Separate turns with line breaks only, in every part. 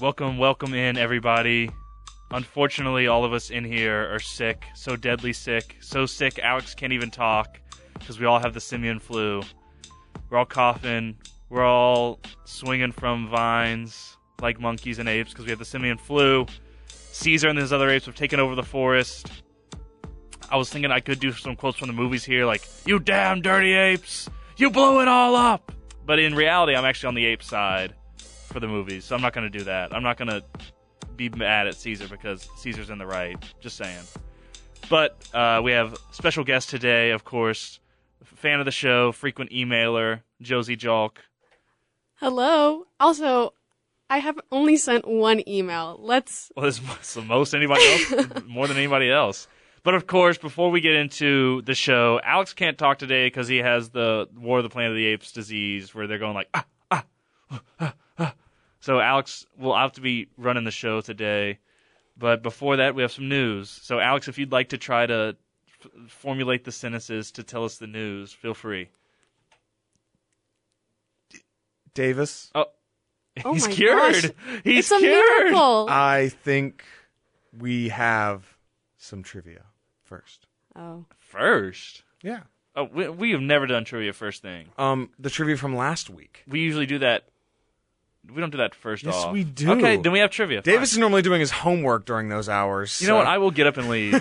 Welcome, welcome in, everybody. Unfortunately, all of us in here are sick, so deadly sick, so sick Alex can't even talk because we all have the simian flu. We're all coughing, we're all swinging from vines like monkeys and apes because we have the simian flu. Caesar and his other apes have taken over the forest. I was thinking I could do some quotes from the movies here, like, You damn dirty apes! You blew it all up! But in reality, I'm actually on the ape side for the movies, so I'm not going to do that. I'm not going to be mad at Caesar because Caesar's in the right. Just saying. But uh, we have special guest today, of course, fan of the show, frequent emailer, Josie Jalk.
Hello. Also, I have only sent one email. Let's.
Well, this is the most anybody else, more than anybody else. But of course, before we get into the show, Alex can't talk today because he has the War of the Planet of the Apes disease, where they're going like ah ah, ah, ah, ah. So Alex will have to be running the show today. But before that, we have some news. So Alex, if you'd like to try to f- formulate the sentences to tell us the news, feel free.
Davis,
Oh
He's
my
cured.
gosh.
He's
it's a
cured. Uh,
miracle.
I think we have some trivia first.
oh.
First,
Yeah.
oh, we, we have never done trivia first thing.
Um, the trivia from last week.
We usually do that. We don't do that first
Yes,
off.
we do.
Okay, then we have trivia. Fine.
Davis is normally doing his homework during those hours.
You know what?
so-
I will get up and leave.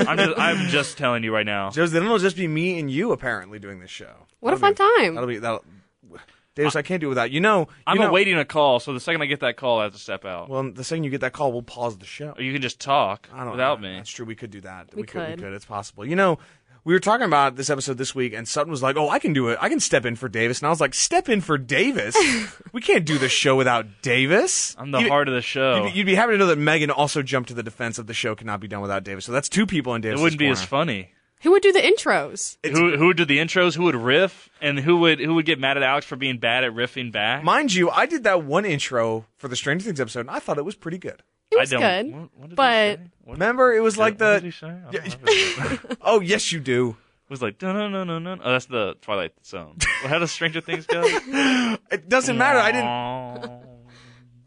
I'm just, I'm just telling you right now.
Joe's- then it'll just be me and you apparently doing this show.
What a fun
That'll be-
time.
That'll be that'll. Davis, I, can't do it without you. Know you
I'm
know-
awaiting a call, so the second I get that call, I have to step out.
Well, the second you get that call, we'll pause the show.
or you can just talk
I don't
without
know.
me.
That's true. We could do that.
We
could.
could.
We could. It's possible. You know, we were talking about this episode this week, and Sutton was like, "Oh, I can do it. I can step in for Davis." And I was like, "Step in for Davis? we can't do the show without Davis."
I'm the
You'd-
heart of the show.
You'd be, you'd be happy to know that Megan also jumped to the defense of the show cannot be done without Davis. So that's two people in
it
Davis.
wouldn't be as funny.
Who would do the intros?
Who who would do the intros? Who would riff? And who would who would get mad at Alex for being bad at riffing back?
Mind you, I did that one intro for the Stranger Things episode, and I thought it was pretty good.
It was
I don't.
good.
what- what did he
but-
say? What-
Remember, it was like
what did
the
he say? I don't remember. it
oh yes, you do.
was like no no no no no. Oh, that's the Twilight Zone. Well, how does Stranger Things go?
It doesn't matter. I didn't.
didn't.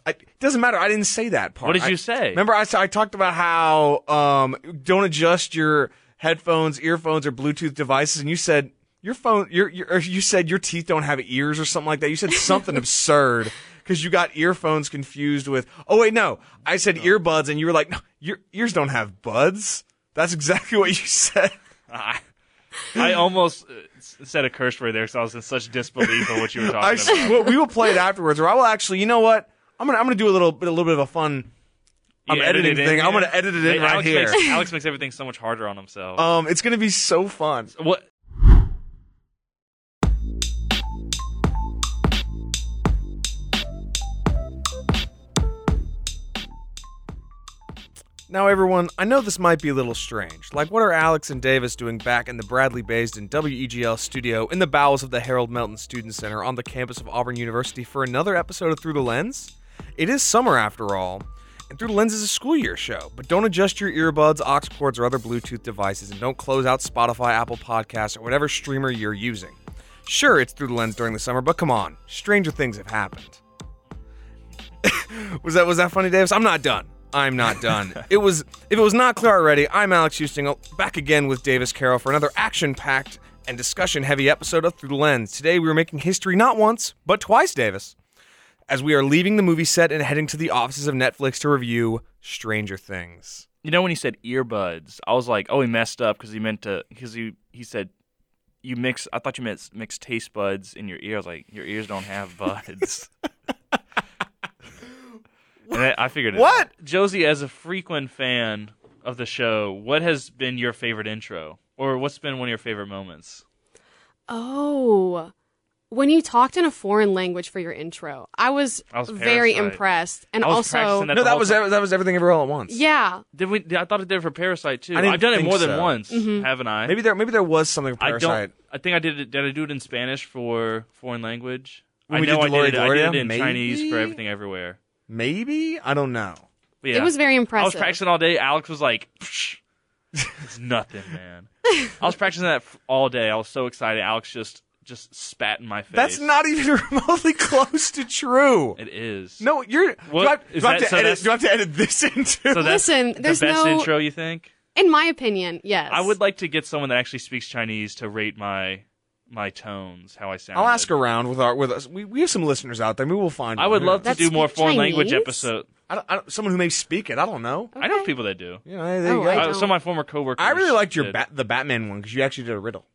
I, it doesn't matter. I didn't say that part.
What did
I-
you say?
Remember, I, s- I talked about how um, don't adjust your headphones, earphones, or Bluetooth devices, and you said your phone, your, your or you said your teeth don't have ears or something like that. You said something absurd because you got earphones confused with. Oh wait, no, I said
Oh.
earbuds, and you were like, no, your ears don't have buds. That's exactly what you said.
I, I almost uh, s- said a curse word there because I was in such disbelief of what you were
I,
talking
s-
about.
well, we will play it afterwards, or I will actually. You know what? I'm gonna I'm gonna do a little bit a little bit of a fun. I'm
You edited
editing
it in
thing. I'm
here?
gonna edit it in
Ma-
right
Alex
here.
Makes, Alex makes everything so much harder on himself.
Um, it's gonna be so fun.
what?
Now, everyone, I know this might be a little strange. Like, what are Alex and Davis doing back in the Bradley Baysden WEGL E studio in the bowels of the Harold Melton Student Center on the campus of Auburn University for another episode of Through the Lens? It is summer, after all, and Through the Lens is a school year show, but don't adjust your earbuds, aux cords, or other Bluetooth devices, and don't close out Spotify, Apple Podcasts, or whatever streamer you're using. Sure, it's Through the Lens during the summer, but come on, stranger things have happened. Was that was that funny, Davis? I'm not done. I'm not done. it was if it was not clear already. I'm Alex Houston, back again with Davis Carroll for another action-packed and discussion-heavy episode of Through the Lens. Today we were making history not once but twice, Davis, as we are leaving the movie set and heading to the offices of Netflix to review Stranger Things.
You know when he said earbuds, I was like, oh, he messed up because he meant to because he he said you mix. I thought you meant s- mix taste buds in your ear. I was like, your ears don't have buds. and I, I figured it. out.
What?
Josie, as a frequent fan of the show, what has been your favorite intro, or what's been one of your favorite moments?
Oh. When you talked in a foreign language for your intro, I was,
I was
very
Parasite.
impressed. And
I was
also,
practicing that- No, that was ev-
that was everything ever all at once.
yeah.
Did we? I thought I did it for Parasite too.
I didn't
have done it
think
more than
so.
once, haven't I?
Maybe there maybe there was something
I
Parasite.
don't. I think I did it. Did I do it in Spanish for foreign language?
When
I
we
know
did
I
Gloria
did it. I did it
Gloria,
in Chinese for
maybe?
everything everywhere.
Maybe I don't know.
But yeah.
It was very
I was
impressive.
practicing all day. Alex was like, "Psh, "It's nothing, man." I was practicing that f- all day. I was so excited. Alex just just spat in my face.
That's not even remotely close to true.
It is.
No, you're.
What-
do, I, do
is
I
that-
have to
so
edit,
that's-
do I have to edit this into?
So that's
Listen,
the
there's
best
no-
intro. You think?
In my opinion, yes.
I would like to get someone that actually speaks Chinese to rate my my tones, how I sound.
I'll ask around with our with us. We, we have some listeners out there. Maybe we'll find.
I
one.
would
Who knows?
love to
That
do more
speak
foreign language
Chinese?
episode.
I don't, I don't, someone who may speak it. I don't know.
I know
Okay.
people that do.
You know, there you
Oh,
go.
I
Uh,
don't.
some of my former coworkers.
I really liked your
did.
bat, the Batman one because you actually did a riddle.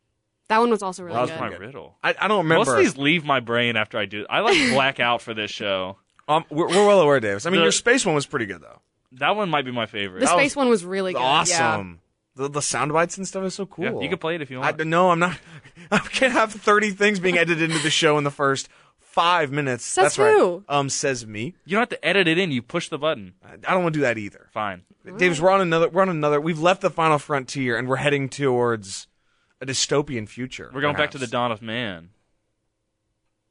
That one was also
That
really
was
good.
my
good.
riddle.
I, I don't remember.
Most of these leave my brain after I do. I like black out for this show.
um, we're, we're well aware, Davis. I mean,
The-
your space one was pretty good though.
That one might be my favorite.
The
That was
space one was really good. Yeah.
awesome. The, the sound bites and stuff is so cool.
Yeah, you can play it if you
I,
want.
no, I'm not. I can't have 30 things being edited into the show in the first five minutes.
Says
That's right.
who?
Um, says me.
you don't have to edit it in. You push the button.
I I don't want to do that either.
Fine.
Davis, we're on another. We're on another. We've left the final frontier and we're heading towards a dystopian future.
We're going back to the
perhaps.
dawn of man.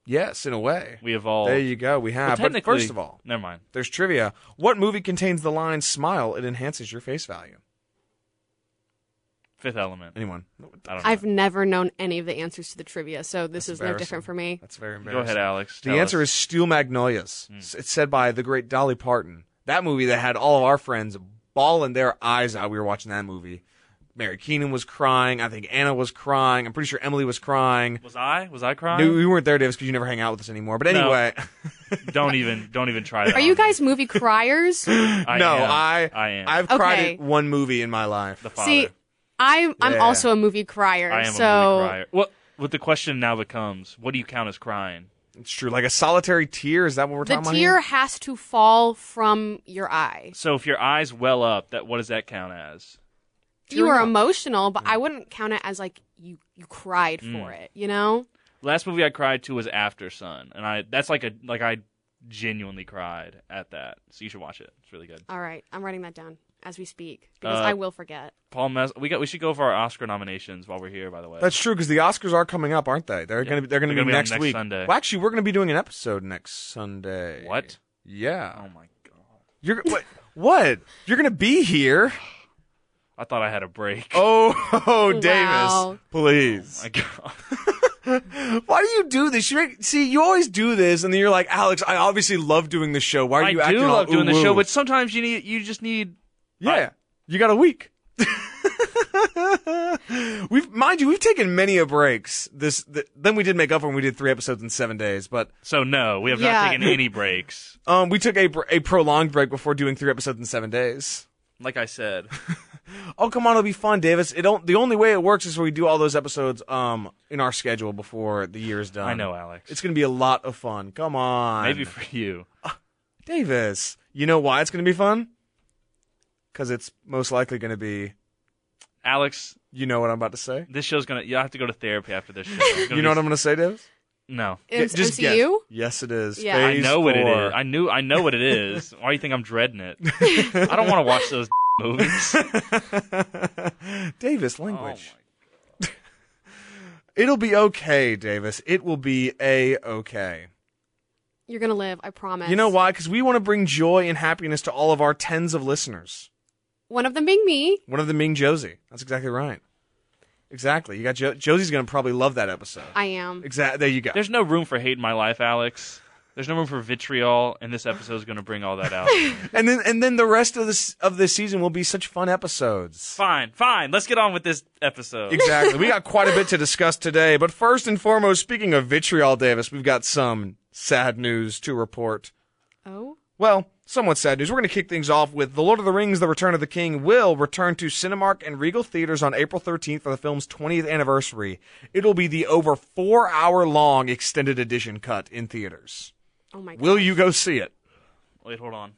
Yes, in a way.
We evolved.
There you go. We
Well,
have. but
technically-
first of all,
never mind.
there's trivia. What movie contains the line "Smile, it enhances your face value"?
Fifth Element.
Anyone?
I don't know.
I've never known any of the answers to the trivia, so this
That's
is no
embarrassing.
different for me.
That's very
Go
embarrassing.
ahead, Alex. Hmm.
The answer is Steel Magnolias. S- It's said by the great Dolly Parton. That movie that had all of our friends bawling their eyes out. We were watching that movie. Mary Keenan was crying. I think Anna was crying. I'm pretty sure Emily was crying.
Was I? Was I
No,
crying?
we weren't there, Davis, because you never hang out with us anymore. But
No.
anyway,
don't even. Don't even try that.
Are
on
you
me.
guys movie criers?
I
no,
am.
I,
I am.
I've cried
Okay.
at one movie in my life.
the father.
See, I'm I'm
Yeah.
also a movie crier.
I am
so
a movie crier. What? What the question now becomes: What do you count as crying?
it's true. Like a solitary tear. Is that what we're
the
talking
tear
about?
has to fall from your eye.
So if your eyes well up, that what does that count as?
you are emotional, but I wouldn't count it as like you you cried for it. You know,
Last movie I cried to was After Sun, and I that's like a like I genuinely cried at that. So you should watch it. It's really good.
all right. I'm writing that down as we speak because
Uh,
I will forget.
Paul Mes- we got we should go for our Oscar nominations while we're here. By the way,
That's true because the Oscars are coming up, aren't they? They're gonna be, they're gonna
They're gonna be
be
on
next
next
week.
Sunday.
Well, actually, we're gonna be doing an episode next Sunday.
what?
Yeah.
Oh my god!
You're what? what? You're gonna be here?
I thought I had a break.
Oh, oh
Wow.
Davis, please.
Oh my god!
Why do you do this? You make, see, you always do this, and then you're like, Alex, I obviously love doing this show. Why are
I
you acting
do love
all
doing the
ooh-woo?"
show, but sometimes you need you just need
yeah,
I-
you got a week. we've mind you, we've taken many a breaks. This th- then we did make up when we did three episodes in seven days, but
So no, we have
Yeah.
not taken any breaks.
um, we took a br- a prolonged break before doing three episodes in seven days.
Like I said,
Oh come on, it'll be fun, Davis. It don't, the only way it works is we do all those episodes um in our schedule before the year's done.
I know Alex.
It's gonna be a lot of fun. Come on,
Maybe for you.
Davis. You know why it's gonna be fun? Because it's most likely gonna be.
Alex,
You know what I'm about to say.
this show's gonna. You'll have to go to therapy after this show. It's gonna
You know
be-
what I'm gonna say, Davis?
No,
It's
Ju- just guess.
MCU.
Yes, it is.
Yeah.
I
Phase
know what it
four.
is. I knew. I know what it is. Why do you think I'm dreading it? I don't want to watch those movies.
Davis,
Oh my-
language. It'll be okay, Davis. It will be a okay.
You're gonna live. I promise.
You know why? Because we want to bring joy and happiness to all of our tens of listeners.
One of them being me.
One of them being Josie. That's exactly right. Exactly. You got jo- Josie's going to probably love that episode.
I am.
Exactly. There you go.
There's no room for hate in my life, Alex. There's no room for vitriol, and this episode is gonna bring all that out.
And then and then the rest of this of this season will be such fun episodes.
fine, fine. Let's get on with this episode.
Exactly. we got quite a bit to discuss today, but first and foremost, speaking of vitriol, Davis, we've got some sad news to report.
Oh,
Well, somewhat sad news. We're going to kick things off with The Lord of the Rings: The Return of the King will return to Cinemark and Regal theaters on April 13th for the film's 20th anniversary. It'll be the over 4-hour long extended edition cut in theaters.
oh my. God.
Will you go see it?
Wait, hold on.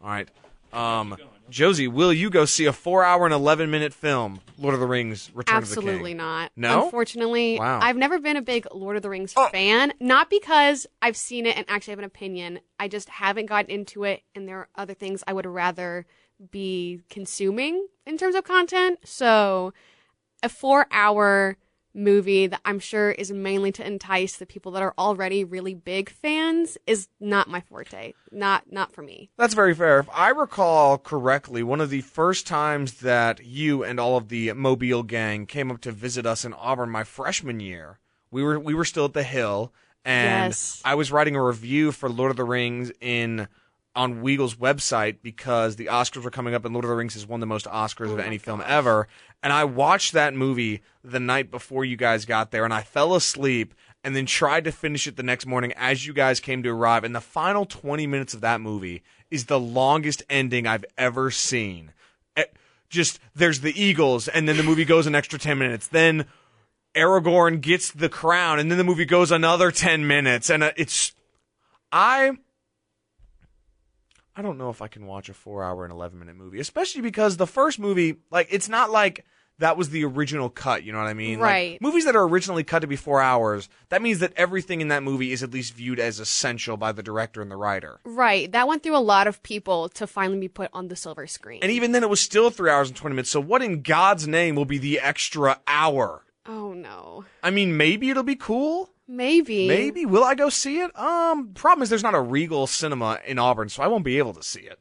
All right. Um Josie, will you go see a 4-hour and 11-minute film, Lord of the Rings: Return of the
Absolutely
King?
not.
No?
Unfortunately,
Wow.
I've never been a big Lord of the Rings
Oh.
fan. Not because I've seen it and actually have an opinion. I just haven't gotten into it, and there are other things I would rather be consuming in terms of content. So, a four hour movie that I'm sure is mainly to entice the people that are already really big fans is not my forte. Not not for me.
That's very fair. If I recall correctly, one of the first times that you and all of the Mobile gang came up to visit us in Auburn my freshman year we were we were still at the Hill, and
Yes.
I was writing a review for Lord of the Rings in on Weagle's website because the Oscars were coming up, and Lord of the Rings has won the most Oscars of any film ever. And I watched that movie the night before you guys got there, and I fell asleep. And then tried to finish it the next morning as you guys came to arrive. And the final 20 minutes of that movie is the longest ending I've ever seen. Eh, Just there's the Eagles, and then the movie goes an extra 10 minutes. Then Aragorn gets the crown, and then the movie goes another ten minutes, and uh, it's I. I don't know if I can watch a four-hour and eleven-minute movie, especially because the first movie, like, it's not like that was the original cut. You know what I mean? Like,
Right.
movies that are originally cut to be four hours, that means that everything in that movie is at least viewed as essential by the director and the writer.
Right. That went through a lot of people to finally be put on the silver screen.
And even then, it was still three hours and twenty minutes. So, what in God's name will be the extra hour?
oh no.
I mean, maybe it'll be cool.
Maybe.
Maybe will I go see it? Um, problem is there's not a Regal cinema in Auburn, so I won't be able to see it.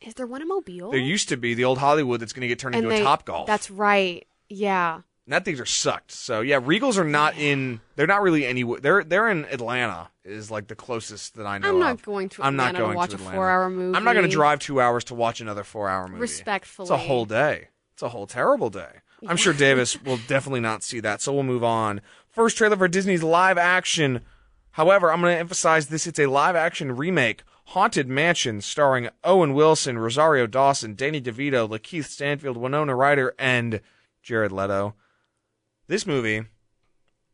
Is there one in Mobile?
There used to be the old Hollywood that's going to get turned
Oh. and
into
they-
a Top Golf.
That's right. Yeah.
and that things are sucked. So yeah, Regals are not in. They're not really any. They're they're in Atlanta is like the closest that I know.
I'm not
of.
going to
I'm not
Atlanta to
going
watch
to
a
Atlanta.
four-hour movie.
I'm not going to drive two hours to watch another four hour movie.
Respectfully.
It's a whole day. It's a whole terrible day. I'm sure Davis will definitely not see that, so we'll move on. First trailer for Disney's live action. However, I'm going to emphasize this it's a live action remake. Haunted Mansion, starring Owen Wilson, Rosario Dawson, Danny DeVito, Lakeith Stanfield, Winona Ryder, and Jared Leto. This movie,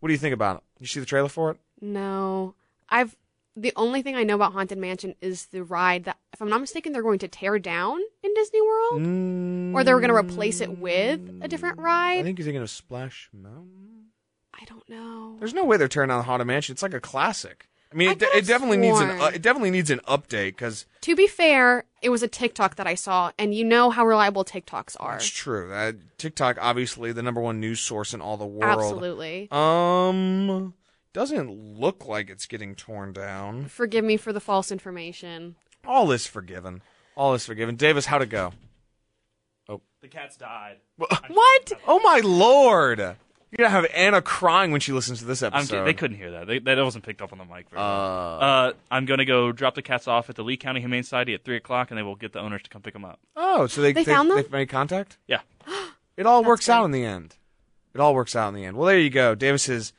what do you think about it? You see the trailer for it?
No. I've the only thing I know about Haunted Mansion is the ride that if I'm not mistaken they're going to tear down in Disney World or they were going to replace it with a different
Mm. I
ride.
think you're thinking of Splash Mountain.
I don't know.
There's no way they're tearing down the Haunted Mansion. It's like a classic. I mean,
I
it, de-
could've
it definitely needs an uh,
sworn.
it definitely needs an update because
To be fair, it was a TikTok that I saw and you know how reliable TikToks are.
it's true that TikTok obviously the number one news source in all the world.
Absolutely.
Um, doesn't look like it's getting torn down.
Forgive me for the false information.
All is forgiven. All is forgiven. Davis, how'd it go?
The cat's died.
What?
Oh my lord! You're gonna have Anna crying when she listens to this
I'm
episode.
kidding. They couldn't hear that. They, that wasn't picked up on the mic. Very well.
Uh,
Uh, I'm going to go drop the cats off at the Lee County Humane Society at 3 o'clock, and they will get the owners to come pick them up.
oh, so they
They found them?
They made contact.
Yeah.
It all works
good.
out in the end. It all works out in the end. Well, there you go. Davis's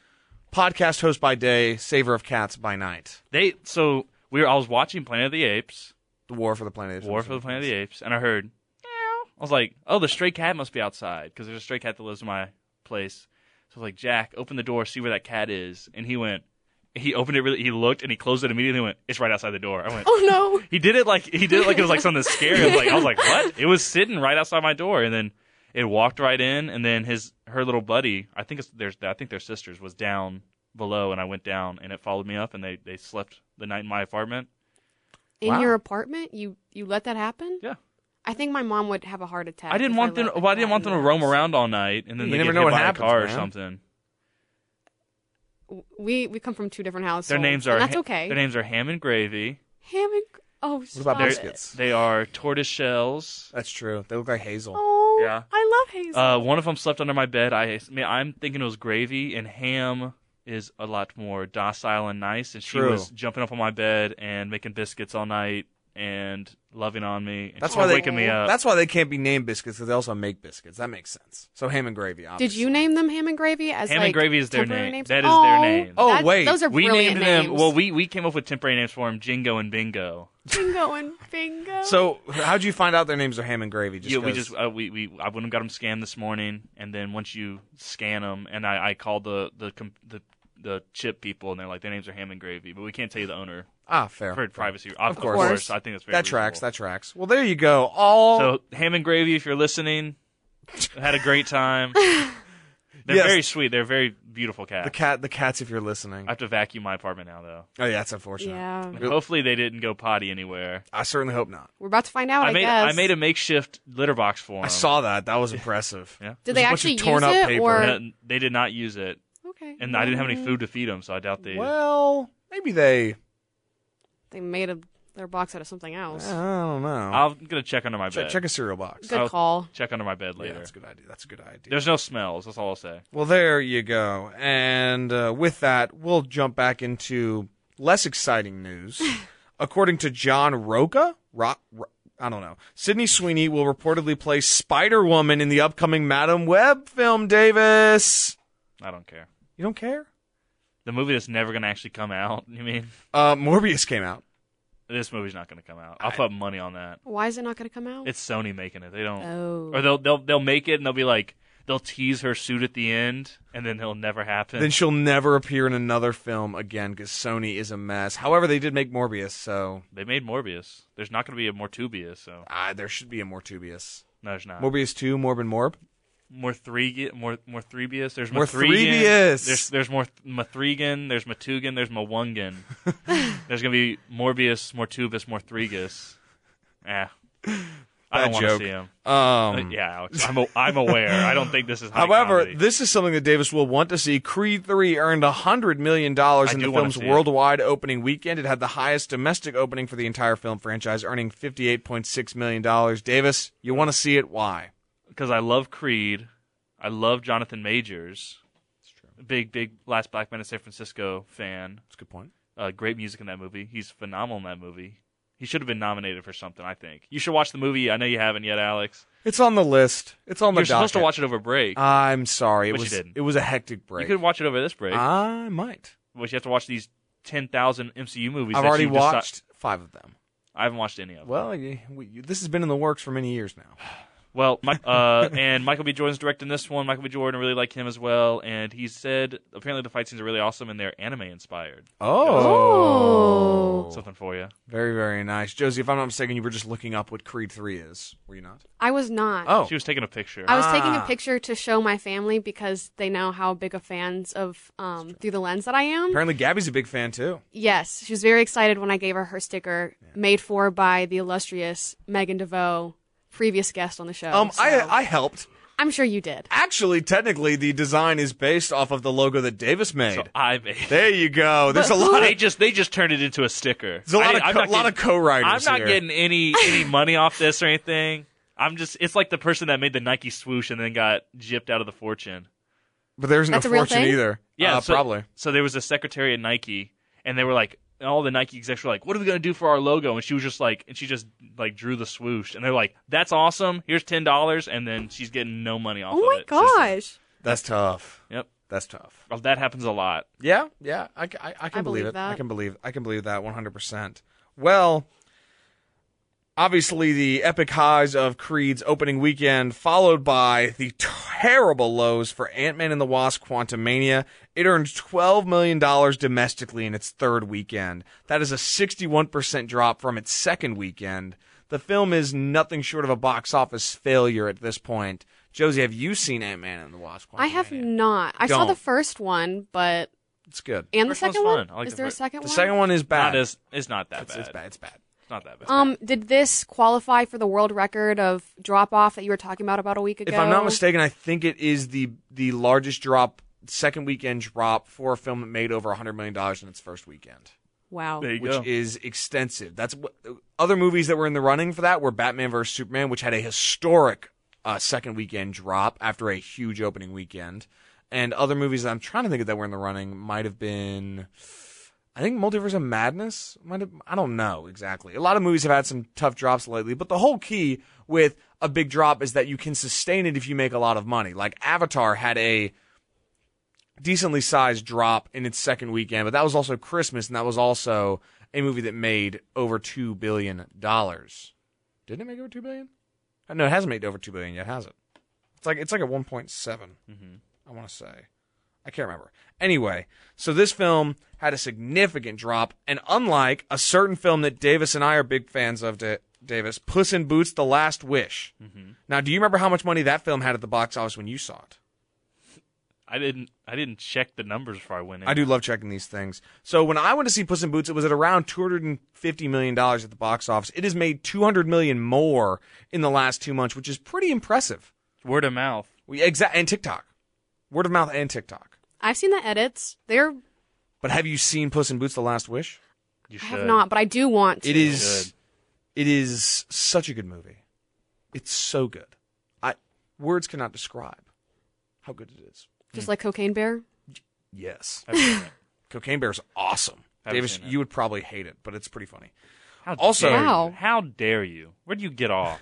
podcast host by day, saver of cats by night.
They So we were, I was watching Planet of the Apes,
The War for the Planet.
War for the Planet of the Apes, and I heard, meow. I was like, oh, the stray cat must be outside, because there's a stray cat that lives in my place. So I was like, Jack, open the door, see where that cat is. And he went, he opened it really, he looked, and he closed it immediately and went, it's right outside the door. I went,
Oh no.
He did it like he did it like it was like something scary. I was like, I was like, what? It was sitting right outside my door, and then it walked right in, and then his her little buddy, I think it's there's I think their sisters was down below, and I went down, and it followed me up, and they they slept the night in my apartment.
In
Wow.
your apartment? You you let that happen?
Yeah.
I think my mom would have a heart attack.
I didn't
if
want
let
them.
the
Well, I didn't
cat
want
in
them to
the
roam
house.
around all night, and then
You
they
never
get
know
hit
what
by
happens,
a car or
man.
something.
We we come from two different houses.
Their names are
and that's
Ha-
okay.
Their names are ham and gravy.
Ham and gr- oh,
What about
stop it.
biscuits?
They are tortoise shells.
That's true. They look like hazel.
Oh,
Yeah.
I love Hazel.
Uh, one of them slept under my bed. I, I mean, I'm thinking it was gravy, and ham is a lot more docile and nice. And she
True.
was jumping up on my bed and making biscuits all night and loving on me. And
That's
she
why
was
they-
waking me
Oh.
up.
That's why they can't be named biscuits because they also make biscuits. That makes sense. So ham and gravy. Obviously.
Did you name them Ham and Gravy as
Ham and
like,
Uh, gravy is their
temporary
name.
Names?
That is their
Oh,
name.
Oh,
that's-
wait.
those are
we
brilliant
named them.
names.
Well, we we came up with temporary names for them: Jingo and Bingo.
bingo and bingo.
So how'd you find out their names are ham and gravy? Just
yeah, we
'cause-
just uh, we we I went and got them scanned this morning, and then once you scan them, and I, I called the the com- the the chip people, and they're like, their names are ham and gravy, but we can't tell you the owner
ah fair
for
fair.
privacy.
Of
Of,
course.
course. I think that's very
That tracks.
reasonable.
That tracks. Well, there you go. All
So ham and gravy, if you're listening, had a great time. They're
Yes.
very sweet. They're very beautiful cats.
the cat the cats if you're listening.
I have to vacuum my apartment now, though.
oh yeah, that's unfortunate.
yeah,
And Hopefully, they didn't go potty anywhere.
I certainly hope not.
we're about to find out. Oh, I,
I made I
guess.
made a makeshift litter box for them.
I saw that. That was impressive.
Yeah.
Did
There's
they
a bunch of
actually
torn
use
up
it
paper.
or
they did not use it,
okay? Mm.
and I didn't have any food to feed them, so I doubt they.
Well, maybe they.
They made a They're boxed out of something else.
I don't know.
I'm gonna check under my
check,
bed.
Oh. check a cereal box.
Good
I'll-
call.
Check under my bed
Yeah,
later.
that's a good idea. That's a good idea.
There's no smells. That's all I'll say.
Well, there you go. And uh, with that, we'll jump back into less exciting news. According to John Roca, Ro- Ro- I don't know, Sydney Sweeney will reportedly play Spider Woman in the upcoming Madam Web film, Davis.
I don't care.
You don't care?
The movie that's never gonna actually come out. You mean
Uh, Morbius came out.
this movie's not gonna come out? I'll put money on that.
Why is it not going to come out?
It's Sony making it. They don't.
oh.
Or they'll they'll they'll make it and they'll be like they'll tease her suit at the end and then it'll never happen.
Then she'll never appear in another film again because Sony is a mess. However, they did make Morbius, so
they made Morbius. There's not gonna be a Mortubius. So
ah, there should be a Mortubius.
no, there's not.
Morbius 2, Morbin Morb.
more three more more threebius. There's
More
more
Threebius.
There's there's more Mathregan. There's Matugan. There's Mawungan. there's gonna be Morbius, Mortubus, Morthregus. Eh. I don't
Bad
want to
joke.
see him.
Um,
But Uh, yeah, Alex, I'm a, I'm aware. I don't think this is. High
However,
comedy.
this is something that Davis will want to see. Creed 3 earned $100 million in the
do wanna
film's
see it.
worldwide opening weekend. It had the highest domestic opening for the entire film franchise, earning $58.6 million. Davis, you want to see it? Why?
because I love Creed. I love Jonathan Majors. Big, big Last Black Man in San Francisco fan.
That's a good point.
Uh, great music in that movie. He's phenomenal in that movie. He should have been nominated for something, I think. You should watch the movie. I know you haven't yet, Alex.
It's on the list. It's on the
You're supposed to
docket.
watch it over break.
I'm sorry. It
But you
was
didn't.
it was a hectic
you
Uh, break. Uh,
could watch it over this break,
I might.
but you have to watch these 10,000 MCU movies.
I've
that
already
you deci-
watched 5 of them.
I haven't watched any of them.
Well, you, we, you, this has been in the works for many years now.
Well, Mi- uh, and Michael B. Jordan's directing this one. Michael B. Jordan I really like him as well, and he said apparently the fight scenes are really awesome and they're anime inspired.
Oh.
Oh.
Something for you.
Very, very nice. Josie, if I'm not mistaken, you were just looking up what Creed 3 is. Were you not?
I was not.
Oh.
She was taking a picture.
I was taking a
Ah.
picture to show my family because they know how big of fans of um, Through the Lens that I am.
Apparently, Gabby's a big fan too.
Yes, she was very excited when I gave her her sticker made for by the illustrious Megan DeVoe, previous guest on the show.
Um,
so-
I I helped.
I'm sure you did.
Actually, technically, the design is based off of the logo that Davis made.
So I made.
there you go. There's a lot
they
of
just they just turned it into a sticker.
there's a lot
I-
of
I'm
co-
not
lot
getting-
of co-writers
I'm not
here.
getting any any money off this or anything. I'm just it's like the person that made the Nike swoosh and then got gypped out of the fortune.
but there's no
That's a real
fortune
thing?
either.
Yeah,
Uh,
so,
probably.
So there was a secretary at Nike, and they were like, and all the Nike execs were like, "What are we gonna do for our logo?" And she was just like, and she just like drew the swoosh, and they're like, "That's awesome. Here's ten dollars," and then she's getting no money off.
Oh
of
my
it. since then.
gosh.
That's tough.
Yep,
That's tough.
Well, that happens a lot.
Yeah, yeah. I, ca- I, I can
I
believe,
believe
it. I
that.
can believe I can believe that 100. percent Well, obviously, the epic highs of Creed's opening weekend, followed by the terrible lows for Ant Man and the Wasp: Quantumania. It earned 12 million dollars domestically in its third weekend. That is a 61 percent drop from its second weekend. The film is nothing short of a box office failure at this point. Josie, have you seen Ant Man and the Wasp?
I have
Quantumania?
not. I saw
Don't.
the first one, but
It's good.
and
First
the
one's fun.
second one.
I like
Is
the
there a
fir-
second
The
one?
second one is bad.
Not as it's not that
It's,
bad.
it's bad. It's bad.
It's not that bad.
Um, did this qualify for the world record of drop off that you were talking about about a week ago?
If I'm not mistaken, I think it is the the largest drop, second weekend drop for a film that made over 100 million dollars in its first weekend,
Wow.
there you
which
go.
is extensive. That's what other movies that were in the running for that were Batman vs Superman, which had a historic uh, second weekend drop after a huge opening weekend, and other movies that I'm trying to think of that were in the running might have been. I think Multiverse of Madness might have, I don't know exactly. A lot of movies have had some tough drops lately, but the whole key with a big drop is that you can sustain it if you make a lot of money. Like Avatar had a decently sized drop in its second weekend, but that was also Christmas and that was also a movie that made over 2 billion dollars. Didn't it make over 2 billion? Uh, No, it hasn't made over 2 billion yet, has it? It's like it's like a 1.7. I want to say. I can't remember. Anyway, so this film had a significant drop, and unlike a certain film that Davis and I are big fans of, Da- Davis, Puss in Boots: The Last Wish. Now, do you remember how much money that film had at the box office when you saw it?
I didn't. I didn't check the numbers before I went in.
I do love checking these things. So when I went to see Puss in Boots, it was at around two hundred and fifty million dollars at the box office. It has made two hundred million more in the last two months, which is pretty impressive.
Word of mouth.
We exa- and TikTok, word of mouth, and TikTok.
I've seen the edits. They're
But have you seen Puss in Boots: The Last Wish?
You
I
should.
have not, but I do want to.
It
It
is-
is. It is such a good movie. It's so good. I words cannot describe how good it is.
Just like Cocaine Bear.
Yes,
I've seen it.
Cocaine Bear's awesome.
Haven't
Davis,
seen it.
you would probably hate it, but it's pretty funny.
How
Also-
dare you?
Wow.
how dare you? Where do you get off?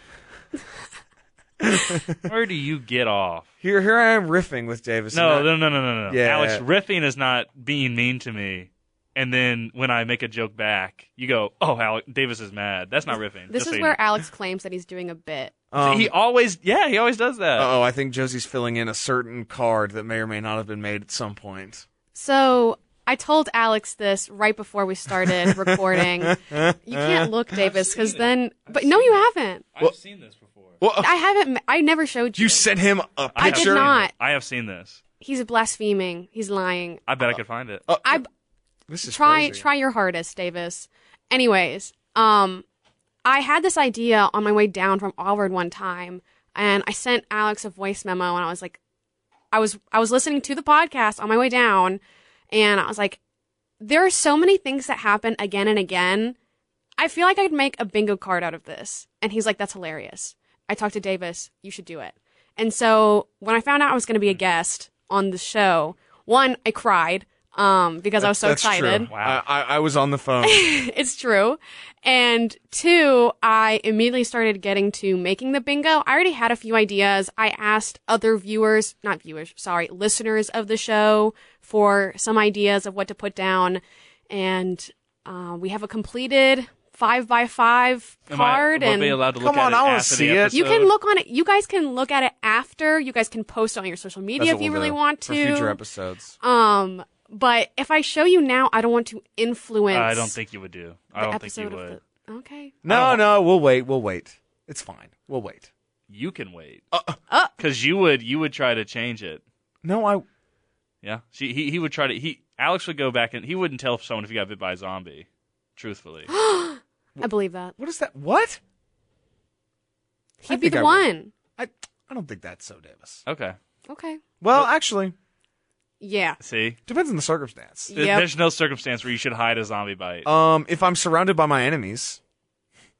Where do you get off?
Here, here I am riffing with Davis.
No,
and
no, no, no, no, no.
Yeah.
Alex, riffing is not being mean to me. And then when I make a joke back, you go, "Oh, Alex Davis is mad." That's not riffing.
This
just so
is
you
where
know.
Alex claims that he's doing a bit.
I- um,
he always, yeah, he always does
uh,
that.
oh, I think Josie's filling in a certain card that may or may not have been made at some point.
So I told Alex this right before we started recording. You can't look, Davis, because
seen it.
then. But no, you haven't.
I've seen this before.
Well,
I haven't. I never showed you.
you sent him a picture.
I have
did
seen
not.
it. I have seen this.
he's blaspheming. He's lying.
I bet I could find it.
Oh,
I
this is
try
crazy.
try your hardest, Davis. Anyways, um, I had this idea on my way down from Auburn one time, and I sent Alex a voice memo, and I was like, I was I was listening to the podcast on my way down, and I was like, there are so many things that happen again and again. I feel like I could make a bingo card out of this. And he's like, that's hilarious. I talked to Davis. You should do it. And so when I found out I was going to be
Hmm.
a guest on the show, one, I cried um, because I was so
That's
excited.
True. Wow. I, I, I was on the phone.
it's true. And two, I immediately started getting to making the bingo. I already had a few ideas. I asked other viewers, not viewers, sorry, listeners of the show for some ideas of what to put down. And uh, we have a completed five by five
Am I-
card.
will I
and
be allowed to look
Come
at
on,
it
I wanna
after the
see it.
you can
episode?
look on it. You guys can look at it after. You guys can post it on your social
That's
media if
what
you
we'll
really
do
want
for
to.
future episodes.
Um, but if I show you now, I don't want to influence.
I don't think you would do. I
the
don't think you
episode of
would.
the- okay.
No,
don't-
no, we'll wait. We'll wait. It's fine. We'll wait.
You can wait.
Uh.
Because you would, you would try to change it.
No, I.
Yeah. She, he, he would try to. He Alex would go back and he wouldn't tell someone if he got bit by a zombie. Truthfully,
I believe that.
What is that? What?
He'd be
think
the
I would.
one.
I. I don't think that's so, Davis.
okay.
Okay.
Well, actually,
Yeah.
See,
depends on the circumstance.
There-
Yep. Oh.
there's no circumstance where you should hide a zombie bite.
Um, if I'm surrounded by my enemies,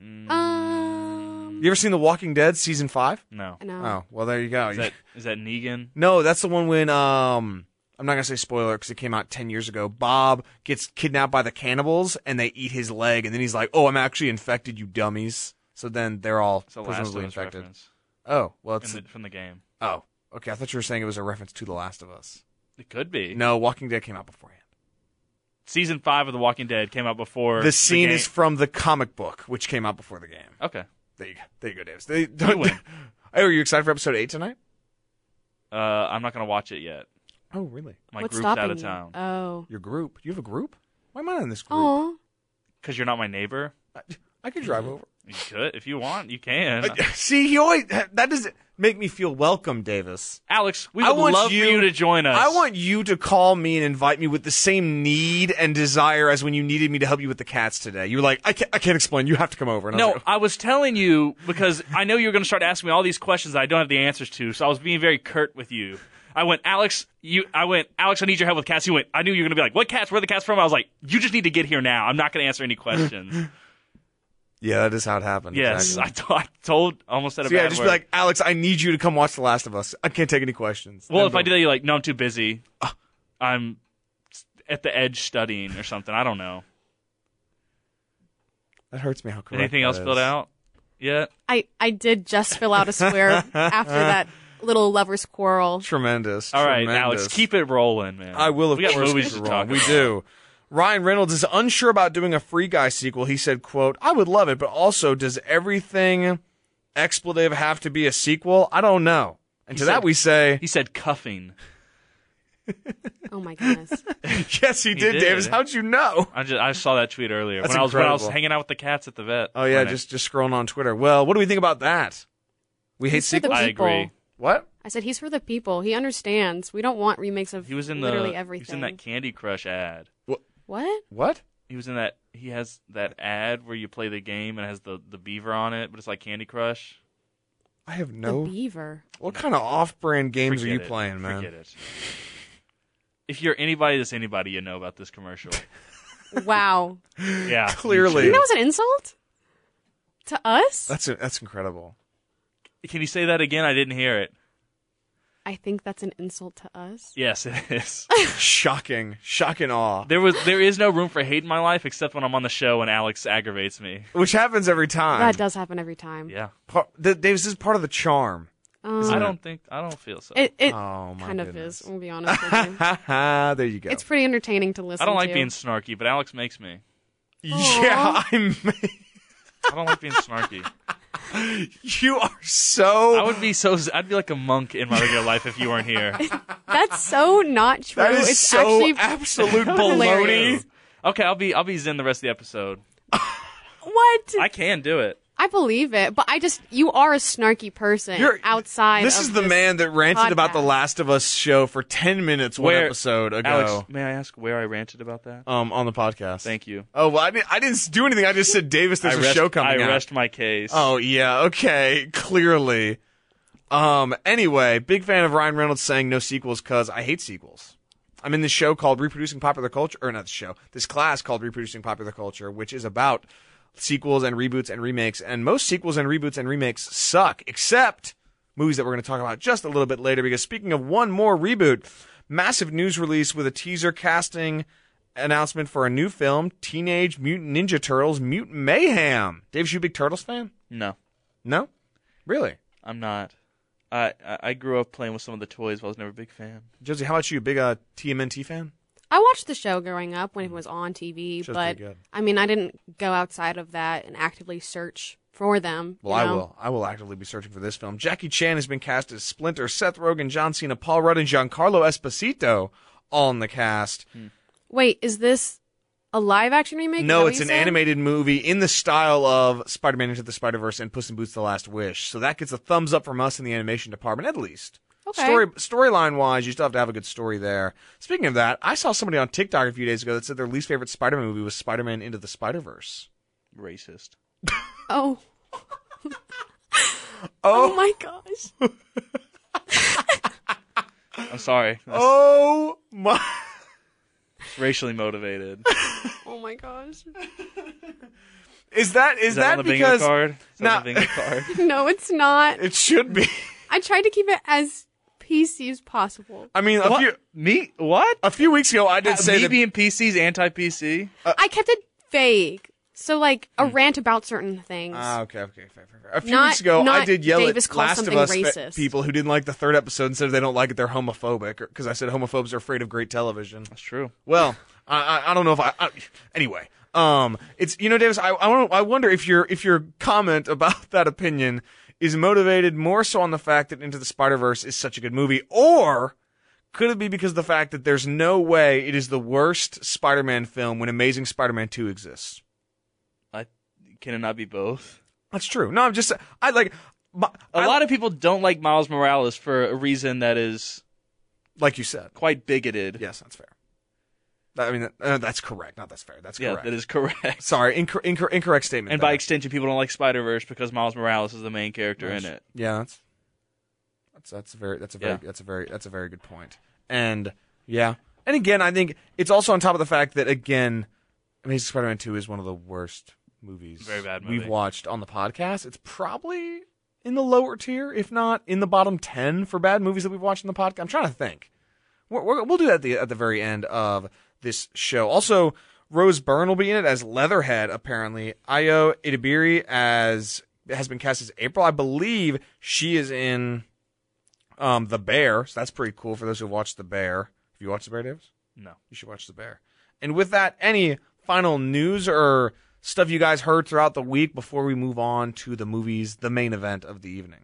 Mm.
Um.
you ever seen The Walking Dead season five?
no.
No.
Oh, well, there you go.
Is that is that Negan?
No, that's the one when um I'm not gonna say spoiler because it came out ten years ago. Bob gets kidnapped by the cannibals and they eat his leg, and then he's like, "Oh, I'm actually infected, you dummies." So then they're all
It's a Last of
presumably
Us
infected.
reference
Oh, well,
in
it's
the, from the game.
oh okay. I thought you were saying it was a reference to The Last of Us.
It could be.
No, Walking Dead came out beforehand.
Season five of The Walking Dead came out before
The scene
game.
is from the comic book, which came out before the game.
okay.
There you go, there you go, Davis. They, don't,
win.
oh, are you excited for episode eight tonight?
Uh, I'm not gonna watch it yet.
Oh, really?
My
What's
group's
stopping
out of
you?
town
Oh.
Your group? You have a group? Why am I not in this group?
Oh.
because you're not my neighbor.
I, I could drive over.
You could if you want. You can.
Uh, See, he always that doesn't make me feel welcome, Davis.
Alex, we
I
would
want
love
you-
for you to join us.
I want you to call me and invite me with the same need and desire as when you needed me to help you with the cats today. You were like, I can't, I can't explain. You have to come over. And I was
No,
like,
I was telling you because I know you were going to start asking me all these questions that I don't have the answers to, so I was being very curt with you. I went, Alex, you. I went, Alex, I need your help with cats. You went, I knew you were going to be like, what cats? Where are the cats from? I was like, you just need to get here now. I'm not going to answer any questions.
yeah, that is how it happened.
yes, I,
exactly.
to- I told, almost said a
So yeah,
bad
just
word.
be like, Alex, I need you to come watch The Last of Us. I can't take any questions.
well,
Then
if I
boom.
did that, you're like, no, I'm too busy. I'm at the edge studying or something. I don't know.
that hurts me. How correct
Anything
that
else
is.
filled out yet?
I I did just fill out a square after that little lovers quarrel.
Tremendous.
All right,
tremendous.
Alex, keep it rolling, man.
I will, of
we got
course,
movies
Mr.
to
Wrong.
talk
We
about.
do. Ryan Reynolds is unsure about doing a Free Guy sequel. He said, quote, I would love it, but also, does everything expletive have to be a sequel? I don't know. And to
said-
that we say,
He said cuffing.
Oh my goodness.
yes, he did,
did.
Davis. How'd you know?
I just I saw that tweet earlier
That's
when I was when I was
incredible.
hanging out with the cats at the vet.
Oh, yeah,
clinic.
just, just scrolling on Twitter. Well, what do we think about that? We hate
He's for the
sequels?
I
people.
agree.
what?
I said he's for the people. He understands. We don't want remakes of
He was in the
literally
he was in
everything.
that Candy Crush ad.
What?
What?
He was in that he has that ad where you play the game and it has the the beaver on it, but it's like Candy Crush.
I have no.
The beaver.
what kind of off brand games
Forget
are you
it.
playing, man?
Forget it. If you're anybody that's anybody, you know about this commercial.
Wow.
Yeah. me
Clearly.
too.
That was an insult to us.
That's that's incredible.
Can you say that again? I didn't hear it.
I think that's an insult to us.
Yes, it is.
Shocking, shock and awe,
there was there is no room for hate in my life except when I'm on the show and Alex aggravates me.
which happens every time.
That does happen every time.
Yeah.
Par- th- this is part of the charm.
Um,
I don't think I don't feel so.
It, it
Oh my
kind
goodness.
of is. We'll be honest with you.
Ha ha! There you go.
It's pretty entertaining to listen.
I don't like
to.
being snarky, but Alex makes me.
yeah, I'm.
I don't like being snarky.
you are
I
so.
would be so I'd be like a monk in my regular life if you weren't here.
That's so not true.
that is
it's
so
actually
absolute
that was
baloney.
hilarious.
Okay, I'll be I'll be zen the rest of the episode.
what
I can do it.
I believe it, but I just you are a snarky person
You're-
outside.
This
of
is the man that ranted about the
podcast.
Last of Us show for ten minutes one
Where-
episode ago.
Alex, may I ask where I ranted about that?
um, on the podcast.
Thank you.
Oh well, I didn't. I didn't do anything. I just said Davis. There's
I
a
rest,
show coming.
I
out.
rest my case.
Oh yeah, okay, clearly. Um anyway, big fan of Ryan Reynolds saying no sequels cuz I hate sequels. I'm in this show called Reproducing Popular Culture or not the show. This class called Reproducing Popular Culture, which is about sequels and reboots and remakes and most sequels and reboots and remakes suck except movies that we're going to talk about just a little bit later because speaking of one more reboot, massive news release with a teaser casting announcement for a new film, Teenage Mutant Ninja Turtles Mutant Mayhem. Dave, you a big Turtles fan?
no,
No, really,
I'm not. I, I I grew up playing with some of the toys, but I was never a big fan.
Josie. How about you? Big uh, TMNT fan?
I watched the show growing up when it was on TV,
Show's
but
pretty good.
I mean, I didn't go outside of that and actively search for them.
Well,
you know?
I will. I will actively be searching for this film. Jackie Chan has been cast as Splinter. Seth Rogen, John Cena, Paul Rudd, and Giancarlo Esposito all in the cast.
Wait, is this a live action remake? Is that
No,
what
it's
you
an
said?
animated movie in the style of Spider-Man Into the Spider-Verse and Puss in Boots: The Last Wish. So that gets a thumbs up from us in the animation department, at least.
Okay.
Story storyline wise, you still have to have a good story there. Speaking of that, I saw somebody on TikTok a few days ago that said their least favorite Spider-Man movie was Spider-Man Into the Spider-Verse.
Racist.
Oh,
Oh,
oh my gosh.
I'm sorry. That's
Oh my!
racially motivated.
Oh my gosh.
Is that is,
Is
that,
that, on the bingo
because
card? Is that on
Nah.
the bingo card?
No, it's not.
it should be?
I tried to keep it as PC as possible.
I mean, a
What?
few
Me? What?
a few weeks ago, I did say
me
that.
being PC's anti-PC?
Uh,
I kept it vague. So like
Hmm.
a rant about certain things.
Ah, okay, okay, fair, fair, fair. A few
Not-
weeks ago, I
not
did yell
Davis
at
called
Last of
something
Us
racist.
people who didn't like the third episode and said if they don't like it, they're homophobic because I said homophobes are afraid of great television.
That's true.
Well, I, I, I don't know if I, I. Anyway, um, it's you know, Davis. I I, wanna, I wonder if your if your comment about that opinion is motivated more so on the fact that Into the Spider Verse is such a good movie, or could it be because of the fact that there's no way it is the worst Spider Man film when Amazing Spider Man Two exists?
I can it not be both?
That's true. No, I'm just I like. My,
A
I-
lot of people don't like Miles Morales for a reason that is
like you said.
quite bigoted.
Yes, that's fair. That- I mean, uh, that's correct. Not that's fair. That's
Yeah,
correct.
that is correct.
Sorry, incor- incor- incorrect statement.
And by
there.
extension, people don't like Spider Verse because Miles Morales is the main character in
Nice.
it.
Yeah, that's that's that's a very that's a very
Yeah.
that's a very that's a very good point. And yeah, and again, I think it's also on top of the fact that again, Amazing Spider-Man Two is one of the worst movies
Very bad
we've
movie.
watched on the podcast. It's probably in the lower tier, if not in the bottom ten for bad movies that we've watched on the podcast. I'm trying to think. We're, we're, we'll do that at the, at the very end of this show. Also, Rose Byrne will be in it as Leatherhead, apparently. Io Itabiri as has been cast as April. I believe she is in um, The Bear, so that's pretty cool for those who watched The Bear. Have you watched The Bear, Davis?
No.
You should watch The Bear. And with that, any final news or stuff you guys heard throughout the week before we move on to the movies, the main event of the evening?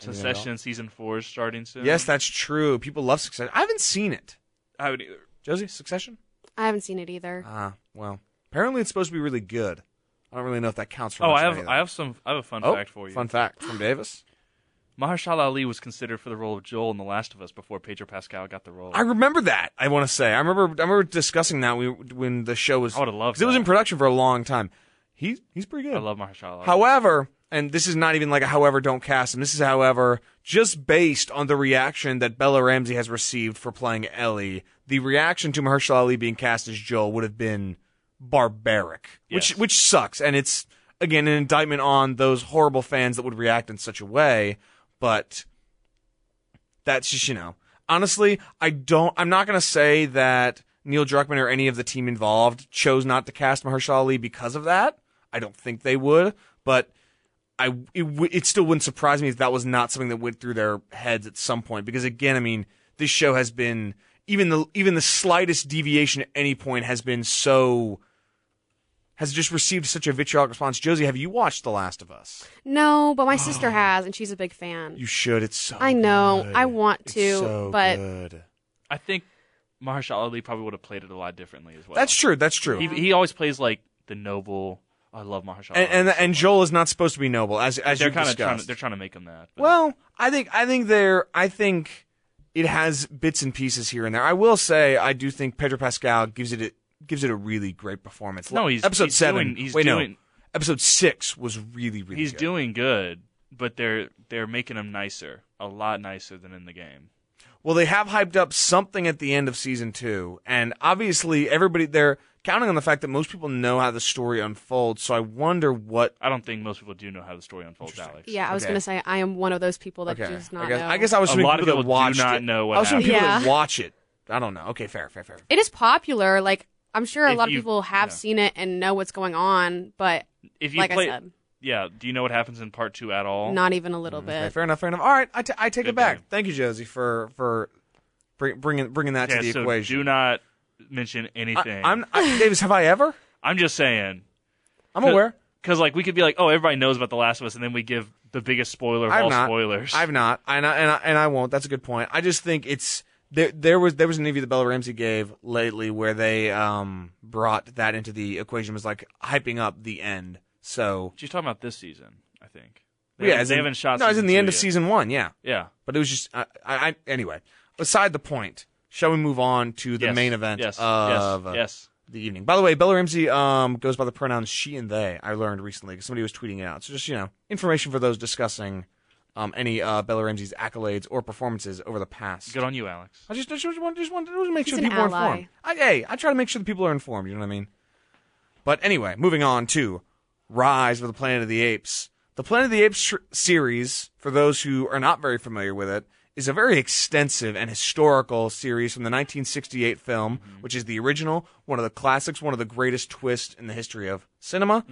Succession season four is starting soon.
Yes, that's true. People love Succession. I haven't seen it.
I would e-, either.
Josie, Succession?
I haven't seen it either.
Ah, well, apparently it's supposed to be really good. I don't really know if that counts for.
Oh,
much
I
of
have
anything.
I have some I have a fun
Oh,
fact for you.
Fun fact from Davis.
Mahershala Ali was considered for the role of Joel in The Last of Us before Pedro Pascal got the role.
I remember that. I want to say. I remember. I remember discussing that we, when the show was.
I would've loved
'cause It was
that.
in production for a long time. He's he's pretty good.
I love Mahershala. Ali.
However, and this is not even like a however don't cast him. This is however just based on the reaction that Bella Ramsey has received for playing Ellie. The reaction to Mahershala Ali being cast as Joel would have been barbaric, which
Yes.
which sucks, and it's again an indictment on those horrible fans that would react in such a way. But that's just you know honestly i don't i'm not going to say that neil druckmann or any of the team involved chose not to cast mahershala ali because of that i don't think they would but i it, w- it still wouldn't surprise me if that was not something that went through their heads at some point because again i mean this show has been even the even the slightest deviation at any point has been so has just received such a vitriolic response josie have you watched the last of us
No, but my sister has, and she's a big fan.
you should it's so
I know.
good.
I want
It's
to,
so
but-
good.
I think Mahershala Ali probably would have played it a lot differently as well.
That's true. That's true.
He, he always plays like the noble. I love Mahershala. Ali
and and,
so
and
much.
Joel is not supposed to be noble, as as
they're
you
kind of
discussed.
trying. To, they're trying to make him that. but-
well, I think I think they're I think it has bits and pieces here and there. I will say I do think Pedro Pascal gives it a, gives it a really great performance.
No, he's-
episode
he's
seven.
doing- he's
Wait, no,
doing-
episode six was really really.
he's
good.
doing good, but they're they're making him nicer, a lot nicer than in the game.
Well, they have hyped up something at the end of season two, and obviously everybody they're counting on the fact that most people know how the story unfolds. So I wonder what
I don't think most people do know how the story unfolds, Alex.
yeah, I was
Okay.
gonna say I am one of those people that
Okay.
does not
I guess
know.
I guess I was
A
assuming
lot of people
people, that
do
watched
not
it.
know what
I was assuming people
happened.
that watch it. I don't know. Okay, fair, fair, fair.
it is popular. Like I'm sure a
If
lot of
you-
people have
yeah.
seen it and know what's going on, but
If you
like
play,
I said,
yeah. Do you know what happens in part two at all?
not even a little
Okay,
bit.
fair enough. Fair enough. All right, I, t- I take
Good
it back.
game.
Thank you, Josie, for for bring, bringing bringing that
yeah,
to the
so
equation.
do not mention
I,
anything.
I'm I, Davis. Have I ever?
I'm just saying
I'm aware.
because like we could be like, oh, everybody knows about The Last of Us, and then we give the biggest spoiler of
I've
all
not.
spoilers.
I've not, and I, and I and I won't. That's a good point. I just think it's there. There was there was an interview that Bella Ramsey gave lately where they um brought that into the equation. It Was like hyping up the end. So
She's talking about this season, I think.
yeah,
haven't-
as
they
in-
haven't shot.
No, it's in
season
the
two
end of
yet.
season one. Yeah.
Yeah,
But it was just I, I, I anyway. Aside the point, shall we move on to the
Yes.
main event
Yes,
of uh,
yes, yes.
the evening? By the way, Bella Ramsey um goes by the pronouns she and they. I learned recently because somebody was tweeting it out. So just you know, information for those discussing um any uh, Bella Ramsey's accolades or performances over the past.
Good on you, Alex.
I just, I just want just want to make
He's
sure
an
people are
ally.
informed. I, hey, I try to make sure the people are informed. You know what I mean? But anyway, moving on to Rise of the Planet of the Apes. The Planet of the Apes tr- series, for those who are not very familiar with it, is a very extensive and historical series from the 1968 film, which is the original, one of the classics, one of the greatest twists in the history of cinema,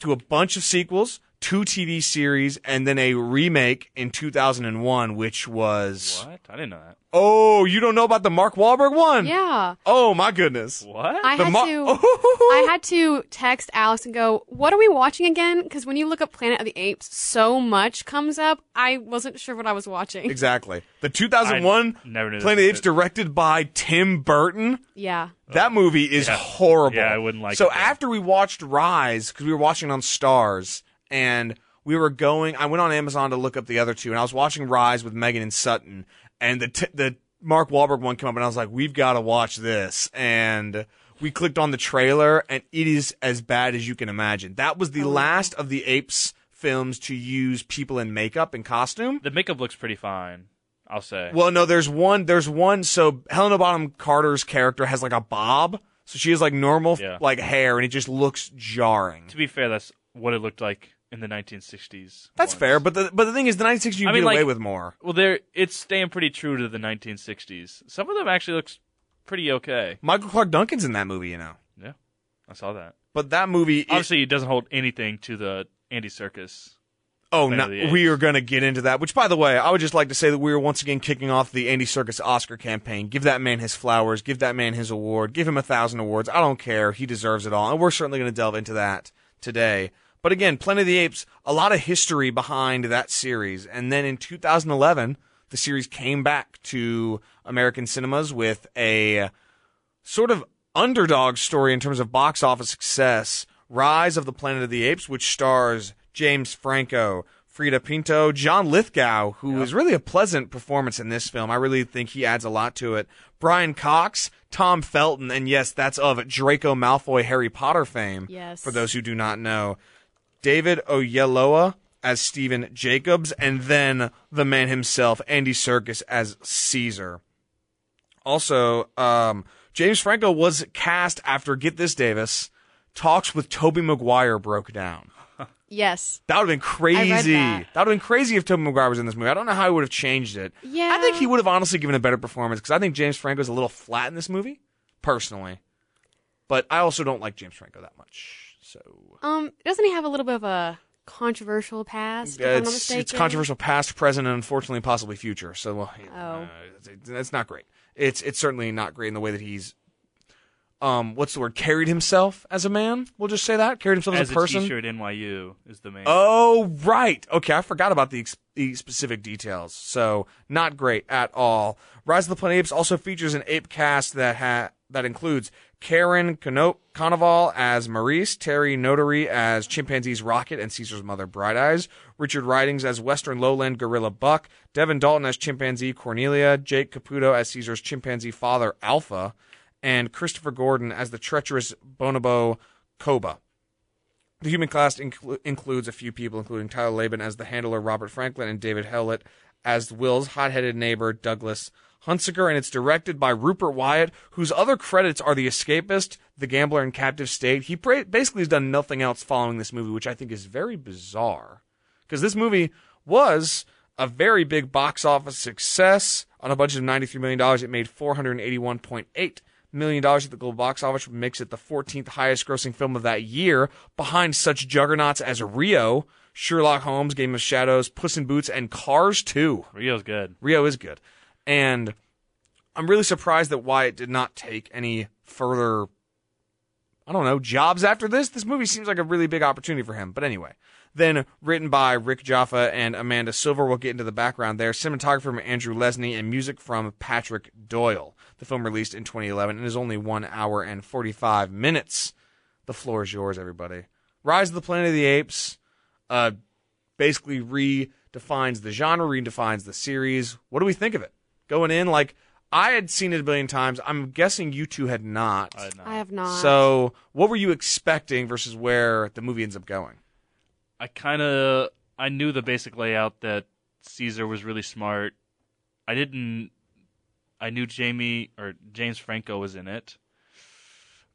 to a bunch of sequels, two TV series, and then a remake in 2001, which was.
What? I didn't know that.
Oh, you don't know about the Mark Wahlberg one?
Yeah,
Oh my goodness.
What?
I
The Oh,
had
Mar-
to. I
I
had to text Alex and go, "What are we watching again?" Because when you look up Planet of the Apes, so much comes up. I wasn't sure what I was watching.
exactly. The 2001
I never knew this
Planet of the
was
Apes
it.
directed by Tim Burton.
Yeah,
That movie is horrible.
Oh. Yeah, I wouldn't like
So
it, though.
after we watched Rise, because we were watching it on Stars, and we were going, I went on Amazon to look up the other two, and I was watching Rise with Megan and Sutton, and the t- the Mark Wahlberg one came up, and I was like, we've got to watch this, and we clicked on the trailer, and it is as bad as you can imagine. That was the last of the Apes films to use people in makeup and costume.
the makeup looks pretty fine. I'll say.
Well, no, there's one. There's one. So Helena Bonham Carter's character has like a bob, so she has like normal
Yeah.
like hair, and it just looks jarring.
to be fair, that's what it looked like in the 1960s.
That's
ones.
fair, but the but the thing is, the 96 you
I
get
mean, like-
away with more.
Well, there it's staying pretty true to the 1960s. Some of them actually looks pretty okay.
Michael Clark Duncan's in that movie, you know.
Yeah, I saw that.
But that movie, it-
Obviously, it doesn't hold anything to the Andy Circus.
oh
Planet
no,
of the Apes.
we are gonna get into that. Which, by the way, I would just like to say that we are once again kicking off the Andy Circus Oscar campaign. Give that man his flowers. Give that man his award. Give him a thousand awards. I don't care. He deserves it all, and we're certainly gonna delve into that today. But again, Planet of the Apes, a lot of history behind that series. And then in 2011, the series came back to American cinemas with a sort of underdog story in terms of box office success Rise of the Planet of the Apes, which stars James Franco, Frida Pinto, John Lithgow, who is really a pleasant performance in this film. I really think he adds a lot to it. Brian Cox, Tom Felton, and yes, that's of Draco Malfoy Harry Potter fame.
Yes.
For those who do not know, David Oyelowo, as Stephen Jacobs, and then the man himself, Andy Serkis, as Caesar. Also, um, James Franco was cast after Get This Davis. Talks with Toby Maguire broke down.
Yes.
That would have been crazy.
that.
would have been crazy if Toby Maguire was in this movie. I don't know how he would have changed it. I think
Yeah.
he would have honestly given a better performance because I think James Franco's a little flat in this movie, personally. But I also don't like James Franco that much. So
Um, doesn't he have a little bit of a controversial past? if
Yeah,
I'm not
it's, it's
mistaken?
controversial past, present, and unfortunately possibly future. So well, you know, uh,
Oh.
it's- it's, it's not great. It's it's certainly not great in the way that he's um what's the word carried himself as a man. We'll just say that carried himself as,
As
a
a
person.
teacher at NYU is the main.
Oh, right. Okay, I forgot about the, ex- the specific details. So, not great at all. Rise of the Planet Apes also features an ape cast that ha- that includes Karen Cono- Conoval as Maurice, Terry Notary as Chimpanzee's Rocket and Caesar's mother Bright Eyes, Richard Ridings as Western Lowland Gorilla Buck, Devin Dalton as Chimpanzee Cornelia, Jake Caputo as Caesar's chimpanzee father Alpha, and Christopher Gordon as the treacherous bonobo Koba. The human cast inclu- includes a few people, including Tyler Laban as the handler, Robert Franklin, and David Hewlett as Will's hot-headed neighbor, Douglas Hunsaker, and it's directed by Rupert Wyatt, whose other credits are The Escapist, The Gambler, and Captive State. He pra- basically has done nothing else following this movie, which I think is very bizarre, because this movie was a very big box office success. On a budget of $93 million, it made $481.8 million at the global box office, which makes it the 14th highest grossing film of that year, behind such juggernauts as Rio, Sherlock Holmes, Game of Shadows, Puss in Boots, and Cars 2.
Rio's good.
Rio is good. And I'm really surprised that Wyatt did not take any further, I don't know, jobs after this. This movie seems like a really big opportunity for him. But anyway, then written by Rick Jaffa and Amanda Silver. We'll get into the background there. Cinematography from Andrew Lesney and music from Patrick Doyle. The film released in 2011 and is only one hour and 45 minutes. The floor is yours, everybody. Rise of the Planet of the Apes. Uh, basically redefines the genre, redefines the series. What do we think of it? Going in, like I had seen it a billion times. I'm guessing you two had not.
I don't know.
I have not.
So, what were you expecting versus where the movie ends up going?
I kind of I knew the basic layout that Caesar was really smart. I didn't. I knew Jamie or James Franco was in it.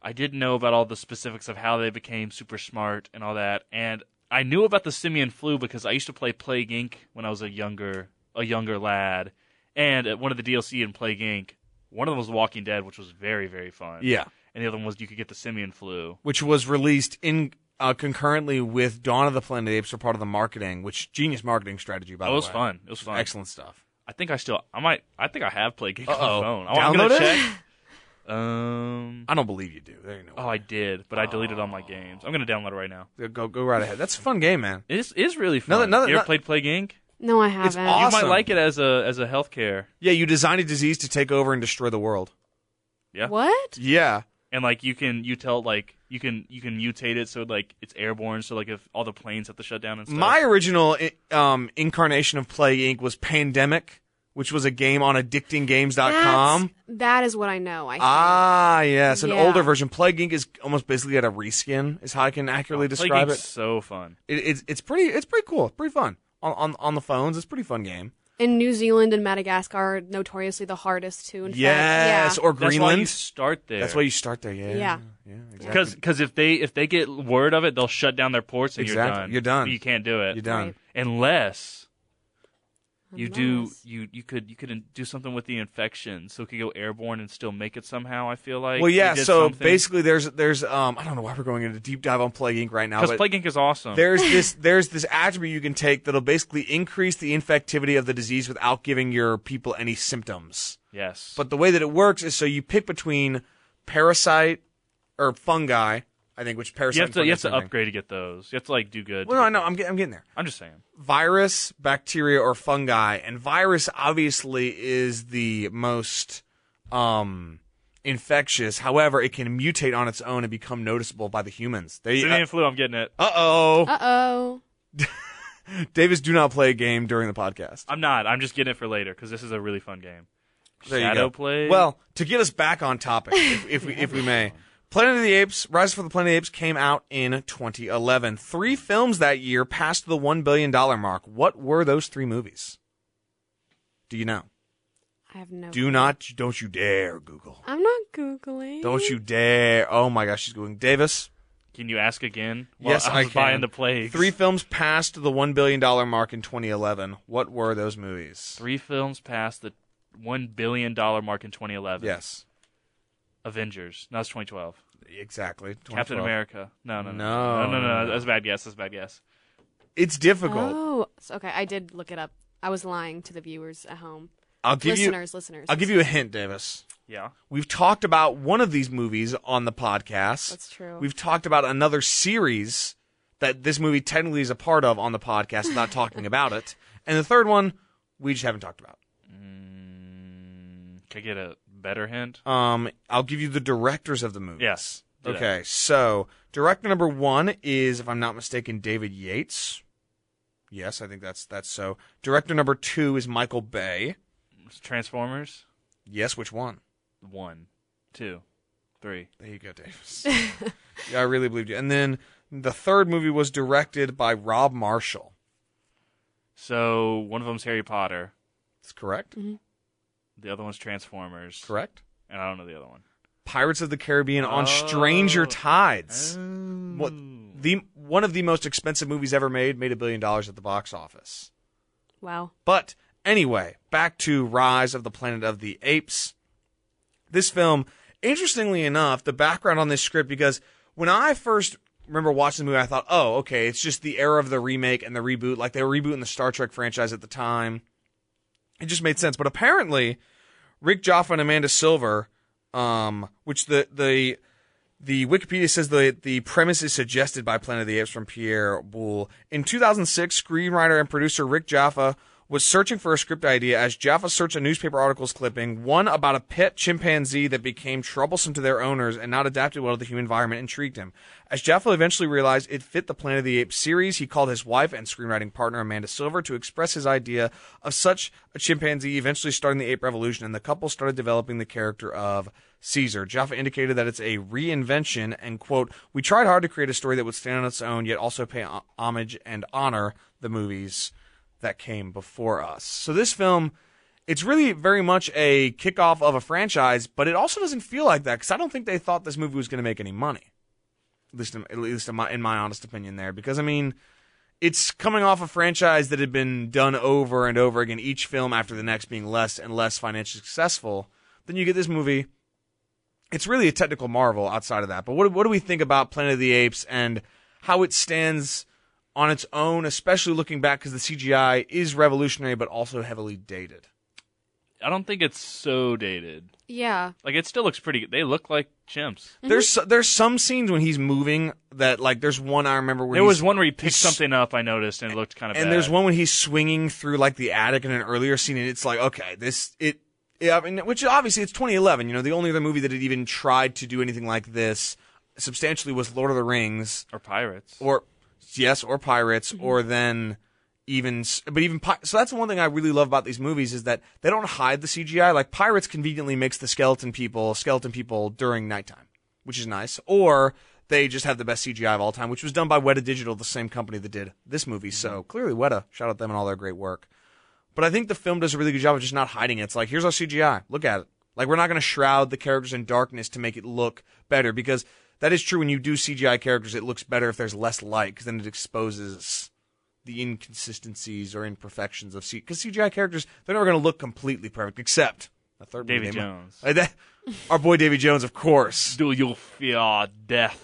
I didn't know about all the specifics of how they became super smart and all that, and I knew about the simian flu because I used to play Plague Inc. when I was a younger a younger lad, and at one of the DLC in Plague Inc. One of them was Walking Dead, which was very very fun.
Yeah,
and the other one was you could get the simian flu.
which was released in uh, concurrently with Dawn of the Planet of the Apes for part of the marketing, which genius marketing strategy
Oh,
by the
it
way.
was fun. It was fun.
Excellent stuff.
I think I still I might I think I have played Geek on
Uh-oh.
my phone. I'm gonna
Download it?
check. Um
I don't believe you do. There you go.
Oh I did, but I deleted all my games. I'm gonna download it right now.
Go go right ahead. That's a fun game, man.
It is, it is really
No,
fun.
no,
you ever
no-
played Plague Inc?
no, I haven't.
awesome.
You might like it as a as a healthcare.
Yeah, you design a disease to take over and destroy the world.
Yeah.
What?
Yeah.
And like you can you tell like you can you can mutate it so like it's airborne so like if all the planes have to shut down and stuff.
My original i- um, incarnation of Plague Inc. was Pandemic, which was a game on addictinggames.com.
That's- That is what I know. I think.
Ah, yes, an
Yeah.
older version. Plague Inc. is almost basically at a reskin, is how I can accurately
Plague
describe
Inc's
it.
so fun.
it. It's it's pretty it's pretty cool, pretty fun on on, on the phones. It's a pretty fun game.
In New Zealand and Madagascar, are notoriously the hardest to. In
yes,
fact.
or
That's why you
Greenland.
start there.
That's why you start there. Yeah,
Yeah.
yeah, exactly.
because because if they if they get word of it, they'll shut down their ports and
Exactly. You're
you're
done.
done. You can't do it.
you're done.
Right.
unless you do
Unless.
you you could you could do something with the infection so it could go airborne and still make it somehow i feel like
Well, yeah. So basically, there's there's um I don't know why we're going into deep dive on Plague Inc. right now,
because
but
plague inc is awesome
there's this there's this attribute you can take that'll basically increase the infectivity of the disease without giving your people any symptoms.
yes
But the way that it works is so you pick between parasite or fungi, I think, which parasite.
you have to
and
you
fungi
have to
same thing.
upgrade to get those you have to like do good
Well, no, I know. I'm, get- I'm getting there.
i'm just saying
Virus, bacteria, or fungi, and virus obviously is the most um, infectious. However, it can mutate on its own and become noticeable by the humans. They,
Simian flu i'm getting it
uh oh,
Uh oh.
Davis, do not play a game during the podcast.
i'm not i'm just getting it for later because this is a really fun game
There you
shadow
go.
play
Well, to get us back on topic, if, if we if we may, Planet of the Apes, Rise for the Planet of the Apes came out in 2011. Three films that year passed the $1 billion mark. What were those three movies? Do you know?
I have no.
Do not, don't you dare Google.
I'm not googling.
Don't you dare. Oh my gosh, she's Googling. Davis,
Can you ask again?
Yes,
I was
I can.
buying the plagues.
three films passed the $1 billion mark in 2011. What were those movies?
Three films passed the one billion dollar mark in 2011.
Yes,
Avengers. No, that's 2012.
exactly.
Captain
2012.
America. No, no,
No.
no, no, no, no. That's a bad guess. That's a bad guess.
It's difficult.
Oh, so- okay. I did look it up. I was lying to the viewers at home.
I'll give you.
listeners, listeners.
I'll give you a hint, Davis.
Yeah.
We've talked about one of these movies on the podcast.
That's true.
We've talked about another series that this movie technically is a part of on the podcast, not talking about it. And the third one, we just haven't talked about.
Mm, can I get a better hint?
Um, I'll give you the directors of the movies.
Yes. Do that.
Okay. So, director number one is, if I'm not mistaken, David Yates. Yes, I think that's that's so. Director number two is Michael Bay.
Transformers.
Yes, which one?
One, two, three.
There you go, Davis. yeah, I really believed you. And then the third movie was directed by Rob Marshall.
So one of them's Harry Potter.
That's correct.
The other one's Transformers.
Correct.
And I don't know the other one.
Pirates of the Caribbean on Stranger
Oh.
Tides. What
Ooh.
the one of the most expensive movies ever made made a billion dollars at the box office.
wow.
But anyway, back to Rise of the Planet of the Apes. This film, interestingly enough, the background on this script because when I first remember watching the movie, I thought, oh, okay, it's just the era of the remake and the reboot. Like they were rebooting the Star Trek franchise at the time. It just made sense. But apparently, Rick Joffa and Amanda Silver, um, which the the the Wikipedia says the the premise is suggested by Planet of the Apes from Pierre Boulle. In 2006, screenwriter and producer Rick Jaffa was searching for a script idea as Jaffa searched a newspaper article's clipping, one about a pet chimpanzee that became troublesome to their owners and not adapted well to the human environment intrigued him. As Jaffa eventually realized it fit the Planet of the Apes series, he called his wife and screenwriting partner Amanda Silver to express his idea of such a chimpanzee eventually starting the ape revolution, and the couple started developing the character of Caesar. Jaffa indicated that it's a reinvention and, quote, we tried hard to create a story that would stand on its own, yet also pay ho- homage and honor the movies that came before us. So this film, it's really very much a kickoff of a franchise, but it also doesn't feel like that because I don't think they thought this movie was going to make any money. At least, in, at least in my in my honest opinion, there because I mean, it's coming off a franchise that had been done over and over again, each film after the next being less and less financially successful. Then you get this movie. It's really a technical marvel outside of that. But what what do we think about Planet of the Apes and how it stands on its own, especially looking back because the CGI is revolutionary but also heavily dated.
I don't think it's so dated.
Yeah.
Like it still looks pretty. They look like chimps.
There's there's some scenes when he's moving that like there's one I remember where
There
he's-
was one where he picked
he's-
something up. I noticed and it looked kind of.
and
bad.
there's one when he's swinging through like the attic in an earlier scene, and it's like, okay, this it, yeah, I mean, which obviously it's 2011. You know, the only other movie that had even tried to do anything like this substantially was Lord of the Rings,
or pirates.
or yes, or Pirates, or then even, s- but even pi- so. That's the one thing I really love about these movies is that they don't hide the CGI. Like Pirates conveniently makes the skeleton people skeleton people during nighttime, which is nice, or. They just have the best CGI of all time, which was done by Weta Digital, the same company that did this movie. So clearly, Weta, shout out them and all their great work. But I think the film does a really good job of just not hiding it. It's like, here's our CGI. Look at it. Like, we're not going to shroud the characters in darkness to make it look better because that is true when you do CGI characters, it looks better if there's less light because then it exposes the inconsistencies or imperfections of CGI. Because CGI characters, they're never going to look completely perfect except the third movie
Davy
they might-
Jones.
Like that- our boy Davy Jones, of course.
Do you fear death?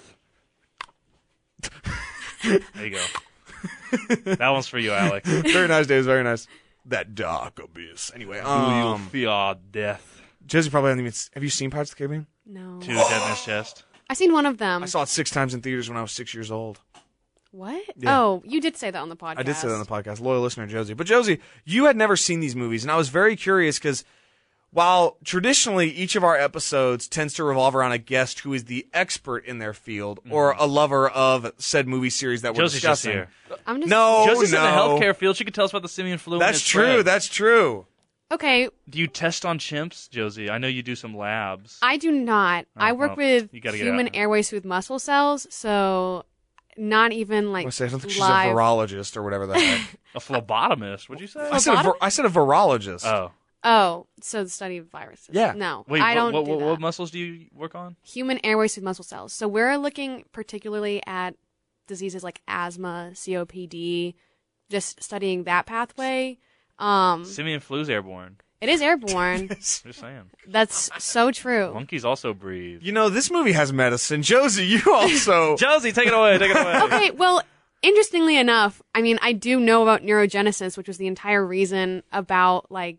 there you go. that one's for you, Alex. Do
very nice, Davis. Very nice. That dark abyss. Anyway, um,
you fear death?
Jesse probably hasn't even. Have you seen Pirates of the Caribbean?
No.
Two dead in his chest.
I've seen one of them.
I saw it six times in theaters when I was six years old.
what?
Yeah.
Oh, you did say that on the podcast.
I did say that on the podcast. Loyal listener Josie, but Josie, you had never seen these movies, and I was very curious because while traditionally each of our episodes tends to revolve around a guest who is the expert in their field or a lover of said movie series that we're
Mm-hmm. Josie's just
discussing.
here.
I'm just
No,
Josie's
no.
Oh, in the healthcare field. She could tell us about the simian flu. and
That's
its
true.
spread.
That's true.
Okay,
Do you test on chimps, Josie? I know you do some labs.
I do not.
Oh,
I work
well,
with
you gotta get out
human
now.
airway smooth muscle cells, so not even like
I say, I don't think she's a
live.
virologist or whatever the heck.
A phlebotomist, would you say?
I said a, vir- I said a virologist.
Oh.
oh, so the study of viruses.
Yeah.
No,
Wait,
I
what-
don't
what,
do
what,
that.
what muscles do you work on?
human airway smooth muscle cells. So we're looking particularly at diseases like asthma, COPD, just studying that pathway. Um,
Simian flu's airborne.
it is airborne.
Just saying.
That's so true.
Monkeys also breathe.
You know, this movie has medicine. Josie, you also.
Josie, take it away. Take it away.
Okay, well, interestingly enough, I mean, I do know about neurogenesis, which was the entire reason about like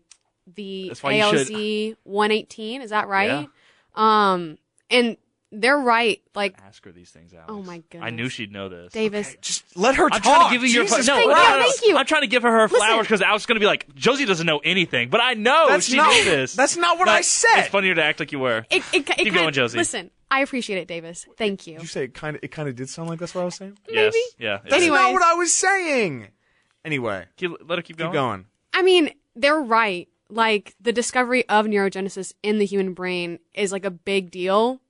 the
That's why you
ALZ
should-
118. Is that right? Um, and they're right. Like
Ask her these things, Alex.
Oh my
I knew
goodness.
she'd know this.
Davis,
just let her
I'm
talk.
trying to give you your
Jesus
no,
Christ.
no, no, no.
Thank you.
I'm trying to give her her
Listen.
flowers because I was going to be like, Josie doesn't know anything, but I know
That's
she
not,
knew this.
That's not what
No,
I said.
It's funnier to act like you were.
it, it, it kind
going,
of,
Josie.
Listen, I appreciate it, Davis. Thank you.
Did you say it kind of? It kind of did sound like that's what I was saying.
Yes. Yeah. it
That's
is.
Anyway.
not
Anyways.
what I was saying. Anyway,
Keep- let her keep going.
keep going.
I mean, they're right. Like the discovery of neurogenesis in the human brain is like a big deal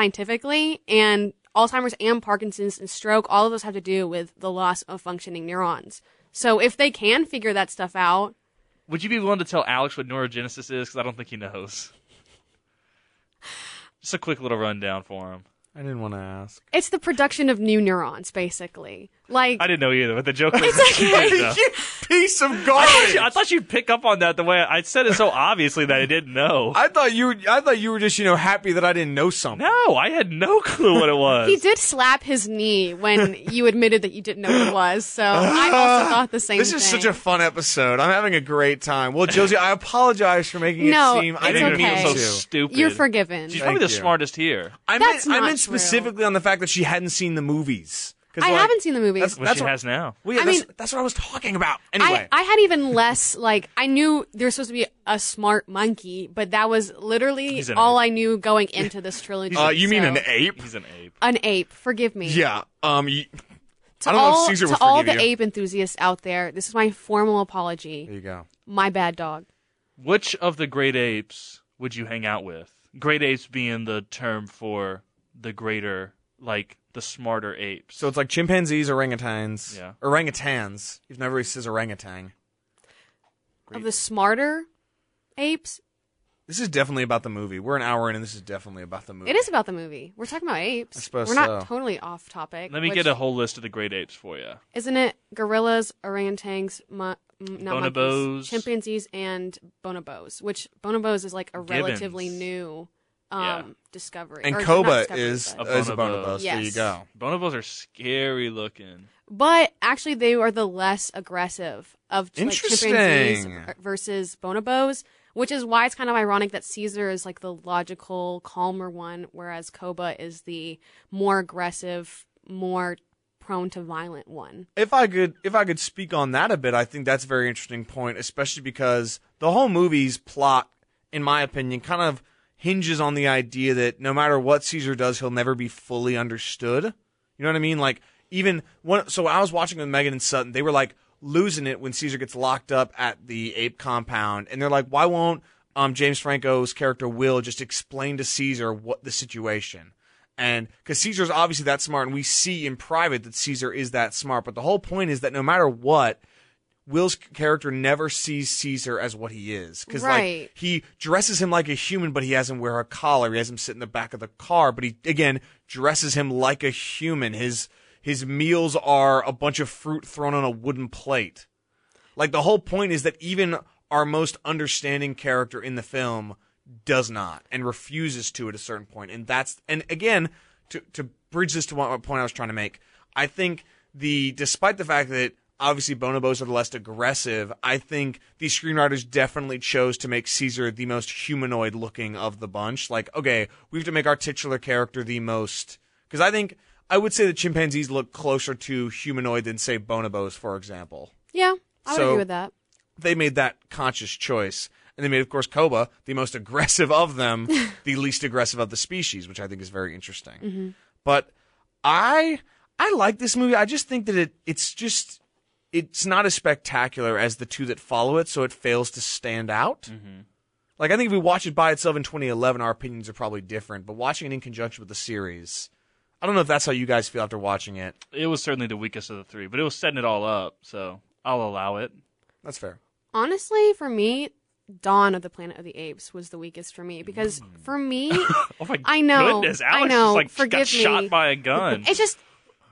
scientifically and Alzheimer's and Parkinson's and stroke, all of those have to do with the loss of functioning neurons. So if they can figure that stuff out,
Would you be willing to tell Alex what neurogenesis is? Because I don't think he knows. Just a quick little rundown for him.
I didn't want to ask.
it's the production of new neurons basically. Like
I didn't know either, but the joke was. It's
you piece of
I thought, you, I
garbage.
thought you'd pick up on that the way I, I said it so obviously that I didn't know.
I thought you. I thought you were just you know happy that I didn't know something.
no, I had no clue what it was.
he did slap his knee when you admitted that you didn't know what it was. So I also thought the same
This is
thing.
such a fun episode. I'm having a great time. Well, Josie, I apologize for making
No,
it seem
I
I
it's
didn't
didn't
even
okay.
feel so
mean to.
stupid.
You're forgiven.
She's
Thank
probably the
you.
smartest here.
I meant,
That's
I
not
meant
true.
specifically on the fact that she hadn't seen the movies. 'Cause,
I
like,
haven't seen the movies.
That's,
Well,
that's
she
what,
has now.
Well, yeah,
I
that's,
mean-
that's what I was talking about.
I,
Anyway,
I had even less like I knew there's supposed to be a smart monkey, but that was literally
He's an
all I knew going into this trilogy.
uh, you mean
so-
an ape?
He's an ape.
An ape. Forgive me.
Yeah. Um. You,
To
I don't know if
all,
Caesar
to
would
all the
forgive you.
ape enthusiasts out there. This is my formal apology.
there you go.
My bad, dog.
Which of the great apes would you hang out with? Great apes being the term for the greater, like the smarter apes.
So it's like chimpanzees, orangutans.
Yeah.
Orangutans. You've never really says orangutan.
Of the smarter apes,
This is definitely about the movie. We're an hour in, and this is definitely about the movie.
it is about the movie. We're talking about apes.
I suppose
We're not
so.
totally off topic.
Let me
which-
get a whole list of the great apes for you.
Isn't it gorillas, orangutans, mon- m- not
Bonobos.
monkeys, chimpanzees, and bonobos? Which bonobos is like a
Gibbons.
relatively new um,
Yeah.
discovery.
And
or not
Koba
discovery,
is
A
but.
is a
bonobo.
bonobo. There you
Yes.
go.
Bonobos are scary looking.
But actually, they are the less aggressive of like, chimpanzees
Interesting.
ver- versus bonobos, which is why it's kind of ironic that Caesar is like the logical, calmer one, whereas Koba is the more aggressive, more prone to violent one.
if I could if I could speak on that a bit, I think that's a very interesting point, especially because the whole movie's plot, in my opinion, kind of hinges on the idea that no matter what Caesar does, he'll never be fully understood. You know what I mean? Like even one so I was watching with Megan and Sutton, they were like losing it when Caesar gets locked up at the ape compound and they're like, Why won't um, James Franco's character Will just explain to Caesar what the situation? And because Caesar's obviously that smart, and we see in private that Caesar is that smart. But the whole point is that no matter what, Will's character never sees Caesar as what he is. Because
Right.
like he dresses him like a human, but he has him wear a collar. He has him sit in the back of the car, but he again dresses him like a human. His his meals are a bunch of fruit thrown on a wooden plate. Like the whole point is that even our most understanding character in the film does not and refuses to at a certain point. And that's and again to to bridge this to what what point I was trying to make. I think the despite the fact that obviously bonobos are the less aggressive, I think the screenwriters definitely chose to make Caesar the most humanoid looking of the bunch. Like okay, we have to make our titular character the most because I think I would say that chimpanzees look closer to humanoid than say bonobos, for example
Yeah, I would
So-
agree with that.
they made that conscious choice. And they made, of course, Koba, the most aggressive of them, the least aggressive of the species, which I think is very interesting.
Mm-hmm.
But I I like this movie. I just think that it it's just it's not as spectacular as the two that follow it, so it fails to stand out. Like I think if we watch it by itself in 2011, our opinions are probably different. But watching it in conjunction with the series, I don't know if that's how you guys feel after watching it.
It was certainly the weakest of the three, but it was setting it all up, so I'll allow it.
That's fair.
Honestly, for me, Dawn of the Planet of the Apes was the weakest for me because
Mm.
for me,
Oh my
I know,
goodness,
I
Alex
know,
just like got
forgive me.
shot by a gun.
it's just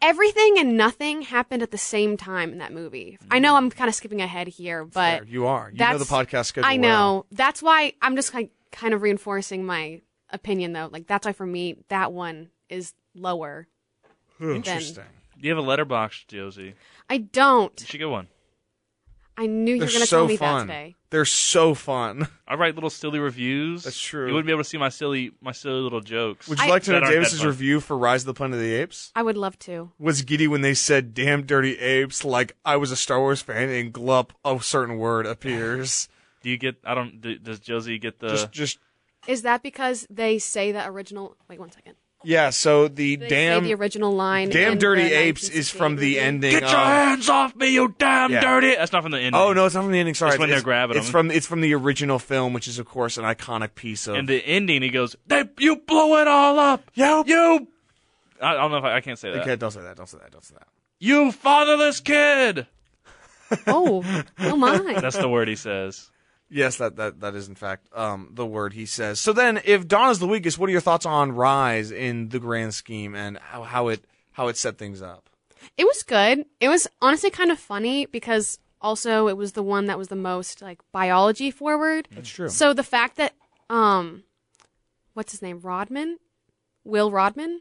everything and nothing happened at the same time in that movmovie I know I'm kind of skipping ahead here, but
Fair. You are. You know
that's-
the podcast schedule.
I
well.
know. That's why I'm just like kind of reinforcing my opinion though. Like that's why for me that one is lower.
Interesting.
Do you have a letterbox, Josie?
I
You
don't.
should get one.
I knew you were
They're
going to
so
tell me that
fun.
today.
They're so fun.
I write little silly reviews.
That's true.
You wouldn't be able to see my silly my silly little jokes.
Would you
I-
like
That
to know
aren't that
Davis's
fun.
review for Rise of the Planet of the Apes?
I would love to.
Was giddy when they said "damn dirty apes" like I was a Star Wars fan and glup a certain word appears.
Do you get? I don't. Do, does Josie get the?
just, just
Is that because they say the original? Wait one second.
yeah. So the
They
damn
say the original line.
damn
in
dirty
the
apes is from the
1968
ending.
get
of,
your hands off me, you damn
Yeah.
dirty! That's not from the end.
Oh no, it's not from the ending. Sorry,
It's when they're grabbing
It's
them.
from it's from the original film, which is of course an iconic piece of.
In the ending, he goes, "They, you blew it all up.
yeah,
You." I, I don't know if I, I can't say that.
Okay, don't say that. Don't say that. Don't say that.
You fatherless kid.
Oh, oh my!
That's the word he says.
Yes, that that that is in fact um, the word he says. So then, if Dawn is the weakest, what are your thoughts on Rise in the grand scheme and how, how it how it set things up?
It was good. It was honestly kind of funny because also it was the one that was the most like biology forward.
That's true.
So the fact that um what's his name? Rodman? Will Rodman?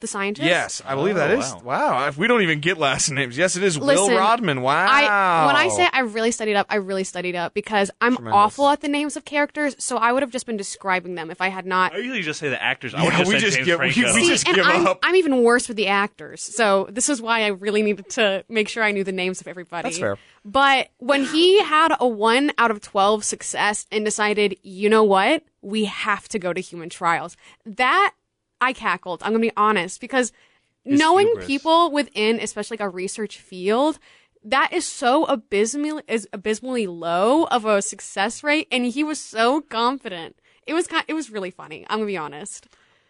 The scientist?
Yes, I believe
Oh,
that is.
wow.
Wow. if we don't even get last names. Yes, it is
Listen,
Will Rodman. Wow.
I when I say I really studied up, I really studied up because I'm
Tremendous.
awful at the names of characters, so I would have just been describing them if I had not
I usually just say the actors. I
Yeah,
would just
we
say
just
James
get- we-
Franco.
we
See,
just
and
give
I'm,
up.
I'm even worse with the actors. So this is why I really needed to make sure I knew the names of everybody.
That's fair.
But when he had a one out of 12 success and decided, you know what? We have to go to human trials. That I cackled. I'm going to be honest because
His
knowing
hubris.
people within, especially like a research field, that is so abysmally is abysmally low of a success rate, and he was so confident. It was kind, it was really funny. I'm gonna be honest.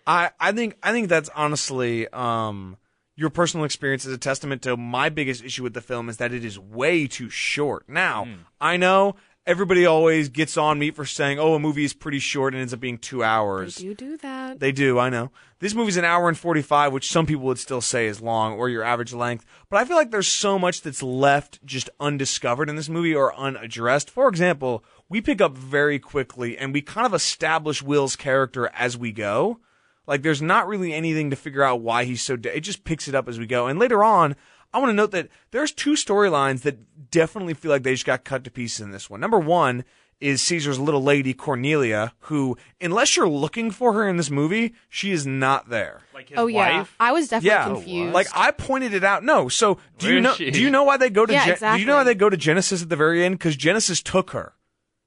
I, I think I think that's honestly um, your personal experience is a testament to my biggest issue with the film is that it is way too short. Now
Hmm.
I know everybody always gets on me for saying, "Oh, a movie is pretty short and ends up being two
They
hours."
do do that.
They do, I know. This movie's an hour and 45, which some people would still say is long or your average length, but I feel like there's so much that's left just undiscovered in this movie or unaddressed. For example, we pick up very quickly and we kind of establish Will's character as we go. Like there's not really anything to figure out why he's so de- it just picks it up as we go. And later on, I want to note that there's two storylines that definitely feel like they just got cut to pieces in this one. Number one is Caesar's little lady Cornelia, who, unless you're looking for her in this movie, she is not there.
like his
oh yeah,
wife.
I was definitely
Yeah.
confused.
Like I pointed it out. No, so do
Where
you
is
know?
she?
Do you know why they go to?
Yeah,
Gen- Do you know why
exactly.
they go to Genesis at the very end? Because Genesis took her.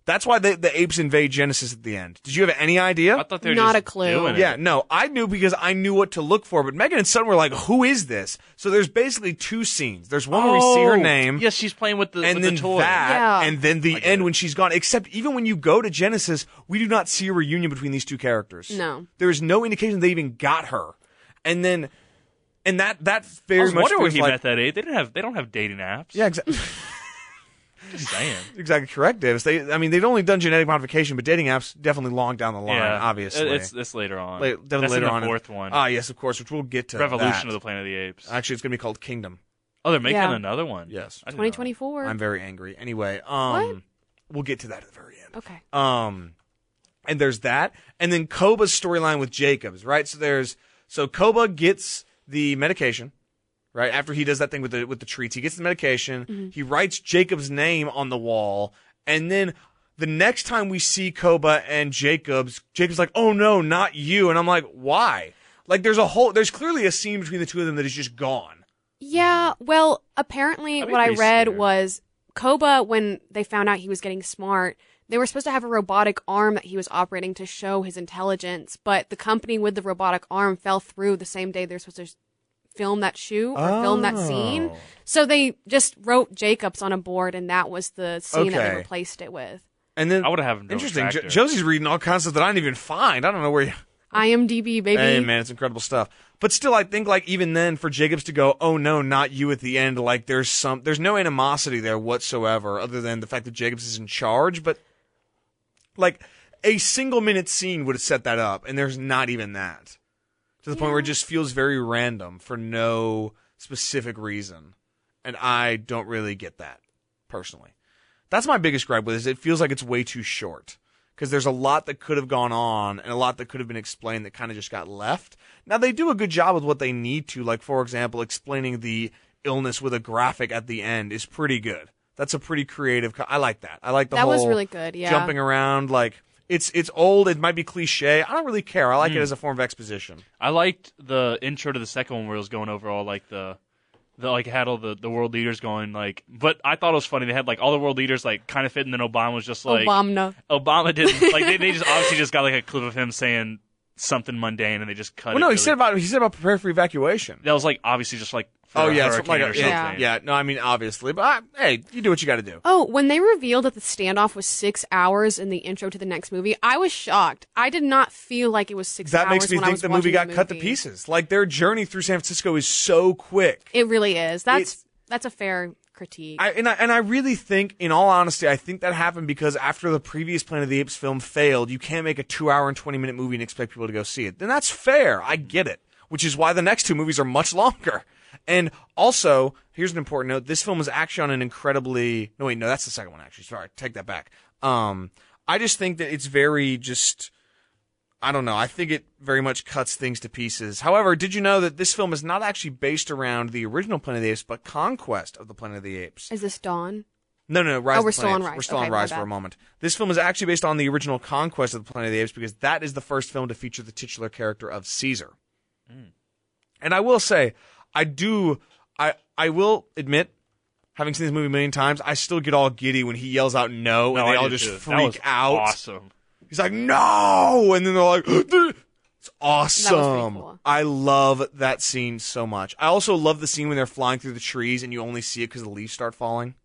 That's why they, the apes invade Genesis at the end. Did you have any idea?
I thought they were
Not
just
a clue.
doing it.
Yeah, no, I knew because I knew what to look for. But Megan and Son were like, "Who is this?" So there's basically two scenes. There's one where we see her
Oh,
name,
Yes, she's playing with the
and
with
then
the toy.
that,
Yeah.
and then the
get
end
it.
when she's gone. Except even when you go to Genesis, we do not see a reunion between these two characters.
No.
there is no indication they even got her. And then, and that that very
I was
much
wondering where
feels
he
like,
met that age. They didn't have. They don't have dating apps.
Yeah, exactly.
Just saying.
Exactly correct, Davis. They, I mean, they've only done genetic modification, but dating apps definitely long down the line.
yeah,
Obviously,
It- it's it's later on.
Late- definitely
That's
later
in the
on.
fourth one.
Ah, yes, of course, which we'll get to.
Revolution
that.
of the Planet of the Apes.
Actually, it's going to be called Kingdom.
oh, they're making
Yeah.
another one.
Yes.
I did not.
2024.
I'm very angry. Anyway, um, we'll get to that at the very end.
okay.
Um, and there's that, and then Koba's storyline with Jacobs, right? So there's so Koba gets the medication, right? After he does that thing with the with the treats, he gets the medication.
Mm-hmm.
He writes Jacob's name on the wall, and then the next time we see Koba and Jacobs, Jacobs is like, "Oh no, not you!" And I'm like, "Why?" Like there's a whole there's clearly a scene between the two of them that is just gone.
Yeah. Well, apparently,
That'd be
what I
pretty
read
sweet.
was Koba when they found out he was getting smart. They were supposed to have a robotic arm that he was operating to show his intelligence, but the company with the robotic arm fell through the same day they were supposed to film that shoot or film that scene.
Oh.
So they just wrote Jacobs on a board, and that was the scene that
Okay.
they replaced it with.
And then
I would have him do a
Interesting. Jo-
tractor.
Josie's reading all kinds of stuff that I didn't even find. I don't know where. You-
IMDb, baby.
Hey man, it's incredible stuff. But still, I think like even then, for Jacobs to go, oh no, not you at the end. Like there's some, there's no animosity there whatsoever, other than the fact that Jacobs is in charge. But like a single minute scene would have set that up, and there's not even that. To the point where it just feels very random for no specific reason, and I don't really get that personally. That's my biggest gripe with it. Is it feels like it's way too short because there's a lot that could have gone on and a lot that could have been explained that kind of just got left. Now they do a good job with what they need to, like for example, explaining the illness with a graphic at the end is pretty good. That's a pretty creative. Co- I like that. I like the
That
whole
was really good, yeah.
jumping around like. It's it's old. It might be cliche. I don't really care. I like
Hmm.
it as a form of exposition.
I liked the intro to the second one where it was going over all like the, the like had all the, the world leaders going like. But I thought it was funny. They had like all the world leaders like kind of fit, and then Obama was just like
Obama.
Obama didn't like. They, they just obviously just got like a clip of him saying something mundane, and they just cut.
Well,
it
no, he
really-
said about he said about prepare for evacuation.
that was like obviously just like. For
oh
a
yeah,
hurricane
something like
or
a,
something.
yeah, yeah. No, I mean obviously, but I, hey, you do what you got to do.
Oh, when they revealed that the standoff was six hours in the intro to the next movie, I was shocked. I did not feel like it was six
that
hours.
makes me
when I
think
was
the movie
watching
got cut to pieces. Like their journey through San Francisco is so quick.
It really is. That's
It's-
that's a fair critique.
I, and I and I really think, in all honesty, I think that happened because after the previous Planet of the Apes film failed, you can't make a two-hour and twenty-minute movie and expect people to go see it. Then that's fair. I get it. Which is why the next two movies are much longer. And also, here's an important note: this film is actually on an incredibly no wait no that's the second one actually. Sorry, take that back. Um, I just think that it's very just. I don't know. I think it very much cuts things to pieces. However, did you know that this film is not actually based around the original Planet of the Apes, but Conquest of the Planet of the Apes?
is this Dawn?
No, no, no Rise.
Oh,
of the
we're still
Planet
on
of the Apes.
Rise.
We're still
Okay,
on
my
Rise for
bad.
a moment. This film is actually based on the original Conquest of the Planet of the Apes because that is the first film to feature the titular character of Caesar.
Mm.
And I will say, I do. I I will admit. Having seen this movie a million times, I still get all giddy when he yells out no,
No,
and they
I
all
did
just
too. That was
freak out.
Awesome.
He's like, no, and then they're like, it's awesome.
cool.
I love that scene so much. I also love the scene when they're flying through the trees and you only see it because the leaves start falling.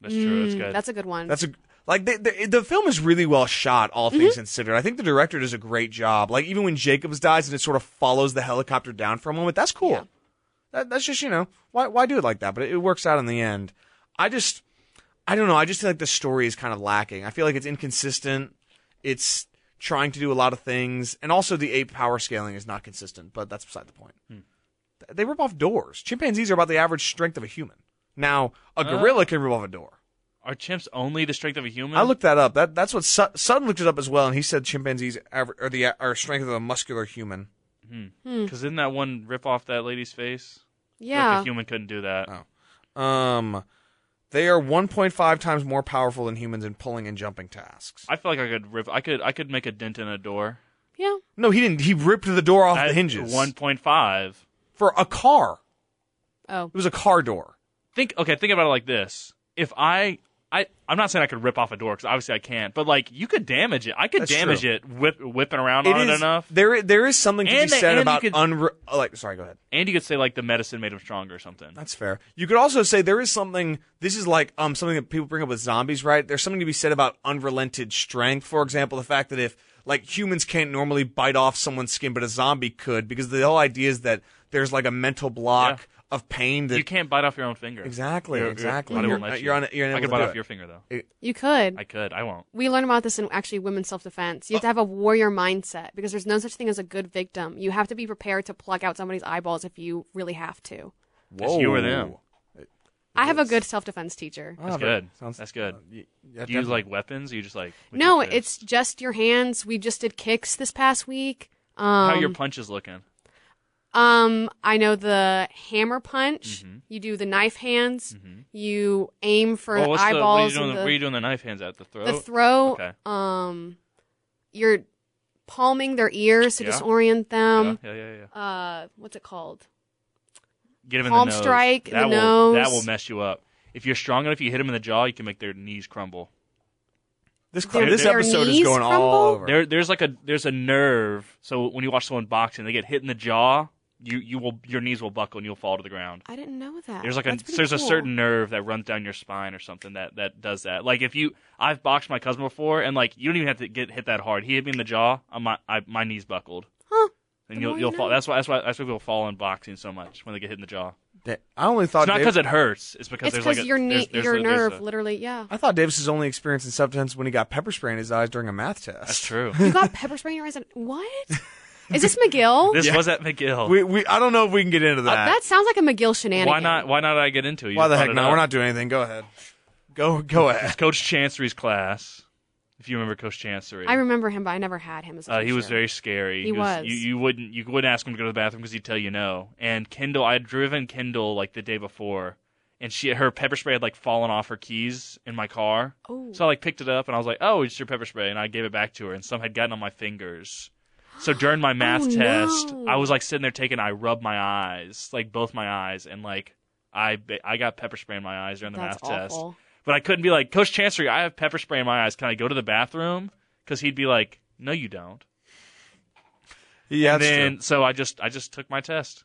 That's true. That's
Mm,
good.
That's a good one. Mm-hmm.
That's a like the, the the film is really well shot, all things considered. I think the director does a great job. Like even when Jacobs dies and it sort of follows the helicopter down for a moment, that's cool.
Yeah.
That, that's just you know why why do it like that? But it, it works out in the end. I just I don't know. I just feel like the story is kind of lacking. I feel like it's inconsistent. It's trying to do a lot of things, and also the ape power scaling is not consistent. But that's beside the point. Th- They rip off doors. Chimpanzees are about the average strength of a human. Now a gorilla can rip off a door.
Are chimps only the strength of a human?
I looked that up. That that's what Sut- Sutton looked it up as well, and he said chimpanzees aver- are the are strength of a muscular human.
Mm.
because didn't that one rip off that lady's face?
yeah.
Like a human couldn't do that.
Oh. Um, they are 1.5 times more powerful than humans in pulling and jumping tasks.
I feel like I could rip. I could. I could make a dent in a door.
yeah.
No, he didn't. He ripped the door off the
At
hinges.
One point five.
for a car.
Oh.
It was a car door.
Think. Okay. Think about it like this. If I. I, I'm not saying I could rip off a door because obviously I can't, but like you could damage it. I could
That's
damage
true.
it whip, whipping around
It
on it
is-
enough.
There, i- there is something to
And
be
they-
said
and you
about
could-
unre- oh, like. Sorry, go ahead.
And you could say like the medicine made him stronger or something.
That's fair. You could also say there is something. This is like um something that people bring up with zombies, right? There's something to be said about unrelented strength. For example, the fact that if like humans can't normally bite off someone's skin, but a zombie could, because the whole idea is that there's like a mental block of pain that
You can't bite off your own finger.
Exactly,
Your- your
exactly.
body
You're-
won't let
you're
you.
un- you're
I
unable
could
to
bite
do
off
it.
your finger though.
You could.
I could. I won't.
we learn about this in actually women's self defense. You have to have a warrior mindset because there's no such thing as a good victim. You have to be prepared to pluck out somebody's eyeballs if you really have to.
It's you or them.
I have a good self defense teacher.
That's good. That's good.
uh, You,
Do you like weapons? Or you just like with
No,
your fist?
it's just your hands. We just did kicks this past week. Um,
how your punch is looking.
Um, I know the hammer punch.
Mm-hmm.
You do the knife hands. You aim for
Well, Mm-hmm. Oh, what's the- what are you
eyeballs.
doing?
and
where are you doing the knife hands at? The throat.
the throw
Okay.
um you're palming their ears to
Yeah.
disorient them
yeah, yeah, yeah, yeah.
uh what's it called
Get him in
palm
the nose.
strike in
that
the
will, That
nose.
will mess you up. If you're strong enough, you hit him in the jaw, you can make their knees crumble.
This,
Their-
this
their
episode is
knees
going all
crumble?
over.
There, there's like a there's a nerve. So when you watch someone boxing, they get hit in the jaw. you you will your knees will buckle and you'll fall to the ground.
I didn't know that.
There's like a
That's pretty
there's a
cool.
certain nerve that runs down your spine or something that that does that. Like if you I've boxed my cousin before and like you don't even have to get hit that hard. He hit me in the jaw. I'm, my I, my knees buckled.
Huh.
And
The
you'll
more
you'll
you
fall.
know.
That's why that's why that's why people fall in boxing so much when they get hit in the jaw.
That- I only
It's
thought
not
Dave-
because it hurts. It's because there's
It's
like
because
a-
your knee,
there's- there's
your
a- there's
nerve,
a-
literally. Yeah.
I thought Davis's only experience in substance when he got pepper spray in his eyes during a math test.
that's true.
You got pepper spray in your eyes. And, what? Is this McGill?
This
Yeah.
was at McGill.
We, we I don't know if we can get
Uh,
into that.
that sounds like a McGill shenanigan.
why not? Why not? I get into it? You
Why the
brought
heck
it
not?
up.
We're not doing anything. Go ahead. Go go ahead.
It's Coach Chancery's class. If you remember Coach Chancery,
I remember him, but I never had him as a
Uh, he was
teacher.
very scary.
He was.
You, you wouldn't you wouldn't ask him to go to the bathroom because he'd tell you no. And Kendall, I had driven Kendall like the day before, and she her pepper spray had like fallen off her keys in my car.
Oh.
So I like picked it up and I was like, oh, it's your pepper spray, and I gave it back to her, and some had gotten on my fingers. So during my math
Oh,
test,
no.
I was like sitting there taking, I rubbed my eyes, like both my eyes, and like I ba- I got pepper spray in my eyes during the
That's
math test
awful.
but I couldn't be like, Coach Chancery, I have pepper spray in my eyes. Can I go to the bathroom? Because he'd be like, No, you don't.
Yeah,
and
that's
then
true.
so I just I just took my test.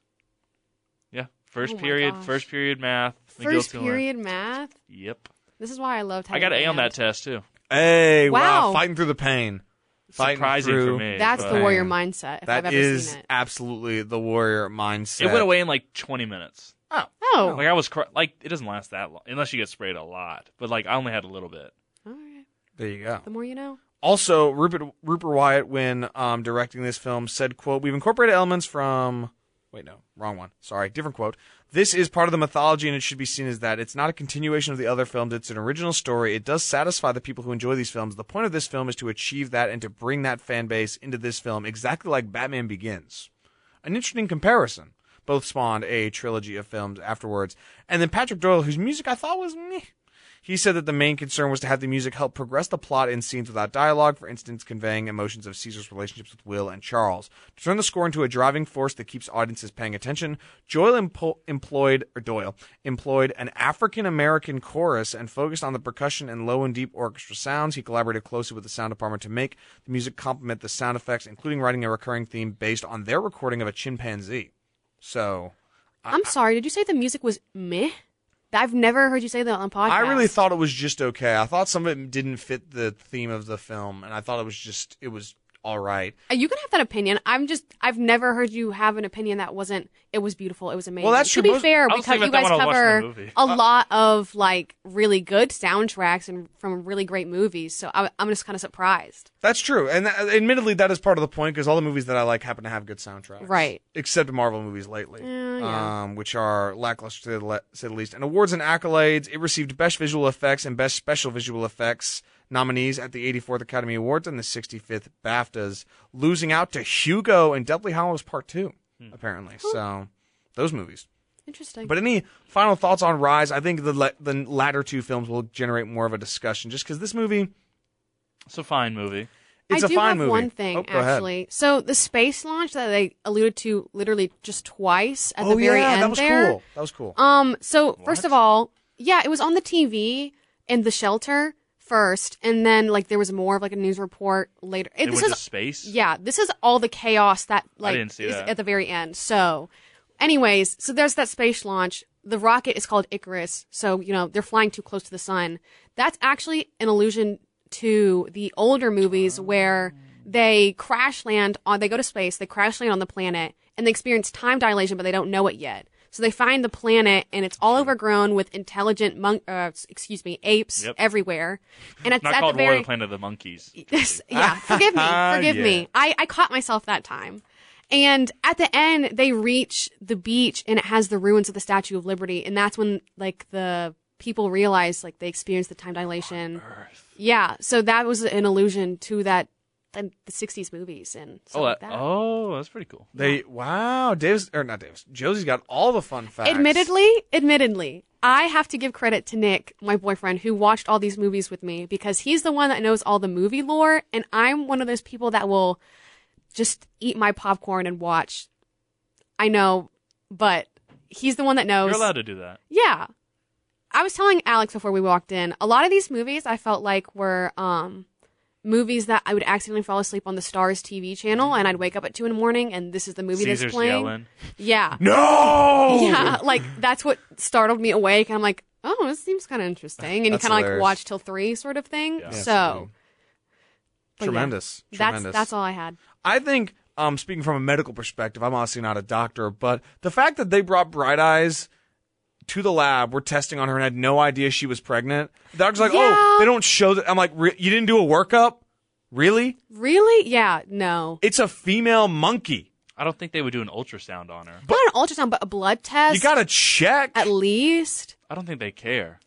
Yeah, first
Oh my
period,
gosh.
first period math. McGill
First
Tulane.
period math.
Yep,
This is why I loved.
I got an
having
A on
math.
that test too.
Hey, wow.
Wow.
fighting through the pain. Fighting
Surprising
through,
for me.
That's
but-
the warrior
Man.
mindset. If
That
I've ever
is
seen it.
absolutely the warrior mindset.
It went away in like 20 minutes.
Oh,
Oh.
Like I was cr- like it doesn't last that long unless you get sprayed a lot. But like I only had a little bit.
All right.
there you go.
The more you know.
Also, Rupert Rupert Wyatt, when um, directing this film, said, "quote We've incorporated elements from." Wait, no, wrong one. Sorry, different quote. This is part of the mythology, and it should be seen as that. It's not a continuation of the other films. It's an original story. It does satisfy the people who enjoy these films. The point of this film is to achieve that and to bring that fan base into this film, exactly like Batman Begins. An interesting comparison. Both spawned a trilogy of films afterwards. And then Patrick Doyle, whose music I thought was meh, he said that the main concern was to have the music help progress the plot in scenes without dialogue, for instance, conveying emotions of Caesar's relationships with Will and Charles. To turn the score into a driving force that keeps audiences paying attention, Doyle empo- employed or Doyle employed an African American chorus and focused on the percussion and low and deep orchestra sounds. He collaborated closely with the sound department to make the music complement the sound effects, including writing a recurring theme based on their recording of a chimpanzee. So
I'm sorry. Did you say the music was meh? I've never heard you say that on podcast.
I really thought it was just okay. I thought some of it didn't fit the theme of the film, and I thought it was just it was all right.
Uh, you can have that opinion. I'm just. I've never heard you have an opinion that wasn't. It was beautiful. It was amazing.
Well, that's
to
true.
be
Most- Uh,
fair,
I was
because
thinking
you
that
guys
when I was watching the
cover
movie.
a lot of like really good soundtracks and from really great movies. So I, I'm just kind of surprised.
That's true, and uh, admittedly, that is part of the point because all the movies that I like happen to have good soundtracks,
Right. Eh,
Except Marvel movies lately,
yeah.
um, which are lackluster to the, le- say the least. And awards and accolades, it received Best Visual Effects and Best Special Visual Effects nominees at the 84th Academy Awards and the 65th BAFTAs, losing out to Hugo and Deathly Hollows Part Two, apparently. So, those movies.
Interesting.
But any final thoughts on Rise? I think the la- the latter two films will generate more of a discussion, just because this movie,
It's a fine movie.
it's
I
a
do
fine
have
movie.
one thing
Oh, go ahead.
actually. So the space launch that they alluded to literally just twice at
oh
the very
yeah,
end
that was
there.
cool. That was cool.
Um, so first of all, yeah, it was on the TV in the shelter first, and then like there was more of like a news report later. It,
It
this
went to
is
space.
yeah, this is all the chaos that like
didn't see
is
that.
at the very end. So, anyways, so there's that space launch. The rocket is called Icarus, so you know they're flying too close to the sun. That's actually an allusion to the older movies where they crash land on. They go to space, they crash land on the planet, and they experience time dilation, but they don't know it yet. So they find the planet, and it's all overgrown with intelligent monk. Uh, excuse me, apes
Yep.
everywhere. And it's
Not
at
called
the very
Royal Planet of the Monkeys.
this, yeah, forgive me, forgive
Yeah.
me. I, I caught myself that time. And at the end, they reach the beach and it has the ruins of the Statue of Liberty. And that's when, like, the people realize, like, they experience the time dilation. Yeah. So that was an allusion to that, the, the 60s movies and stuff
Oh,
like
that-
that.
oh, that's pretty cool.
they wow, Davis or not Davis. Josie's got all the fun facts.
Admittedly, admittedly, I have to give credit to Nick, my boyfriend, who watched all these movies with me because he's the one that knows all the movie lore, and I'm one of those people that will just eat my popcorn and watch. I know, but he's the one that knows.
You're allowed to do that.
Yeah. I was telling Alex before we walked in, a lot of these movies I felt like were um movies that I would accidentally fall asleep on the Stars TV channel, and I'd wake up at two in the morning, and this is the movie
Caesar's
that's playing.
yelling.
Yeah,
No.
yeah, like that's what startled me awake. I'm like, oh, this seems kind of interesting, and you
That's
kind of like
hilarious.
watch till three, sort of thing.
Yeah.
So but yeah.
tremendous.
that's
tremendous.
that's all I had.
I think, um, speaking from a medical perspective, I'm obviously not a doctor, but the fact that they brought Bright Eyes to the lab, were testing on her, and had no idea she was pregnant. The doctor's like, oh,
Yeah.
they don't show that. I'm like, "Re- you didn't do a workup? Really?
Really? Yeah, no.
It's a female monkey.
I don't think they would do an ultrasound on her.
Not an ultrasound, but a blood test.
You gotta check.
at least.
I don't think they care.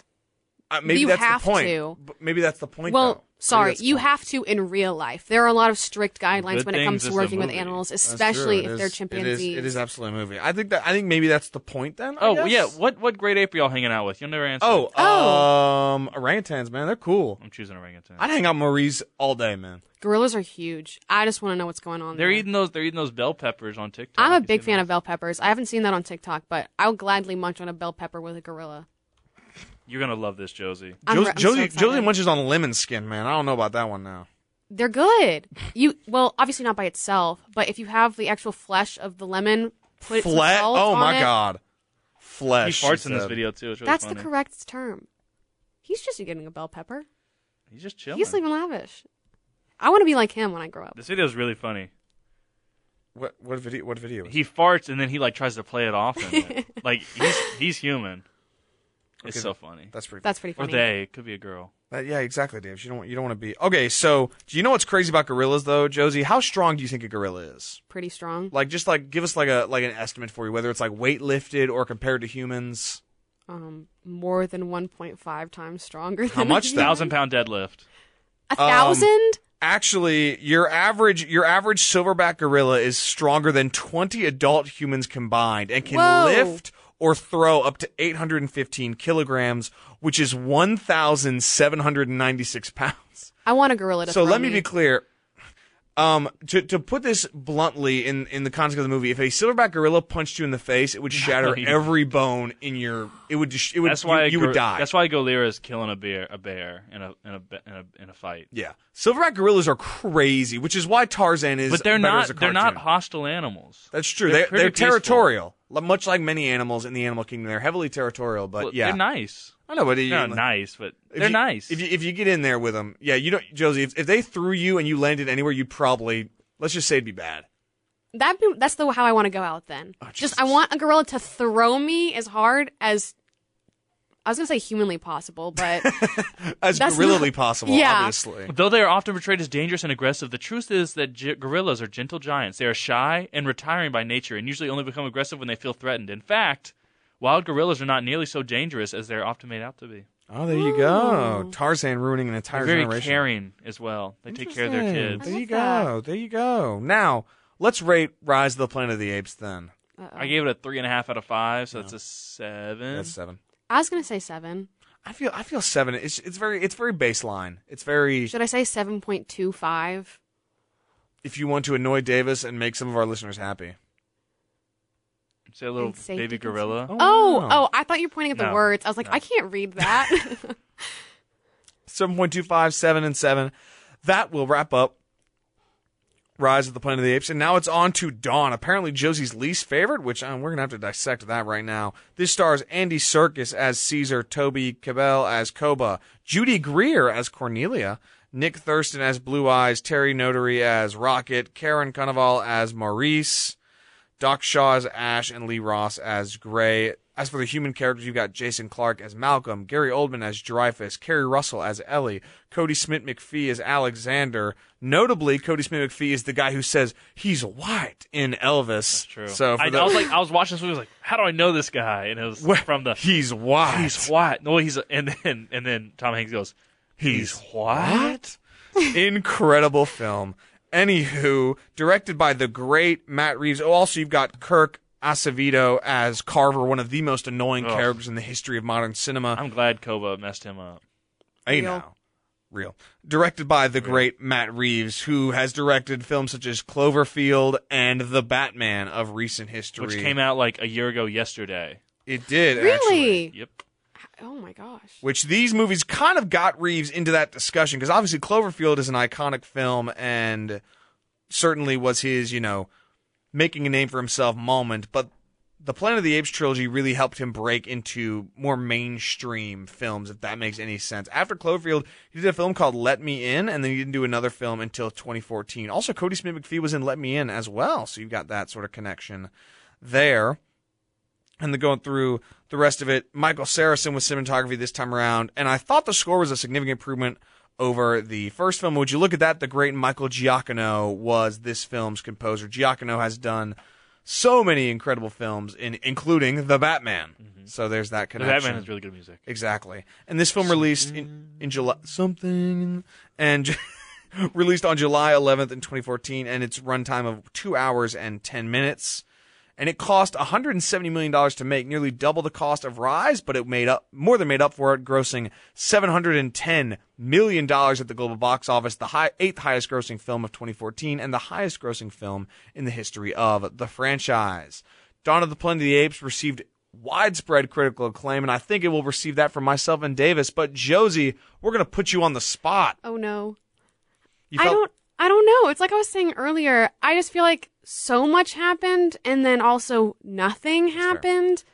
Uh, maybe
you
that's
have
the point.
to.
But maybe that's the point.
well,
though. Maybe
sorry,
that's the
you
point.
have to in real life. There are a lot of strict guidelines
good
when it
thing
comes
this is
to
a
working with
movie.
animals,
That's
especially
true. It
if they're
is-
chimpanzees.
It is, it is absolutely a movie. I think that I think maybe that's the point then. I
Oh
guess?
yeah, what what great ape are y'all hanging out with? You'll never answer.
Oh,
Oh.
um, orangutans, man, they're cool.
I'm choosing orangutan.
I'd hang out with Maurice all day, man.
Gorillas are huge. I just want to know what's going on.
They're
there.
eating those. They're eating those bell peppers on TikTok.
I'm a
You
big
seen
fan
those?
of bell peppers. I haven't seen that on TikTok, but I'll gladly munch on a bell pepper with a gorilla.
You're gonna love this, Josie.
I'm
Jos-
re- I'm so
Josie,
excited.
Josie munches on lemon skin, man. I don't know about that one now.
They're good. You well, obviously not by itself, but if you have the actual flesh of the lemon, put some
Fle-
salt
Oh
on
my
it-
god.
He
Flesh.
farts
she
in this
said.
video too. It's really
That's
funny.
the correct term. He's just getting a bell pepper.
He's just chilling.
He's living lavish. I want to be like him when I grow up.
This video is really funny.
What what video? What video? is it?
He farts and then he like tries to play it off. In it. like he's he's human. It's
Okay,
so funny.
That's pretty.
That's pretty
Or
funny.
they. It could be a girl.
That- yeah, exactly, Dave. You don't want you don't want to be okay. So, do you know what's crazy about gorillas though, Josie? How strong do you think a gorilla is?
Pretty strong.
Like, just like give us like a like an estimate for you, whether it's like weight lifted or compared to humans.
Um, more than 1.5 times stronger. Than
How much, Um,
a
though?
human.
Thousand pound deadlift.
A thousand?
Actually, your average your average silverback gorilla is stronger than 20 adult humans combined and can
Whoa.
lift or throw up to 815 kilograms, which is 1,796 pounds.
I want a gorilla to
So
throw
let me be clear. Um, to, to put this bluntly in, in the context of the movie, if a silverback gorilla punched you in the face, it would shatter
Nice.
every bone in your. It would. Just, it would.
That's why
you,
a
you
gor-
would die.
That's why Golira is killing a bear, a bear in a in a be- in a, in a fight.
yeah, silverback gorillas are crazy, which is why Tarzan is.
But they're
better As a
not. They're not
cartoon.
hostile animals.
That's true.
They're
They're,
pretty
they're,
peaceful.
territorial, Li- much like many animals in the animal kingdom. They're heavily territorial, but
Well,
yeah,
They're nice.
I know, but you,
They're not
like,
nice, but
if
they're
you-
nice.
If you if you get in there with them, yeah, you don't, Josie. If, if they threw you and you landed anywhere, you'd probably let's just say it'd be bad.
That be, that's the how I want to go out then.
Oh,
Just I want a gorilla to throw me as hard as I was gonna say humanly possible, but
As
That's
gorillally
not-
possible,
yeah.
obviously.
Though they are often portrayed as dangerous and aggressive, the truth is that gi- gorillas are gentle giants. They are shy and retiring by nature and usually only become aggressive when they feel threatened. In fact, wild gorillas are not nearly so dangerous as they are often made out to be.
Oh, there you go. Tarzan ruining an entire
They're very
generation.
caring as well. They take care of their
Interesting.
kids.
There
I
you go.
love
There you go. Now let's rate Rise of the Planet of the Apes. Then
I gave it a three and a half out of five, so that's a seven.
that's seven.
I was gonna say seven.
I feel I feel seven. It's it's very it's very baseline. It's very
Should I say seven point two five?
if you want to annoy Davis and make some of our listeners happy.
Say a little
And safety
baby
concerns.
gorilla.
Oh, oh! I thought you were pointing at the
No,
words. I was like,
no.
I can't read that.
7.25, 7 and 7. That will wrap up Rise of the Planet of the Apes. And now it's on to Dawn, apparently Josie's least favorite, which um, we're going to have to dissect that right now. This stars Andy Serkis as Caesar, Toby Cabell as Koba, Judy Greer as Cornelia, Nick Thurston as Blue Eyes, Terry Notary as Rocket, Karen Cunnival as Maurice. Doc Shaw as Ash and Lee Ross as Gray. As for the human characters, you've got Jason Clark as Malcolm, Gary Oldman as Dreyfus, Kerry Russell as Ellie, Cody Smith McPhee as Alexander. Notably, Cody Smith McPhee is the guy who says he's white in Elvis. That's
True.
So for
I,
the-
I was like, I was watching this movie. I was like, how do I know this guy? And it was from the
he's white.
he's what? No, he's and then and then Tom Hanks goes, he's, what?
Incredible film. Anywho, directed by the great Matt Reeves. Oh, also you've got Kirk Acevedo as Carver, one of the most annoying
Ugh.
characters in the history of modern cinema.
I'm glad Koba messed him up.
Hey
Real.
now. Real. Directed by the great Matt Reeves, who has directed films such as Cloverfield and The Batman of recent history.
which came out like a year ago yesterday.
It did, actually.
really?
Yep.
Oh my gosh.
which these movies kind of got Reeves into that discussion because obviously Cloverfield is an iconic film and certainly was his, you know, making a name for himself moment, but the Planet of the Apes trilogy really helped him break into more mainstream films, if that makes any sense. After Cloverfield, he did a film called Let Me In, and then he didn't do another film until 2014. Also, Cody Smith McPhee was in Let Me In as well, so you've got that sort of connection there and then going through the rest of it. Michael Saracen with cinematography this time around, and I thought the score was a significant improvement over the first film. Would you look at that? The great Michael Giacchino was this film's composer. Giacchino has done so many incredible films, in, including The Batman. So there's that
Mm-hmm. The
connection.
Batman has really good music.
Exactly. And this film released in, in July something and released on July 11th in 2014 and its runtime of 2 hours and 10 minutes. And it cost 170 million dollars to make, nearly double the cost of Rise, but it made up more than made up for it, grossing 710 million dollars at the global box office, the high, eighth highest grossing film of 2014 and the highest grossing film in the history of the franchise. Dawn of the Planet of the Apes received widespread critical acclaim, and I think it will receive that from myself and Davis. But Josie, we're gonna put you on the spot.
Oh no.
You
I don't I don't know. It's like I was saying earlier. I just feel like so much happened and then also nothing happened.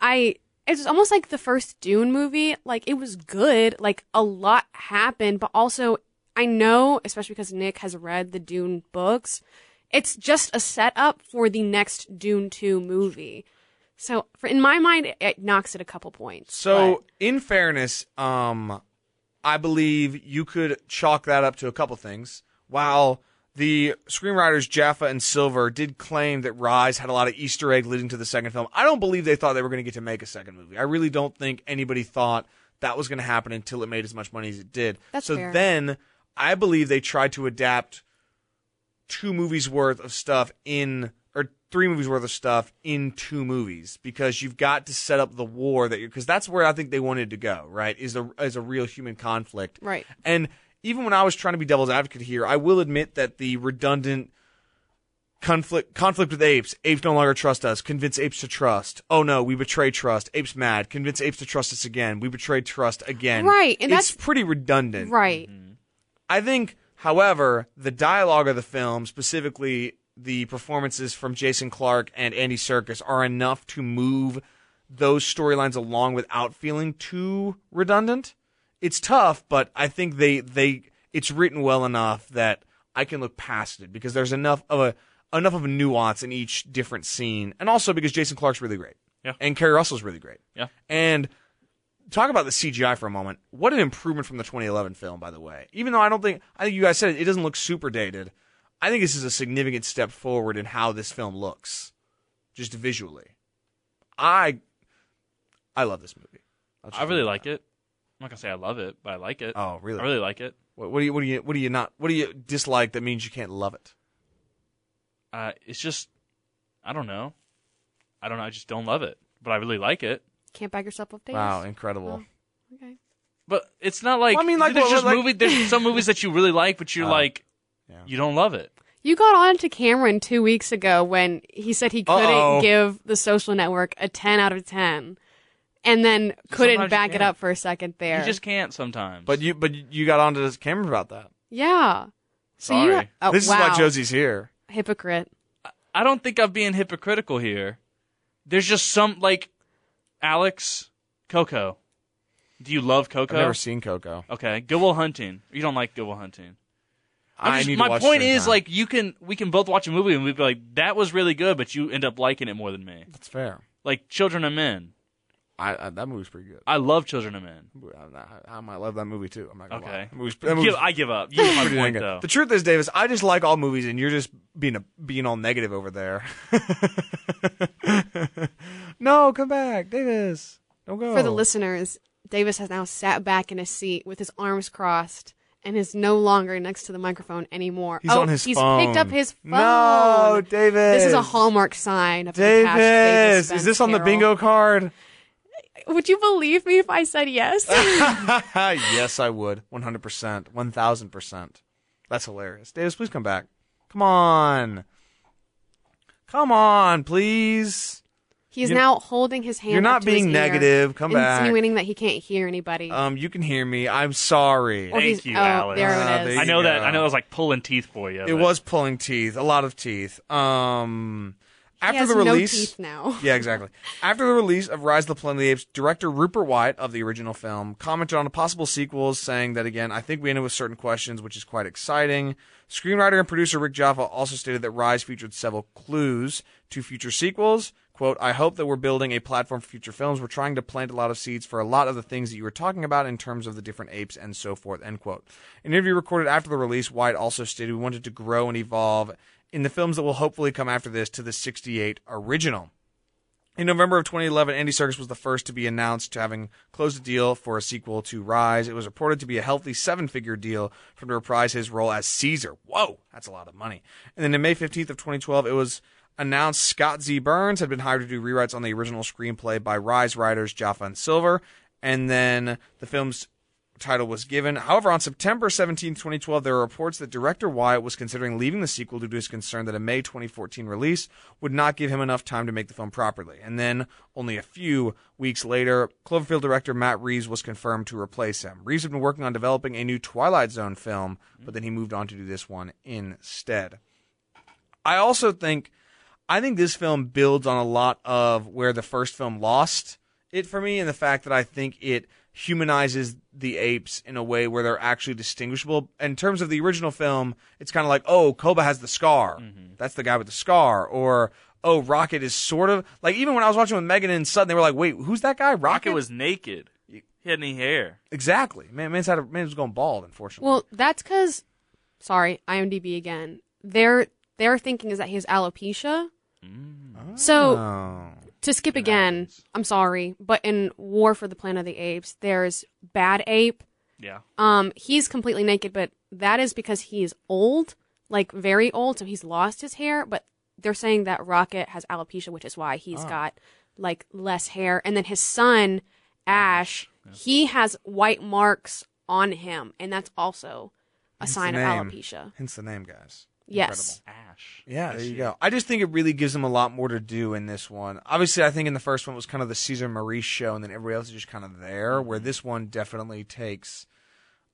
I it's almost like the first Dune movie. Like it was good. Like a lot happened, but also I know, especially because Nick has read the Dune books, it's just a setup for the next Dune 2 movie. So, for, in my mind, it, it knocks it a couple points.
So, in fairness, um, I believe you could chalk that up to a couple things. While the screenwriters Jaffa and Silver did claim that Rise had a lot of Easter egg leading to the second film, I don't believe they thought they were going to get to make a second movie. I really don't think anybody thought that was going to happen until it made as much money as it did.
That's
so
fair.
then I believe they tried to adapt two movies worth of stuff in or three movies worth of stuff in two movies because you've got to set up the war that you're because that's where I think they wanted to go right is a is a real human conflict
Right.
and even when I was trying to be devil's advocate here I will admit that the redundant conflict conflict with apes apes no longer trust us convince apes to trust oh no we betray trust apes mad convince apes to trust us again we betray trust again
Right, and
it's
that's-
pretty redundant
right.
Mm-hmm. I think, however, the dialogue of the film, specifically the performances from Jason Clark and Andy Serkis, are enough to move those storylines along without feeling too redundant. It's tough, but I think they they it's written well enough that I can look past it because there's enough of a enough of a nuance in each different scene, and also because Jason Clark's really great,
Yeah.
and Kerry Russell's really great,
Yeah.
and talk about the CGI for a moment. What an improvement from the 2011 film, by the way. Even though I don't think I think you guys said it, it doesn't look super dated. I think this is a significant step forward in how this film looks, just visually. I I love this movie. I'll just
I really
leave
like
that.
it. I'm not gonna say I love it, but I like it.
Oh, really?
I really like it.
What, what do you what do you what do you not what do you dislike that means you can't love it?
Uh, it's just, I don't know. I don't know. I just don't love it, but I really like it.
Can't bag yourself up days.
Wow, incredible.
Okay.
But it's not like
Well, I mean, like,
there's
what-
just
like-
movie. There's some movies that you really like, but you're
Oh.
like,
Yeah.
you don't love it.
You got on to Cameron two weeks ago when he said he couldn't
Uh-oh.
give the social network a 10 out of 10 and then couldn't
Sometimes you
back it
can't.
up for a second there.
You just can't sometimes.
But you but you got onto this camera about that.
yeah. So you-
Sorry.
oh,
this
wow.
is why Josie's here.
Hypocrite.
I don't think I'm being hypocritical here. There's just some like Alex Coco. Do you love Coco?
I've never seen Coco.
okay, Good Will Hunting. You don't like Good Will Hunting. I'm
I
just-
need to
my
watch
point
Screen
is
Time.
like you can we can both watch a movie and we'd be like that was really good, but you end up liking it more than me.
that's fair.
Like Children of Men.
I, I that movie's pretty good.
I love Children of Men.
I, I might love that movie too. I'm not gonna lie.
Okay,
That movie's, that movie's
Give- I give up. You get my
pretty dang
point
good.
though.
The truth is, Davis, I just like all movies, and you're just being a being all negative over there. no, come back, Davis. Don't go
For the listeners, Davis has now sat back in his seat with his arms crossed and is no longer next to the microphone anymore.
He's
oh,
on his
he's
phone.
picked up his phone.
No, Davis.
This is a hallmark sign of the past
Davis,
Davis
is
Spence
this on the
Carroll.
bingo card?
Would you believe me if I said yes?
Ah, yes, I would. 100%. 1000%. That's hilarious. Davis, please come back. Come on. Come on, please.
He is
You-
now holding his hand.
You're
up
not
to his
being
ear,
negative. Come back.
Insinuating that he can't hear anybody.
Um, you can hear me. I'm sorry.
Or he's-
Thank you,
oh,
Alex.
There
Ah,
it
there
is.
you
I know that.
go.
I know it was like pulling teeth for you.
It was pulling teeth, a lot of teeth. Um,
He
after
has
the release,
no teeth now.
yeah, exactly. After the release of Rise of the Planet of the Apes, director Rupert Wyatt of the original film commented on possible sequels, saying that again, I think we ended with certain questions, which is quite exciting. Screenwriter and producer Rick Jaffa also stated that Rise featured several clues to future sequels. Quote, I hope that we're building a platform for future films. We're trying to plant a lot of seeds for a lot of the things that you were talking about in terms of the different apes and so forth, end quote. In an interview recorded after the release, Wyatt also stated we wanted to grow and evolve in the films that will hopefully come after this to the 68 original. In November of 2011, Andy Serkis was the first to be announced to having closed a deal for a sequel to Rise. It was reported to be a healthy seven-figure deal for him to reprise his role as Caesar. Whoa, that's a lot of money. And then on May 15th of 2012, it was announced Scott Z. Burns had been hired to do rewrites on the original screenplay by Rise writers Jaffa and Silver. And then the film's title was given. However, on September 17, 2012, there were reports that director Wyatt was considering leaving the sequel due to his concern that a May 2014 release would not give him enough time to make the film properly. And then, only a few weeks later, Cloverfield director Matt Reeves was confirmed to replace him. Reeves had been working on developing a new Twilight Zone film, but then he moved on to do this one instead. I also think I think this film builds on a lot of where the first film lost it for me and the fact that I think it humanizes the apes in a way where they're actually distinguishable. In terms of the original film, it's kind of like, oh, Koba has the scar.
Mm-hmm.
That's the guy with the scar. Or, oh, Rocket is sort of like, even when I was watching with Megan and Sutton, they were like, wait, who's that guy? Rocket,
Rocket was naked. He had any hair.
exactly. Man, man's had a, man was going bald, unfortunately.
Well, that's because, sorry, IMDb again. Their their thinking is that he has alopecia.
Mm.
So
Oh.
to skip again, I'm sorry, but in War for the Planet of the Apes, there's Bad Ape.
Yeah.
Um, he's completely naked, but that is because he is old, like very old, so he's lost his hair. But they're saying that Rocket has alopecia, which is why
Oh.
he's got like less hair. And then his son Ash, he has white marks on him, and that's also a
the
sign of
name.
alopecia.
Hence the name, guys.
Yes.
Ash.
Yeah, there you go. I just think it really gives him a lot more to do in this one. Obviously, I think in the first one it was kind of the Caesar Maurice show, and then everybody else is just kind of there. Where this one definitely takes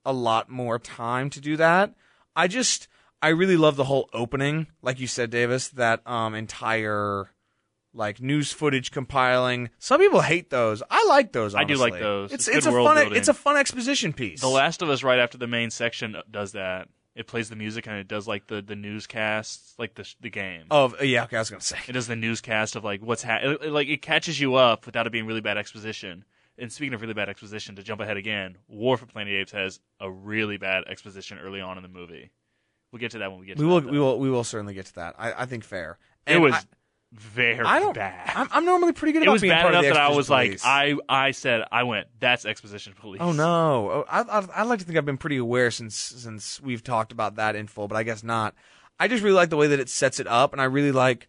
a lot more time to do that. I just, I really love the whole opening, like you said, Davis. That um entire like news footage compiling. Some people hate those. I like those.
I do like
honestly.
those.
It's
It's
it's
good
a
world
fun
building.
it's a fun exposition piece.
The Last of Us, right after the main section, does that. It plays the music and it does like the the newscasts, like the the game.
of yeah, okay, I was gonna say.
It does the newscast of like what's happening. Like it catches you up without it being really bad exposition. And speaking of really bad exposition, to jump ahead again, War for Planet of the Apes has a really bad exposition early on in the movie. We'll get to that when we get. to
We will
that,
we
though.
will we will certainly get to that. I, I think fair.
It
And
was
I-
very
I don't.
bad.
I'm, I'm normally pretty good
it
about
was
being
bad
part
enough
of the
that I
exposition
was like,
police.
I I said I went. That's exposition police.
Oh no! Oh, I, I I like to think I've been pretty aware since since we've talked about that in full, but I guess not. I just really like the way that it sets it up, and I really like.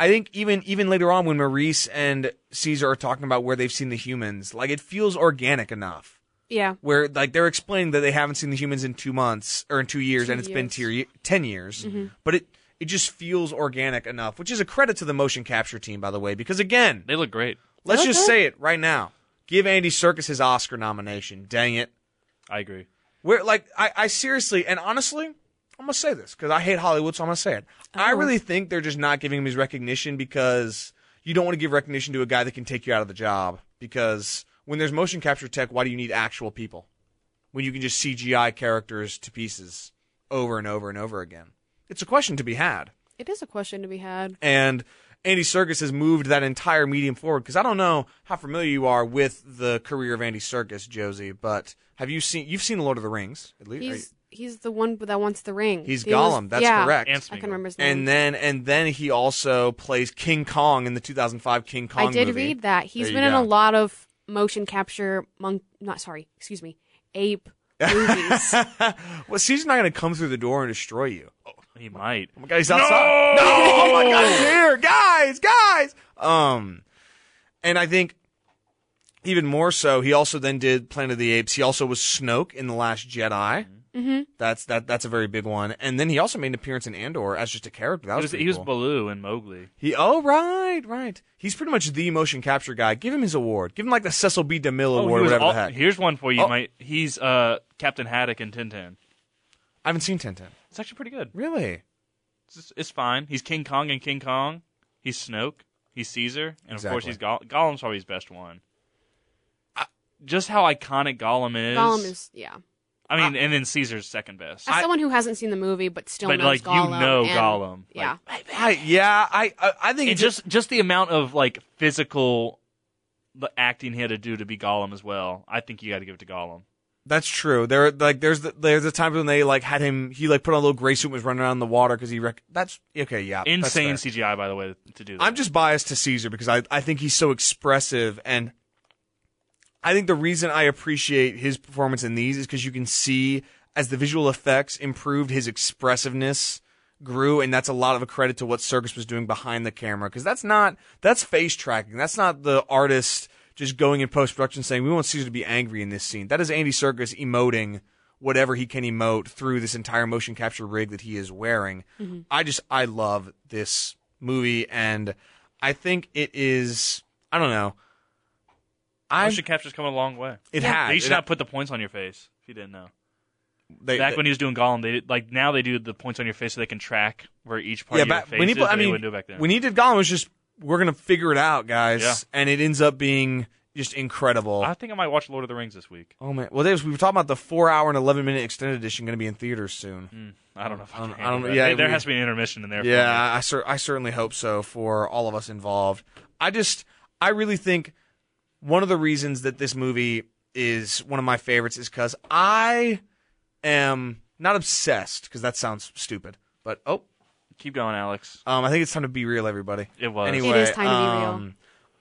I think even even later on when Maurice and Caesar are talking about where they've seen the humans, like it feels organic enough.
Yeah.
Where like they're explaining that they haven't seen the humans in two months or in two years,
Two
and it's been
years. Mm-hmm.
tier, ye- ten years, but it it just feels organic enough, which is a credit to the motion capture team, by the way, because again,
They look great.
Let's
Okay.
just say it right now. Give Andy Serkis his Oscar nomination. Dang it.
I agree.
We're like I, I seriously and honestly, I'm gonna say this because I hate Hollywood, so I'm gonna say it. I
Oh.
really think they're just not giving him his recognition because you don't want to give recognition to a guy that can take you out of the job. Because when there's motion capture tech, why do you need actual people? When you can just CGI characters to pieces over and over and over again. It's a question to be had
It is a question to be had.
and Andy Serkis has moved that entire medium forward because I don't know how familiar you are with the career of Andy Serkis, Josie, but have you seen you've seen Lord of the Rings at least?
He's he's the one that wants the ring.
He's
He was-
Gollum, that's
yeah,
correct.
And
I can remember his name.
and then and then he also plays King Kong in the 2005 King Kong
I did
movie.
read that. He's
There you
been in a
go.
lot of motion capture monk not sorry, excuse me, ape movies.
well, Caesar's not going to come through the door and destroy you.
He might.
Oh my god, he's outside. No! Oh my god, he's here. Guys, guys. Um and I think
Mm-hmm.
even more so, he also then did Planet of the Apes. He also was Snoke in The Last Jedi. That's that. That's a very big one. And then he also made an appearance in Andor as just a character. That
He
was,
was,
pretty
he was
cool.
Baloo and Mowgli.
He oh right right. He's pretty much the motion capture guy. Give him his award. Give him like the Cecil B. DeMille
Oh, he
award, or
was
whatever
all-
the heck.
Here's one for you.
Oh.
Might he's uh, Captain Haddock in Tintin.
I haven't seen Tintin.
It's actually pretty good.
Really?
It's, it's fine. He's King Kong and King Kong. He's Snoke. He's Caesar, and of course
Exactly.
he's Goll- Gollum's probably his best one. I- Just how iconic Gollum is.
Gollum is yeah.
I mean, and then Caesar's second best.
As someone who hasn't seen the movie but still
but
knows
like
Gollum,
you know
and-
Gollum. Like,
Yeah,
I, yeah. I I, I think
it just just the amount of like physical the acting he had to do to be Gollum as well. I think you got to give it to Gollum.
That's true. There, like, there's the, there's the times when they like had him. He like put on a little gray suit and was running around in the water because he. Rec- that's okay. Yeah, that's
Insane
fair.
CGI, by the way, to do that.
I'm just biased to Caesar because I I think he's so expressive and. I think the reason I appreciate his performance in these is because you can see as the visual effects improved, his expressiveness grew, and that's a lot of a credit to what Circus was doing behind the camera because that's not that's face tracking. That's not the artist just going in post production saying we want Caesar to be angry in this scene. That is Andy Circus emoting whatever he can emote through this entire motion capture rig that he is wearing. I just I love this movie, and I think it is. I don't know. I
motion capture's come a long way.
it
Yeah,
has.
They should
It-
not put the points on your face if you didn't know.
they-
Back
they-
when he was doing Gollum, they did, like now they do the points on your face so they can track where each part
yeah,
of your
back,
face
when he
is.
put, I
they
mean,
wouldn't do it back then.
when he did Gollum, it was just we're gonna figure it out, guys,
Yeah.
and it ends up being just incredible.
I think I might watch Lord of the Rings this week.
oh man, well, Davis, we were talking about the four-hour and eleven-minute extended edition gonna be in theaters soon.
I don't know if I,
I don't-
can
I don't
handle
know.
that.
Yeah,
There- there
we-
has to be an intermission in there. for me.
Yeah, I, cer- I certainly hope so for all of us involved. I just, I really think one of the reasons that this movie is one of my favorites is because I am not obsessed, because that sounds stupid, but oh,
keep going, Alex.
um, I think it's time to be real, everybody.
It was.
Anyway,
It is time to be real.
um,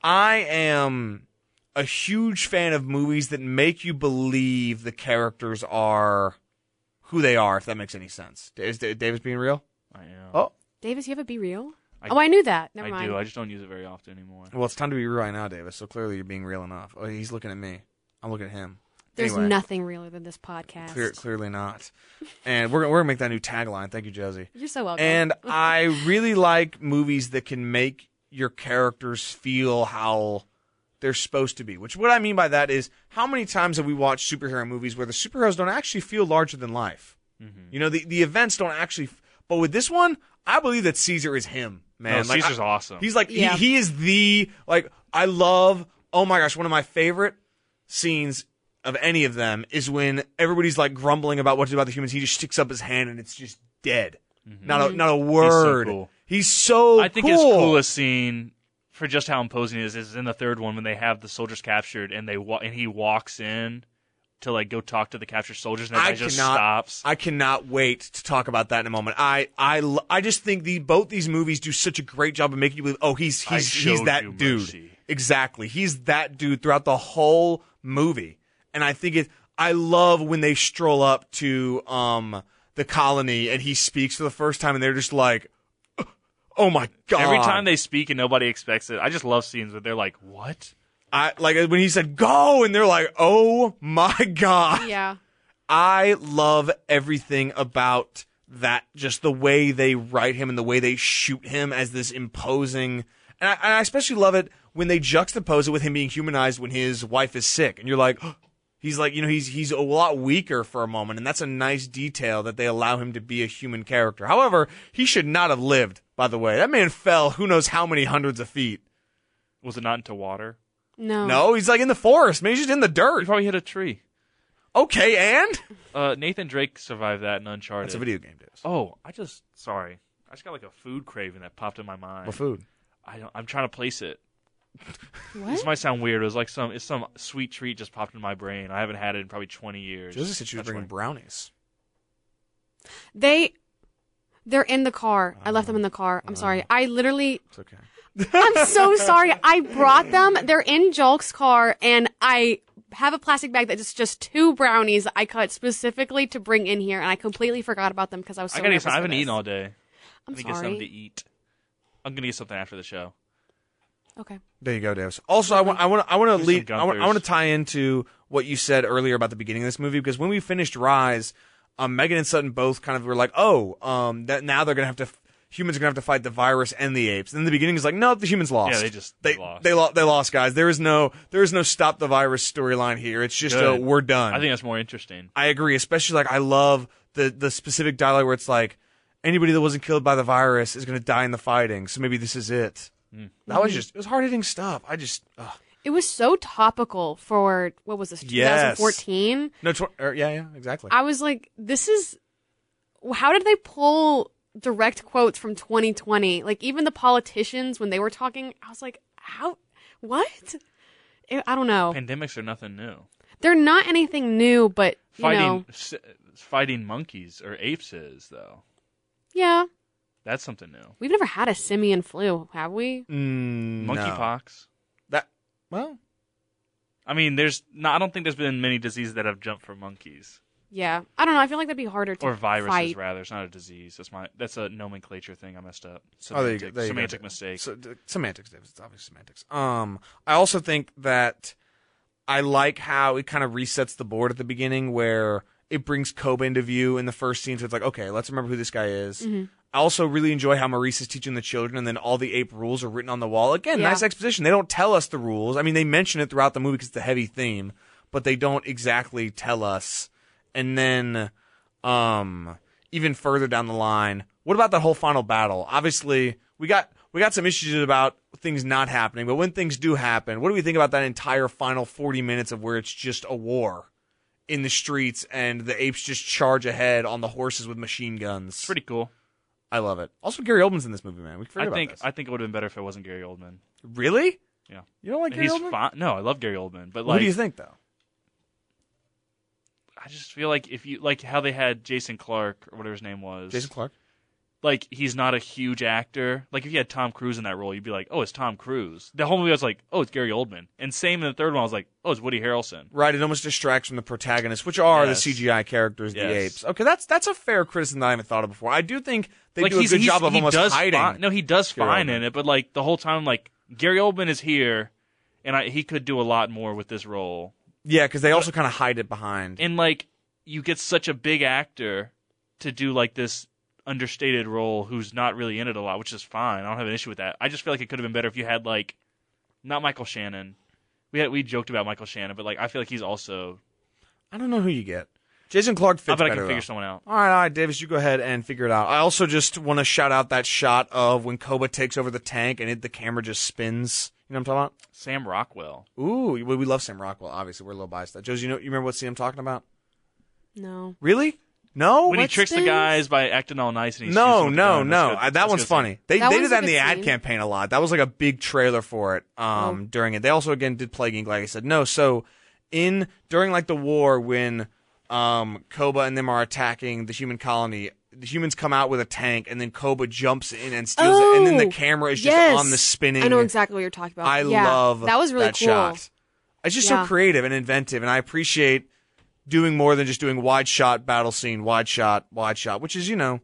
I am a huge fan of movies that make you believe the characters are who they are, if that makes any sense. Is Da- Davis being real?
I know.
Oh,
Davis, you have a be real.
I-
oh, I knew that. Never
I
mind.
do. I just don't use it very often anymore.
well, it's time to be real right now, Davis. So clearly you're being real enough. Oh, he's looking at me. I'm looking at him.
There's
anyway,
nothing realer than this podcast.
clear, clearly not. And we're gonna we're gonna make that new tagline. Thank you, Josie.
You're so welcome.
And I really like movies that can make your characters feel how they're supposed to be. Which what I mean by that is how many times have we watched superhero movies where the superheroes don't actually feel larger than life? You know, the the events don't actually f- but with this one, I believe that Caesar is him, man.
No,
Like,
Caesar's
I-
awesome.
He's like
Yeah.
he, he is the like I love oh my gosh, one of my favorite scenes of any of them is when everybody's like grumbling about what to do about the humans. He just sticks up his hand and it's just dead. Not a not a word.
Mm-hmm. cool.
He's so
I think
cool.
his coolest scene for just how imposing it is is in the third one when they have the soldiers captured and they wa- and he walks in to like go talk to the captured soldiers and that
I
guy just
cannot-
stops.
I cannot wait to talk about that in a moment. I I l- I just think the both these movies do such a great job of making you believe. Oh, he's
I
he's
showed
he's
you
that dude.
mercy.
Exactly, he's that dude throughout the whole movie, and I think it. I love when they stroll up to um the colony and he speaks for the first time, and they're just like, "Oh my god!"
Every time they speak and nobody expects it, I just love scenes where they're like, "What?"
I like when he said "go," and they're like, "Oh my god!"
yeah,
I love everything about that. Just the way they write him and the way they shoot him as this imposing. And I, and I especially love it when they juxtapose it with him being humanized when his wife is sick, and you're like, he's like, you know, he's he's a lot weaker for a moment, and that's a nice detail that they allow him to be a human character. However, he should not have lived. By the way, that man fell who knows how many hundreds of feet.
Was it not into water?
no,
No, he's like in the forest, man. He's just in the
He
dirt.
probably hit a tree.
Okay, and
Uh, Nathan Drake survived that in Uncharted.
that's a video game, Davis.
Oh, I just sorry. I just got like a food craving that popped in my mind.
What food?
I don't, I'm trying to place it. This
What?
might sound weird. It was like some it's some sweet treat just popped in my brain. I haven't had it in probably 20 years.
Josie said she was
That's
bringing
why.
brownies.
they they're in the car. I left them in the car.
Uh,
I'm sorry. I literally
It's okay.
I'm so sorry. I brought them. They're in Jolk's car, and I have a plastic bag that is just two brownies I cut specifically to bring in here, and I completely forgot about them because I was so
I gotta get
nervous.
some, I
for
haven't
this.
eaten all day.
I'm
I'm gonna get something to
sorry.
eat. I'm gonna get something after the show.
Okay.
There you go, Davis. Also, I want I want I want to
some
lead I want I
Gunthers.
want to tie into what you said earlier about the beginning of this movie because when we finished Rise, um, Megan and Sutton both kind of were like, oh, um, that now they're gonna have to. Humans are gonna have to fight the virus and the apes. And in the beginning, it's like, no, the humans lost.
Yeah, they just-
they
they lost.
They, lo- they lost, guys. There is no there is no stop the virus storyline here. It's just a,
Good.
we're done.
I think that's more interesting.
I agree. Especially like I love the the specific dialogue where it's like anybody that wasn't killed by the virus is going to die in the fighting. So maybe this is it. That was just it was hard hitting stuff. I just ugh.
It was so topical for what was this
Yes.
2014.
no tw- er, yeah yeah exactly.
I was like, this is how did they pull direct quotes from 2020? Like even the politicians when they were talking, I was like, how what? I I don't know.
Pandemics are nothing new.
They're not anything new, but you
Fighting
know,
s- fighting monkeys or apes is though.
yeah,
That's something new.
we've never had a simian flu, have we?
mm, no.
Monkeypox.
That well
I mean, there's no, I don't think there's been many diseases that have jumped from monkeys
Yeah, I don't know. I feel like that'd be harder to
or viruses
fight.
rather. It's not a disease. That's my that's a nomenclature thing I messed up.
oh, there
Semantic,
you go, there you go.
semantic mistake.
So, d- semantics, David. It's obviously semantics. Um, I also think that I like how it kind of resets the board at the beginning, where it brings Kobe into view in the first scene. So it's like, okay, let's remember who this guy is. I also really enjoy how Maurice is teaching the children, and then all the ape rules are written on the wall. Again,
Yeah.
nice exposition. They don't tell us the rules. I mean, they mention it throughout the movie because it's a heavy theme, but they don't exactly tell us. And then, um, even further down the line, what about that whole final battle? Obviously, we got we got some issues about things not happening, but when things do happen, what do we think about that entire final forty minutes of where it's just a war? In the streets, and the apes just charge ahead on the horses with machine guns.
It's pretty cool.
I love it. Also, Gary Oldman's in this movie, man. We forgot
I
about
think
this.
I think it would have been better if it wasn't Gary Oldman.
really?
Yeah,
You don't like Gary
he's
Oldman?
fine. No, I love Gary Oldman, but like
Who do you think though?
I just feel like if you like how they had Jason Clark or whatever his name was,
Jason Clark.
like he's not a huge actor. Like if you had Tom Cruise in that role, you'd be like, oh, it's Tom Cruise. The whole movie I was like, oh, it's Gary Oldman. And same in the third one, I was like, oh, it's Woody Harrelson.
Right, it almost distracts from the protagonists, which are
Yes.
the CGI characters, the
Yes.
apes. Okay, that's that's a fair criticism that I haven't thought of before. I do think they
like
do a
he's-
good
he's-
job of
he
almost
does
hiding.
Fine, no, he does
Gary
fine
Oldman.
in it, but like the whole time, like Gary Oldman is here, and I, he could do a lot more with this role.
yeah, because they also kind of hide it behind.
And like you get such a big actor to do like this understated role who's not really in it a lot, which is fine. I don't have an issue with that. I just feel like it could have been better if you had like not Michael Shannon. We had, we joked about Michael Shannon, but like I feel like he's also.
I don't know who you get. Jason Clark fits
I bet I
better.
can figure
though.
someone out.
All right, all right, Davis, you go ahead and figure it out. I also just want to shout out that shot of when Koba takes over the tank and it, the camera just spins. You know what I'm talking
Sam Rockwell.
about? Ooh, we, we love Sam Rockwell. Obviously, we're a little biased. That Josie, you know, you remember what scene I'm talking about?
No.
Really? No.
When he
Oh, What's
tricks the
this?
guys by acting all nice and he's
no, no, no. I, that one's
funny.
funny. They,
That
they
one's
did
a
that in
good
the ad
scene. Oh.
campaign a lot. That was like a big trailer for it um, during it. They also again did Plague Inc. Like I said, no. So in during like the war when um, Koba and them are attacking the human colony, the humans come out with a tank, and then Koba jumps in and steals it, and then the
Oh,
camera is just
yes.
on the spinning.
I know exactly what you're talking about.
I
Yeah,
love
that was really cool.
shot. It's just
Yeah.
so creative and inventive, and I appreciate doing more than just doing wide shot battle scene, wide shot, wide shot, which is you know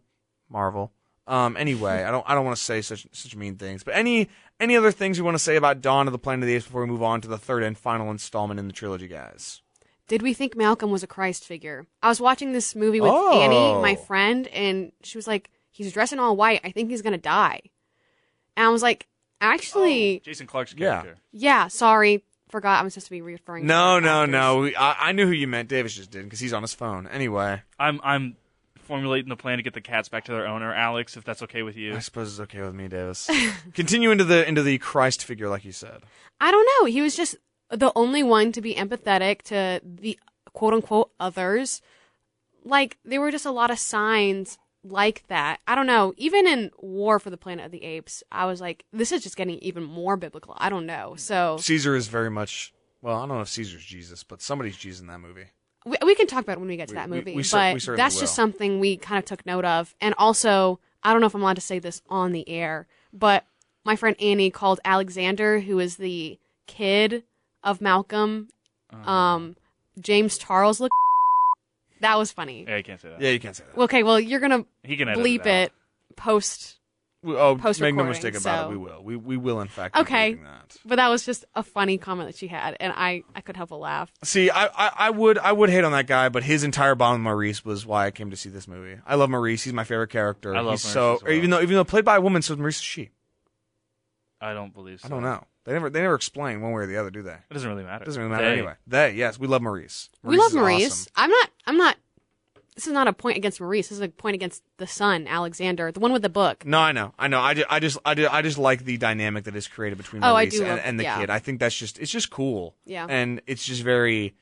Marvel. Um, anyway, I don't I don't want to say such such mean things, but any any other things you want to say about Dawn of the Planet of the Apes before we move on to the third and final installment in the trilogy, guys?
Did we think Malcolm was a Christ figure? I was watching this movie with
Oh.
Annie, my friend, and she was like, "He's dressed in all white. I think he's gonna die." And I was like,
Oh.
"Actually,
Jason Clark's
Yeah.
character.
yeah. Sorry, forgot. I'm supposed to be referring."
No,
to
no,
actors.
no. We, I, I knew who you meant. Davis just didn't because he's on his phone. Anyway,
I'm I'm formulating the plan to get the cats back to their owner, Alex, if that's okay with you.
I suppose it's okay with me, Davis. Continue into the into the Christ figure, like you said.
I don't know. He was just the only one to be empathetic to the quote unquote others. Like, there were just a lot of signs like that. I don't know. Even in War for the Planet of the Apes, I was like, this is just getting even more biblical. I don't know. So
Caesar is very much well. I don't know if Caesar's Jesus, but somebody's Jesus in that movie.
we, we can talk about it when we get to
We-
that
we-
movie.
we cer- we
but
certainly
that's just
will.
something we kind of took note of. And also, I don't know if I'm allowed to say this on the air, but my friend Annie called Alexander, who is the kid of Malcolm,
Uh-huh.
um, James Charles. Look, that was funny.
Yeah, I can't say that.
Yeah, you can't say that.
Okay, well, you're gonna
He can edit
bleep
it. out.
it post
We, oh, make no
Post-recording,
mistake about
so-
it. We will. We we will in fact. be
Okay.
doing That.
But that was just a funny comment that she had, and I I could help but laugh.
See, I, I, I would I would hate on that guy, but his entire bond with Maurice was why I came to see this movie. I love Maurice; he's my favorite character.
I love
he's
Maurice
so,
as well.
even though even though played by a woman, so Maurice is she.
I don't believe so.
I don't know. They never they never explain one way or the other, do they?
It doesn't really matter.
It doesn't really matter
They-
anyway. They yes, we love Maurice.
we love
is
Maurice.
awesome.
I'm not. I'm not. This is not a point against Maurice. This is a point against the son, Alexander, the one with the book.
No, I know, I know. I just, I just, I just, I just like the dynamic that is created between
Oh, I
Maurice
do
and,
love-
and the
yeah.
kid. I think that's just, it's just cool.
Yeah.
and it's just very,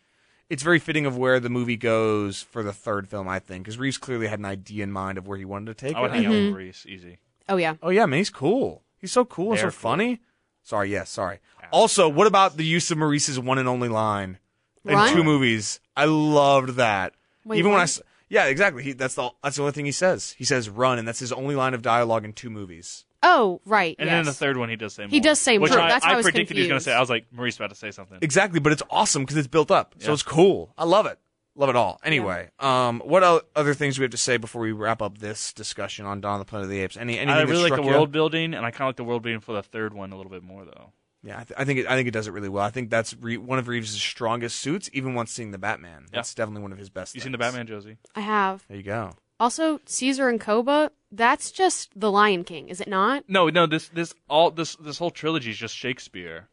it's very fitting of where the movie goes for the third film. I think because Reeves clearly had an idea in mind of where he wanted to take
I would
it.
hang out
Mm-hmm.
with Maurice easy.
Oh yeah.
Oh yeah, man, he's cool. He's so cool and so
They're cool.
funny. Sorry, yes, sorry. Also, what about the use of Maurice's one and only line in
Run?
two movies? I loved that.
Wait,
Even when I,
what?
s- yeah, exactly. He, that's the that's the only thing he says. He says "run," and that's his only line of dialogue in two movies.
Oh right.
And
yes.
then in the third one, he does say more.
He does say
which
more.
I,
That's why I was
predicted he was going to
confused.
say. I was like, Maurice about to say something.
Exactly, but it's awesome because it's built up, so
Yeah.
it's cool. I love it. Love it all. Anyway, um, what el- other things do we have to say before we wrap up this discussion on Dawn of the Planet of the Apes? Any anything
I
that
really like
struck
the
you?
world building, and I kind of like the world building for the third one a little bit more, though.
Yeah, I, th- I think it, I think it does it really well. I think that's re- one of Reeves' strongest suits, even once seeing the Batman. That's definitely one of his best.
You seen the
things.
Batman, Josie?
I have
There you go.
also Caesar and Koba. That's just the Lion King, is it not?
No, no. This this all this this whole trilogy is just Shakespeare,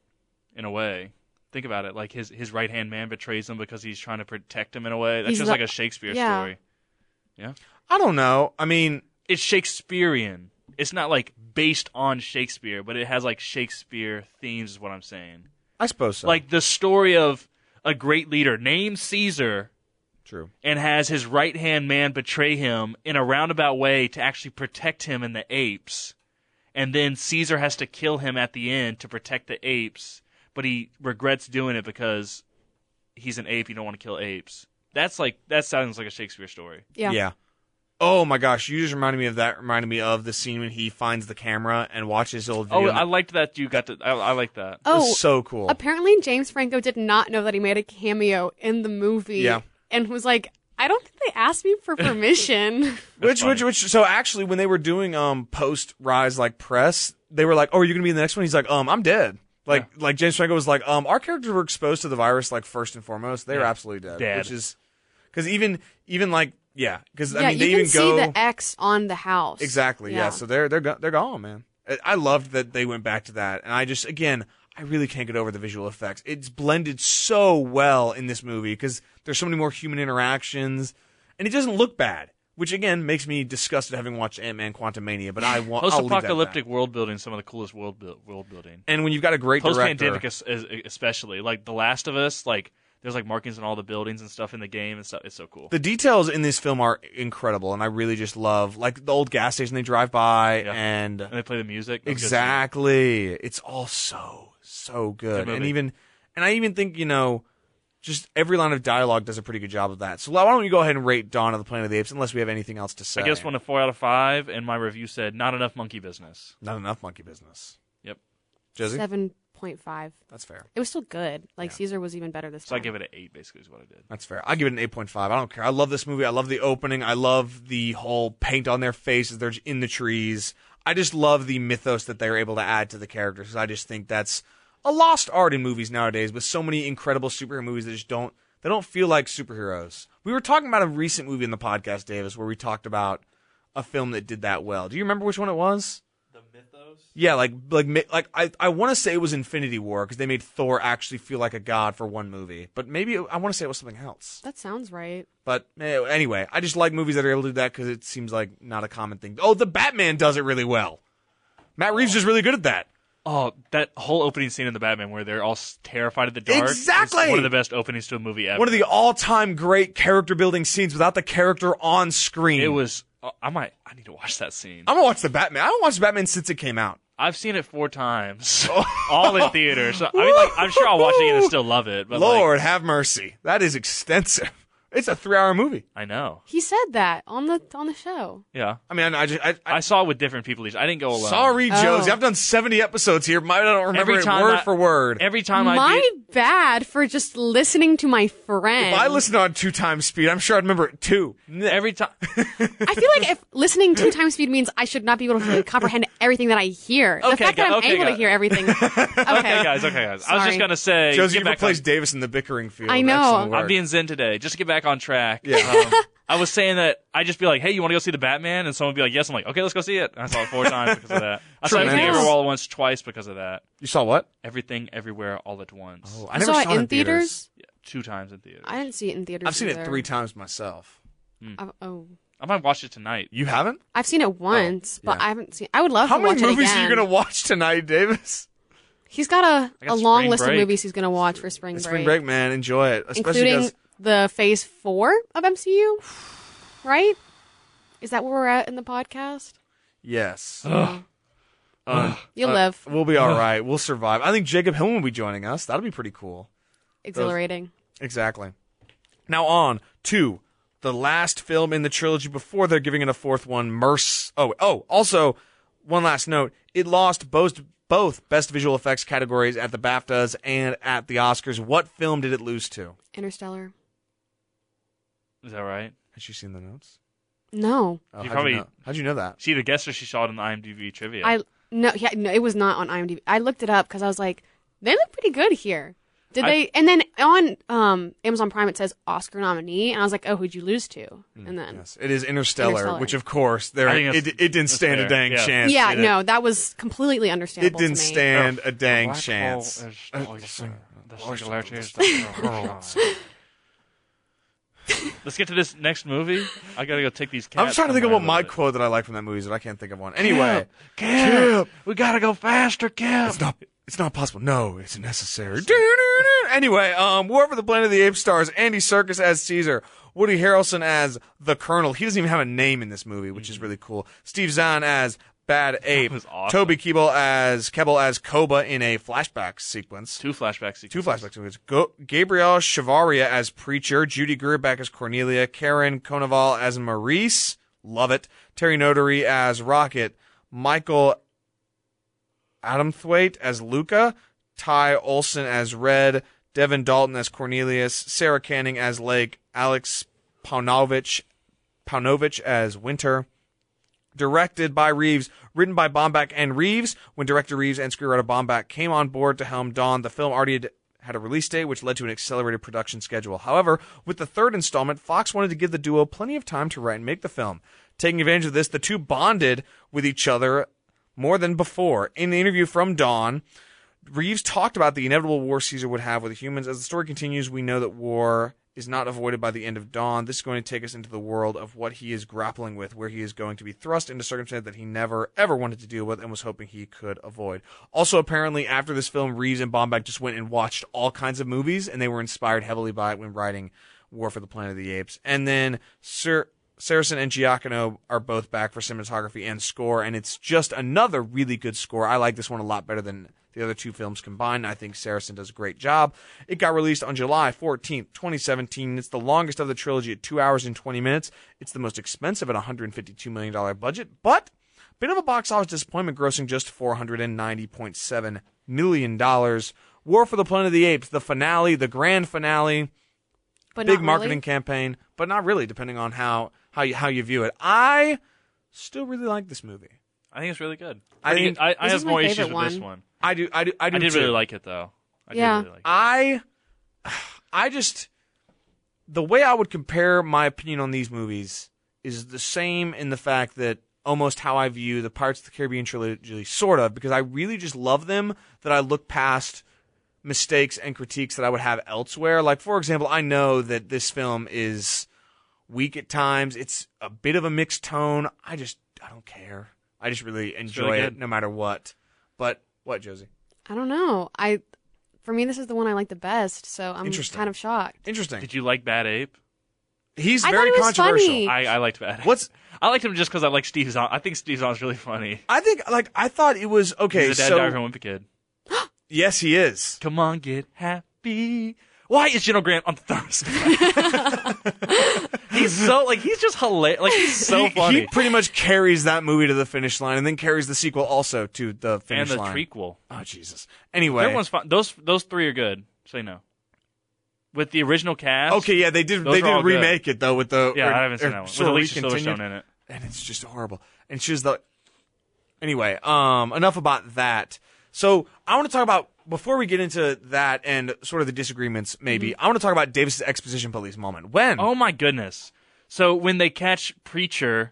in a way. Think about it. Like his his right hand man betrays him because he's trying to protect him in a way. That's
He's
just
the-
like a Shakespeare
yeah.
story.
I don't know. I mean,
It's Shakespearean. It's not like based on Shakespeare, but it has like Shakespeare themes. Is what I'm saying.
I suppose so.
Like the story of a great leader named Caesar
true.
and has his right hand man betray him in a roundabout way to actually protect him and the apes. And then Caesar has to kill him at the end to protect the apes, but he regrets doing it because he's an ape. You don't want to kill apes. That's like that sounds like a Shakespeare story.
Yeah.
Oh my gosh, you just reminded me of that. Reminded me of the scene when he finds the camera and watches old
Oh,
video.
I liked that you got to. I, I like that.
It
Oh,
was so cool.
apparently James Franco did not know that he made a cameo in the movie.
Yeah.
And was like, I don't think they asked me for permission.
which,
funny.
which, which. So actually, when they were doing um post rise like press, they were like, "Oh, are you gonna be in the next one?" He's like, "Um, I'm dead." Like, like James Franco was like, "Um, our characters were exposed to the virus like first and foremost. They were
Yeah.
absolutely dead."
Dead.
Which is because even even like yeah, because
yeah,
I mean
you
they
can
even
see
go
the X on the house.
Exactly. Yeah. So they're they're go- they're gone, man. I- I loved that they went back to that, and I just again I really can't get over the visual effects. It's blended so well in this movie because there's so many more human interactions, and it doesn't look bad, which again makes me disgusted having watched Ant Man Quantumania. But I want
Post-apocalyptic world building, is some of the coolest world buil- world building.
and when you've got a great director,
post-pandemic es- es- especially like the last of us like there's like markings on all the buildings and stuff in the game and stuff it's so cool
the details in this film are incredible, and I really just love like the old gas station they drive by
Yeah.
and
and they play the music That was good.
Exactly. It's all so so
Good
good,
movie.
and even and I even think you know, just every line of dialogue does a pretty good job of that. So why don't you go ahead and rate Dawn of the Planet of the Apes? Unless we have anything else to say.
i guess one a four out of five and my review said not enough monkey business
not enough monkey business.
Yep.
Josie,
7.5.
that's fair.
It was still good. Like, Caesar was even better this
so i
time.
give it an eight basically is what i did
That's fair. I give it an eight point five. I don't care. I love this movie. I love the opening. I love the whole paint on their faces. They're in the trees. I just love the mythos that they're able to add to the characters. 'cause I just think that's a lost art in movies nowadays. With so many incredible superhero movies that just don't they don't feel like superheroes. We were talking about a recent movie in the podcast, Davis, where we talked about a film that did that well. Do you remember which one it was? Yeah, like like ma- like I I want to say it was Infinity War because they made Thor actually feel like a god for one movie, but maybe it- I want to say it was something else.
That sounds right.
But eh, anyway, I just like movies that are able to do that because it seems like not a common thing. Oh, the Batman does it really well. Matt Reeves is really good at that.
oh that whole opening scene in the batman where they're all s- terrified of the dark is
Exactly!
one of the best openings to a movie ever
One of the all-time great character-building scenes without the character on screen.
it was oh, i might i need to watch that scene
I'm gonna watch the Batman. I haven't watched Batman since it came out.
i've seen it four times all in theaters so, i mean like i'm sure i'll watch it again and still love it but like,
Lord have mercy. That is extensive. It's a three-hour movie.
I know.
He said that on the on the show.
Yeah.
I mean, I just I, I,
I saw it with different people. each- I didn't go alone.
sorry,
Oh.
Josie. I've done seventy episodes here. Might I don't remember
Every
it
time
word
I-
for word.
Every time I
My
did,
bad for just listening to my friend.
if I listened on two times speed, I'm sure I'd remember it too.
every time
I feel like if listening two times speed means I should not be able to really comprehend everything that I hear. The
Okay,
fact that
gu-
I'm
okay,
able to
gu-
hear everything. Okay,
Okay, guys. Okay, guys. I was
Sorry.
just gonna say,
Josie,
get
you
back
replaced
on-
Davis in the bickering field.
I know.
Excellent work.
I'm being zen today. Just to get back on track.
Yeah.
Um, I was saying that I just be like, "Hey, you want to go see the Batman?" And someone would be like, "Yes." I'm like, "Okay, let's go see it." And I saw it four times because of that. I saw everything
Tremendous.
everywhere all at once twice because of that.
you saw what?
Everything everywhere all at once.
Oh,
I saw it in theaters.
Yeah, two times in theater.
I didn't see it in theaters.
I've seen
either.
it three times myself.
I've- oh,
I might watch it tonight.
You haven't?
I've seen it once, but
Oh, yeah.
I haven't seen. I would love
How
to
many
watch
movies
it
are you
again.
gonna watch tonight, Davis?
He's got a,
I got
a long
spring
list
break.
of movies he's gonna watch for spring break,
It's spring break, man. Enjoy it, especially
including
'cause-
the Phase Four of MCU. Right? Is that where we're at in the podcast?
yes.
You'll live.
Uh, We'll be all right. We'll survive. I think Jacob Hill will be joining us. That'll be pretty cool.
Exhilarating.
Exactly. Now on to the last film in the trilogy before they're giving it a fourth one. Merce. Oh, oh. Also, one last note: it lost both both best visual effects categories at the BAFTAs and at the Oscars. What film did it lose to?
Interstellar.
Is that right?
Has you seen the notes?
No.
Oh,
You
how'd,
probably-
you know? how'd you know that?
She either guessed or she saw it on the IMDb trivia.
I no, yeah, no, it was not on IMDb. I looked it up because I was like, they look pretty good here. Did
I-
they? And then on um, Amazon Prime, it says Oscar nominee, and I was like, oh, who'd you lose to? And then,
Mm, Yes, it is Interstellar,
Interstellar.
which of course there
I think
it,
that's-
it didn't
that's
stand a
fair.
dang
Yeah.
chance.
yeah,
did it?
no, that was completely
it
understandable.
didn't
to me.
stand a dang
Black hole
chance. Uh,
is noising. The singularity is Let's get to this next movie. I gotta go take these. Cats
I'm trying to think of
somewhere
what my
with it.
quote that I like from that movie is, but I can't think of one. Anyway,
Cap, we gotta go faster, Cap.
it's not it's not possible. No, it's necessary. Anyway, um, War for the Planet of the Apes stars Andy Serkis as Caesar, Woody Harrelson as the Colonel. He doesn't even have a name in this movie, which is really cool. Steve Zahn as Bad Ape.
Mm-hmm. was awesome.
Toby Kebbell as Kebbell as Koba in a flashback sequence.
Two flashback sequences.
Two flashback sequences. Go- Gabriel Chavaria as Preacher, Judy Gerback as Cornelia, Karen Konoval as Maurice, love it. Terry Notary as Rocket, Michael Adamthwaite as Luca, Ty Olson as Red, Devin Dalton as Cornelius, Sarah Canning as Lake, Alex Paunovich, Paunovich as Winter directed by Reeves, written by Bomback and Reeves. When director Reeves and screenwriter Bomback came on board to helm Dawn, the film already had, had a release date, which led to an accelerated production schedule. However, with the third installment, Fox wanted to give the duo plenty of time to write and make the film. Taking advantage of this, the two bonded with each other more than before. In the interview from Dawn, Reeves talked about the inevitable war Caesar would have with the humans. As the story continues, we know that war is not avoided by the end of dawn. This is going to take us into the world of what he is grappling with, where he is going to be thrust into circumstances that he never, ever wanted to deal with and was hoping he could avoid. Also, apparently, after this film, Reeves and Bombeck just went and watched all kinds of movies, and they were inspired heavily by it when writing War for the Planet of the Apes. And then Sir Saracen and Giacchino are both back for cinematography and score, and it's just another really good score. I like this one a lot better than the other two films combined. I think Saracen does a great job. It got released on July 14th, 2017. It's the longest of the trilogy at 2 hours and 20 minutes. It's the most expensive at $152 million budget, but Bit of a box office disappointment, grossing just $490.7 million. War for the Planet of the Apes, the finale, the grand finale,
but
big
not
marketing
really.
campaign, but not really, depending on how, how, you, how you view it. I still really like this movie.
I think it's really good.
I
Pretty
think-
good. I, I
This
have
is my
more issues with
favorite
this
one.
one.
I do, I do, I do
I did
too.
really like it though. I did
Yeah.
really like it.
I I just the way I would compare my opinion on these movies is the same in the fact that almost how I view the Pirates of the Caribbean trilogy sort of because I really just love them that I look past mistakes and critiques that I would have elsewhere. Like for example, I know that this film is weak at times. It's a bit of a mixed tone. I just I don't care. I just really enjoy
really
it
good.
no matter what. But what, Josie?
I don't know. I for me, this is the one I like the best, so I'm
Interesting.
kind of shocked.
Interesting.
Did you like Bad Ape?
He's
I thought
very
it was
controversial.
funny.
I, I liked Bad Ape.
What's
I liked him just because I like Steve Zahn. I think Steve Zahn's really funny.
I think like I thought it was okay.
He's a dad
so
diver and wimpy kid.
yes, he is.
Come on, get happy. Why is General Grant on the Thanos? he's so like he's just hilarious. Like he's so
he,
funny.
he pretty much carries that movie to the finish line, and then carries the sequel also to the
and
finish
the
line.
prequel.
oh Jesus! Anyway,
Everyone's fine. Those those three are good. Say no. With the original cast.
okay, yeah, they did.
Those
they
are
did
all good.
remake it though with the
Yeah,
or-
I haven't
or
seen that one. With
sort of
Alicia
recontinued.
Silverstone in it.
and it's just horrible. And she's the anyway. Um, enough about that. So I want to talk about before we get into that and sort of the disagreements. Maybe I want to talk about Davis's exposition police moment. When
Mm-hmm. Oh my goodness. So when they catch Preacher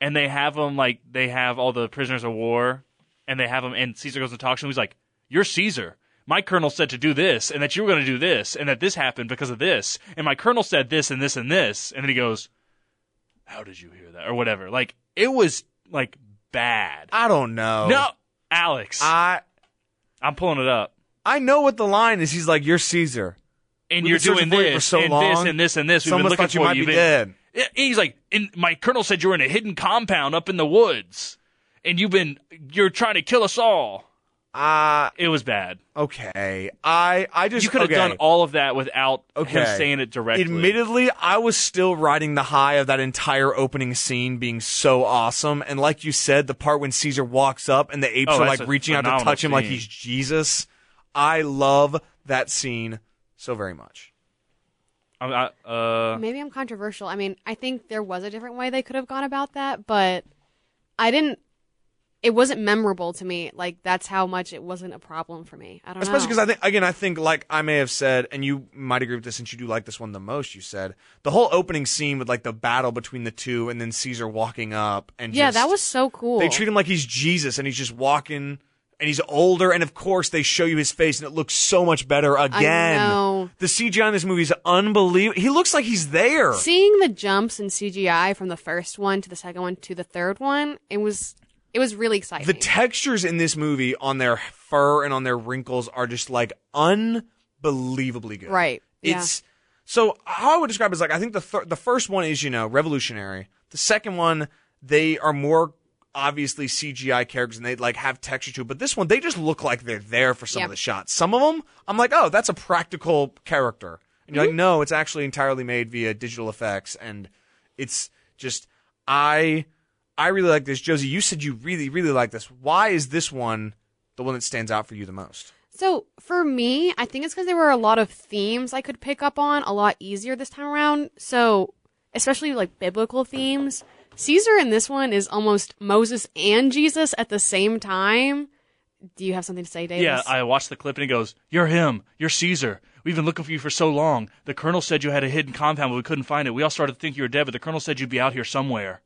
and they have him like they have all the prisoners of war and they have him and Caesar goes and talks to him he's like, "You're Caesar. My colonel said to do this and that you were going to do this and that this happened because of this and my colonel said this and this and this." And then he goes, "How did you hear that?" or whatever. Like it was like bad.
I don't know.
No, Alex.
I
I'm pulling it up.
I know what the line is. He's like, "You're Caesar."
And
We've
you're doing
been searching for you for
this,
so
and this,
long.
and this, and this. We've
Someone
been looking
thought you
for
might
you.
be
You've been-
dead.
Yeah, He's like, in, my colonel said you're in a hidden compound up in the woods, and you've been you're trying to kill us all.
Ah,
It was bad.
okay. I I just
You could have
okay.
done all of that without him
Okay.
saying it directly.
Admittedly, I was still riding the high of that entire opening scene being so awesome. And like you said, the part when Caesar walks up and the apes
Oh,
are
that's
like
a
reaching out to
phenomenal
touch him like
scene.
he's Jesus. I love that scene so very much.
I, I, uh,
Maybe I'm controversial. I mean, I think there was a different way they could have gone about that, but I didn't. It wasn't memorable to me. Like that's how much it wasn't a problem for me. I don't
Especially
know.
because I think, again, I think like I may have said, and you might agree with this since you do like this one the most, you said the whole opening scene with like the battle between the two and then Caesar walking up and
yeah,
just-
that was so cool.
They treat him like he's Jesus and he's just walking and he's older and of course they show you his face and it looks so much better again.
know.
The CGI in this movie is unbelievable. He looks like he's there.
seeing the jumps in CGI from the first one to the second one to the third one. It was it was really exciting.
the textures in this movie on their fur and on their wrinkles are just like unbelievably good.
right? Yeah.
It's so how I would describe it is like I think the th- the first one is you know revolutionary. The second one they are more obviously CGI characters and they like have texture to it. But this one they just look like they're there for some
Yeah.
of the shots. Some of them I'm like oh that's a practical character and you're like
Mm-hmm.
no it's actually entirely made via digital effects and it's just I I really like this Josie. You said you really really like this. Why is this one the one that stands out for you the most?
So for me, I think it's because there were a lot of themes I could pick up on a lot easier this time around. So especially like biblical themes. Caesar in this one is almost Moses and Jesus at the same time. Do you have something to say, Davis?
yeah, I watched the clip and he goes, "You're him. You're Caesar. We've been looking for you for so long. The colonel said you had a hidden compound, but we couldn't find it. We all started to think you were dead, but the colonel said you'd be out here somewhere.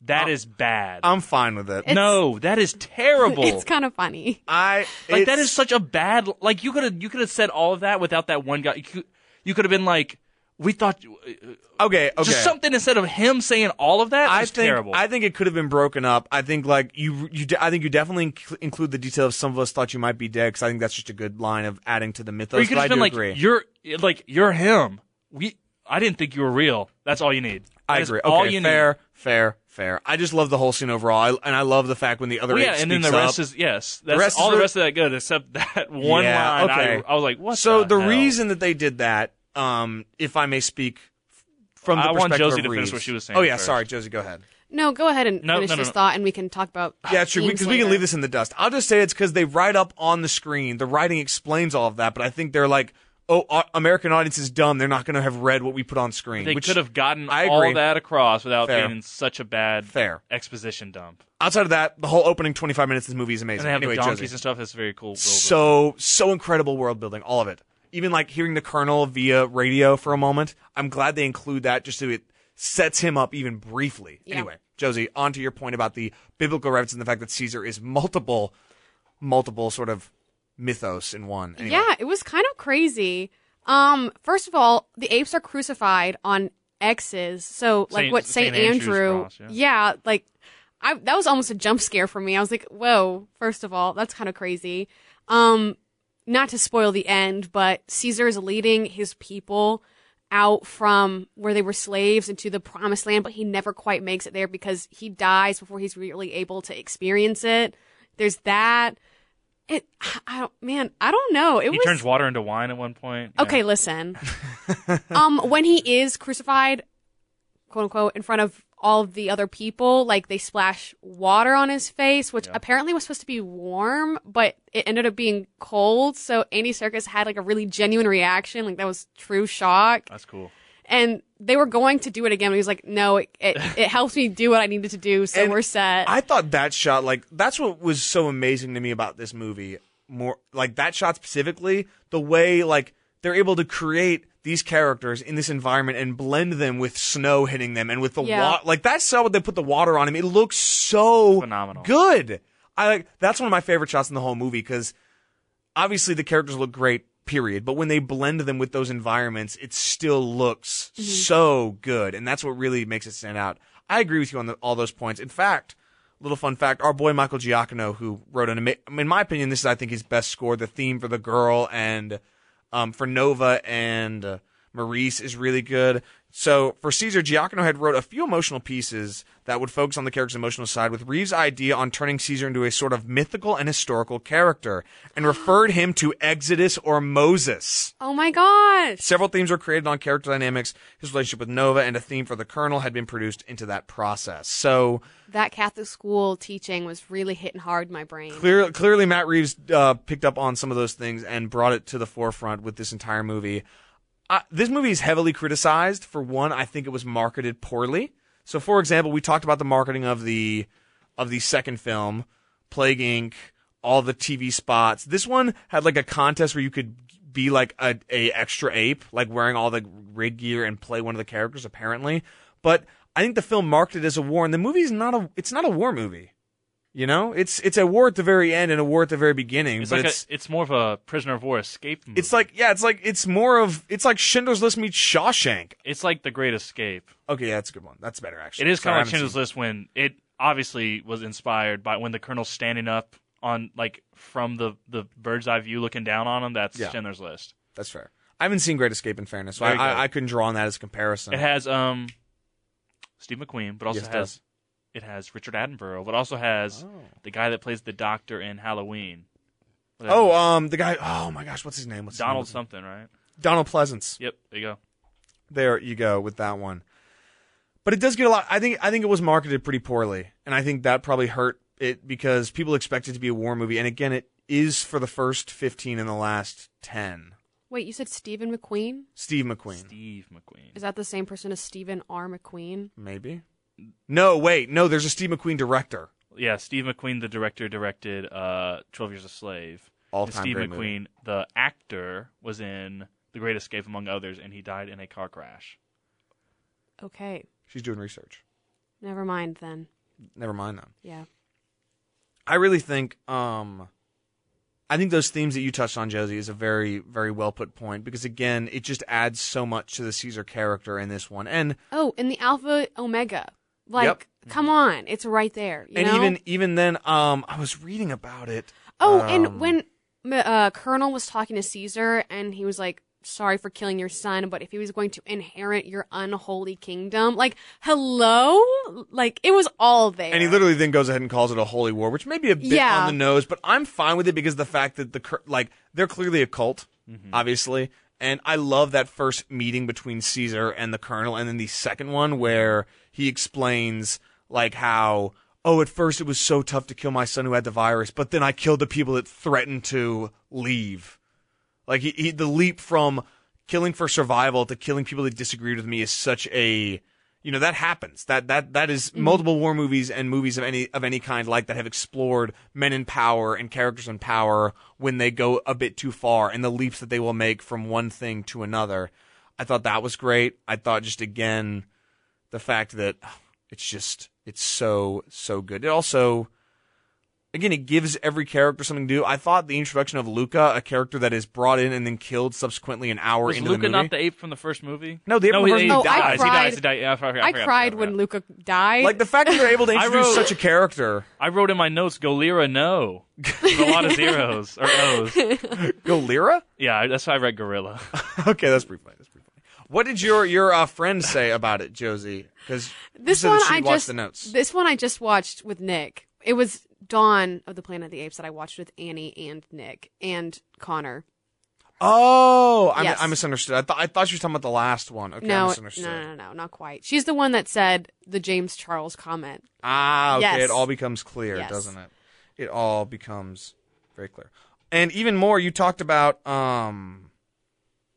Um,
That is bad.
I'm fine with it.
no, that is terrible.
it's kind of funny.
I
Like that
it's-
is such a bad. Like you could have you could have said all of that without that one guy. You could, you could have been like, we thought you- uh,
Okay, okay.
just something instead of him saying all of that.
I
was
think
terrible.
I think it could have been broken up. I think like you, you. de- I think you definitely inc- include the detail of some of us thought you might be dead because I think that's just a good line of adding to the mythos.
or you could
but I
have been
do
like,
agree.
you're like you're him. We I didn't think you were real. That's all you need.
I
That is
agree.
All
okay,
you
fair, fair, fair. I just love the whole scene overall, I, and I love the fact when the other
need. Well,
ape
yeah, and then the
speaks
rest
up.
is yes. That's
rest is
all the
re-
rest of that good except that one
Yeah,
line. I-
okay.
I, was like, what?
So the
hell?
reason that they did that, um, if I may speak f- from the
I want
perspective
Josie
of
to finish
Reeves-
what she was saying
Oh yeah,
first.
sorry, Josie, go ahead.
No, go ahead and
No,
finish
no, no,
this
no.
thought, and we can talk about
Yeah, it's true.
themes
Because we can
later.
leave this in the dust. I'll just say it's because they write up on the screen. The writing explains all of that, but I think they're like, oh, our American audience is dumb. They're not going to have read what we put on screen.
they
which
could have gotten
I
all
agree.
that across without
Fair.
being in such a bad
Fair.
exposition dump.
Outside of that, the whole opening 25 minutes of this movie is
And
amazing.
they have
anyway,
the donkeys
Josie.
and stuff. That's very cool. World
so so incredible world building all of it even like hearing the colonel via radio for a moment i'm glad they include that just so it sets him up even briefly
Yeah.
anyway josie on to your point about the biblical reference and the fact that caesar is multiple multiple sort of mythos in one Anyway,
Yeah, it was kind of crazy. Um, first of all, the apes are crucified on X's, so like
Saint-
what Saint,
Saint Andrew's
Andrew?
cross, yeah.
yeah. like I that was almost a jump scare for me. I was like, whoa. First of all, that's kind of crazy. Um, not to spoil the end, but Caesar is leading his people out from where they were slaves into the promised land, but he never quite makes it there because he dies before he's really able to experience it. There's that It, I don't, man, I don't know. It
he
was
turns water into wine at one point. Yeah.
Okay, listen. um, when he is crucified, quote unquote, in front of all of the other people, like they splash water on his face, which
Yeah.
apparently was supposed to be warm, but it ended up being cold. So Andy Circus had like a really genuine reaction, like that was true shock.
That's cool.
And they were going to do it again, but he was like, "No, it it, it helps me do what I needed to do, so
And
we're set."
I thought that shot, like, that's what was so amazing to me about this movie. More like that shot specifically, the way like they're able to create these characters in this environment and blend them with snow hitting them and with the
Yeah.
water. Like that's how they put the water on him. It looks so
Phenomenal.
good. I like that's one of my favorite shots in the whole movie because obviously the characters look great. Period. But when they blend them with those environments, it still looks so good, and that's what really makes it stand out. I agree with you on the, all those points. In fact, little fun fact: our boy Michael Giacchino, who wrote an, ama- I mean, in my opinion, this is I think his best score. The theme for the girl and um, for Nova and uh, Maurice is really good. So for Caesar, Giacchino had wrote a few emotional pieces that would focus on the character's emotional side, with Reeves' idea on turning Caesar into a sort of mythical and historical character, and referred him to Exodus or Moses.
oh my gosh!
Several themes were created on character dynamics, his relationship with Nova, and a theme for the Colonel had been produced into that process. So
That Catholic school teaching was really hitting hard in my brain.
Clear, clearly, Matt Reeves uh, picked up on some of those things and brought it to the forefront with this entire movie. Uh, this movie is heavily criticized. For one, I think it was marketed poorly. So, for example, we talked about the marketing of the of the second film, Plague Inc. All the TV spots. This one had like a contest where you could be like a, a extra ape, like wearing all the rig gear and play one of the characters. Apparently, but I think the film marketed as a war, and the movie is not a. It's not a war movie. You know, it's it's a war at the very end and a war at the very beginning,
It's
but
like
it's
a, it's more of a prisoner of war escape. Movie.
it's like yeah, it's like it's more of it's like Schindler's List meets Shawshank.
it's like the Great Escape.
Okay, yeah, that's a good one. That's better actually.
It is
Sorry,
kind
I
of like
haven't
Schindler's
seen-
List when it obviously was inspired by when the colonel's standing up on like from the the bird's eye view looking down on him. That's
Yeah.
Schindler's List.
That's fair. I haven't seen Great Escape in fairness, so I,
Very good.
I, I couldn't draw on that as a comparison.
It has um Steve McQueen, but also
Uh-huh. Yes, it
has
does. Oh.
it has Richard Attenborough, but also has the guy that plays the doctor in Halloween. Whatever.
Oh, um, the guy. Oh my gosh, what's his name? What's his
Donald
name?
something, right?
Donald Pleasance.
Yep, there you go.
there you go with that one. But it does get a lot. I think I think it was marketed pretty poorly, and I think that probably hurt it because people expect it to be a war movie, and again, it is for the first fifteen and the last ten.
Wait, you said Stephen McQueen?
Steve McQueen,
Steve McQueen.
Is that the same person as Stephen R. McQueen?
maybe. No, wait, no. There's a Steve McQueen director.
Yeah, Steve McQueen, the director, directed uh, Twelve Years a Slave. And
All-time
Steve
great
McQueen,
movie.
the actor, was in The Great Escape among others, and he died in a car crash.
Okay,
She's doing research.
never mind then.
Never mind them.
Yeah.
I really think um I think those themes that you touched on, Josie, is a very, very well put point because again, it just adds so much to the Caesar character in this one. And
Oh, and the Alpha Omega. Like,
Yep.
come on, it's right there. You
and
know?
even even then, um I was reading about it.
oh,
um,
and when m- uh, Colonel was talking to Caesar, and he was like, "Sorry for killing your son, but if he was going to inherit your unholy kingdom, like, hello, like it was all there."
And he literally then goes ahead and calls it a holy war, which may be a bit
Yeah.
on the nose, but I'm fine with it because the fact that the cur- like they're clearly a cult, obviously, and I love that first meeting between Caesar and the colonel, and then the second one where he explains like how oh at first it was so tough to kill my son who had the virus, but then I killed the people that threatened to leave. Like he, he the leap from killing for survival to killing people that disagreed with me is such a you know that happens. That that that is- multiple war movies and movies of any of any kind like that have explored men in power and characters in power when they go a bit too far and the leaps that they will make from one thing to another. I thought that was great. I thought just again the fact that it's just it's so so good. It also again, it gives every character something to do. I thought the introduction of Luca, a character that is brought in and then killed subsequently an hour
Was
into
Luca
the movie.
not the ape from the first movie?
No, the ape
no,
from the first
he,
movie
he
died.
dies.
Oh, I
he dies.
cried-
He died. Yeah, I, forgot,
I
forgot,
cried
forgot,
when
forgot.
Luca died.
like the fact that they're able to
I
introduce
wrote-
such a character.
I wrote in my notes, Golira, no. With a lot of zeros or O's.
Go Lyra?
Yeah, that's how I read Gorilla.
okay, that's pretty funny. That's pretty funny. What did your your uh, friend say about it, Josie? Because
this
said
one,
that she
I
watched
just
the notes.
this one I just watched with Nick. it was Dawn of the Planet of the Apes that I watched with Annie and Nick and Connor.
Oh, I,
Yes.
I misunderstood. I, thought I thought you were talking about the last one. Okay, I
no, no,
misunderstood.
no, no, no, not quite. She's the one that said the James Charles comment.
Ah, okay.
Yes.
It all becomes clear,
Yes.
doesn't it? It all becomes very clear. And even more, you talked about, um,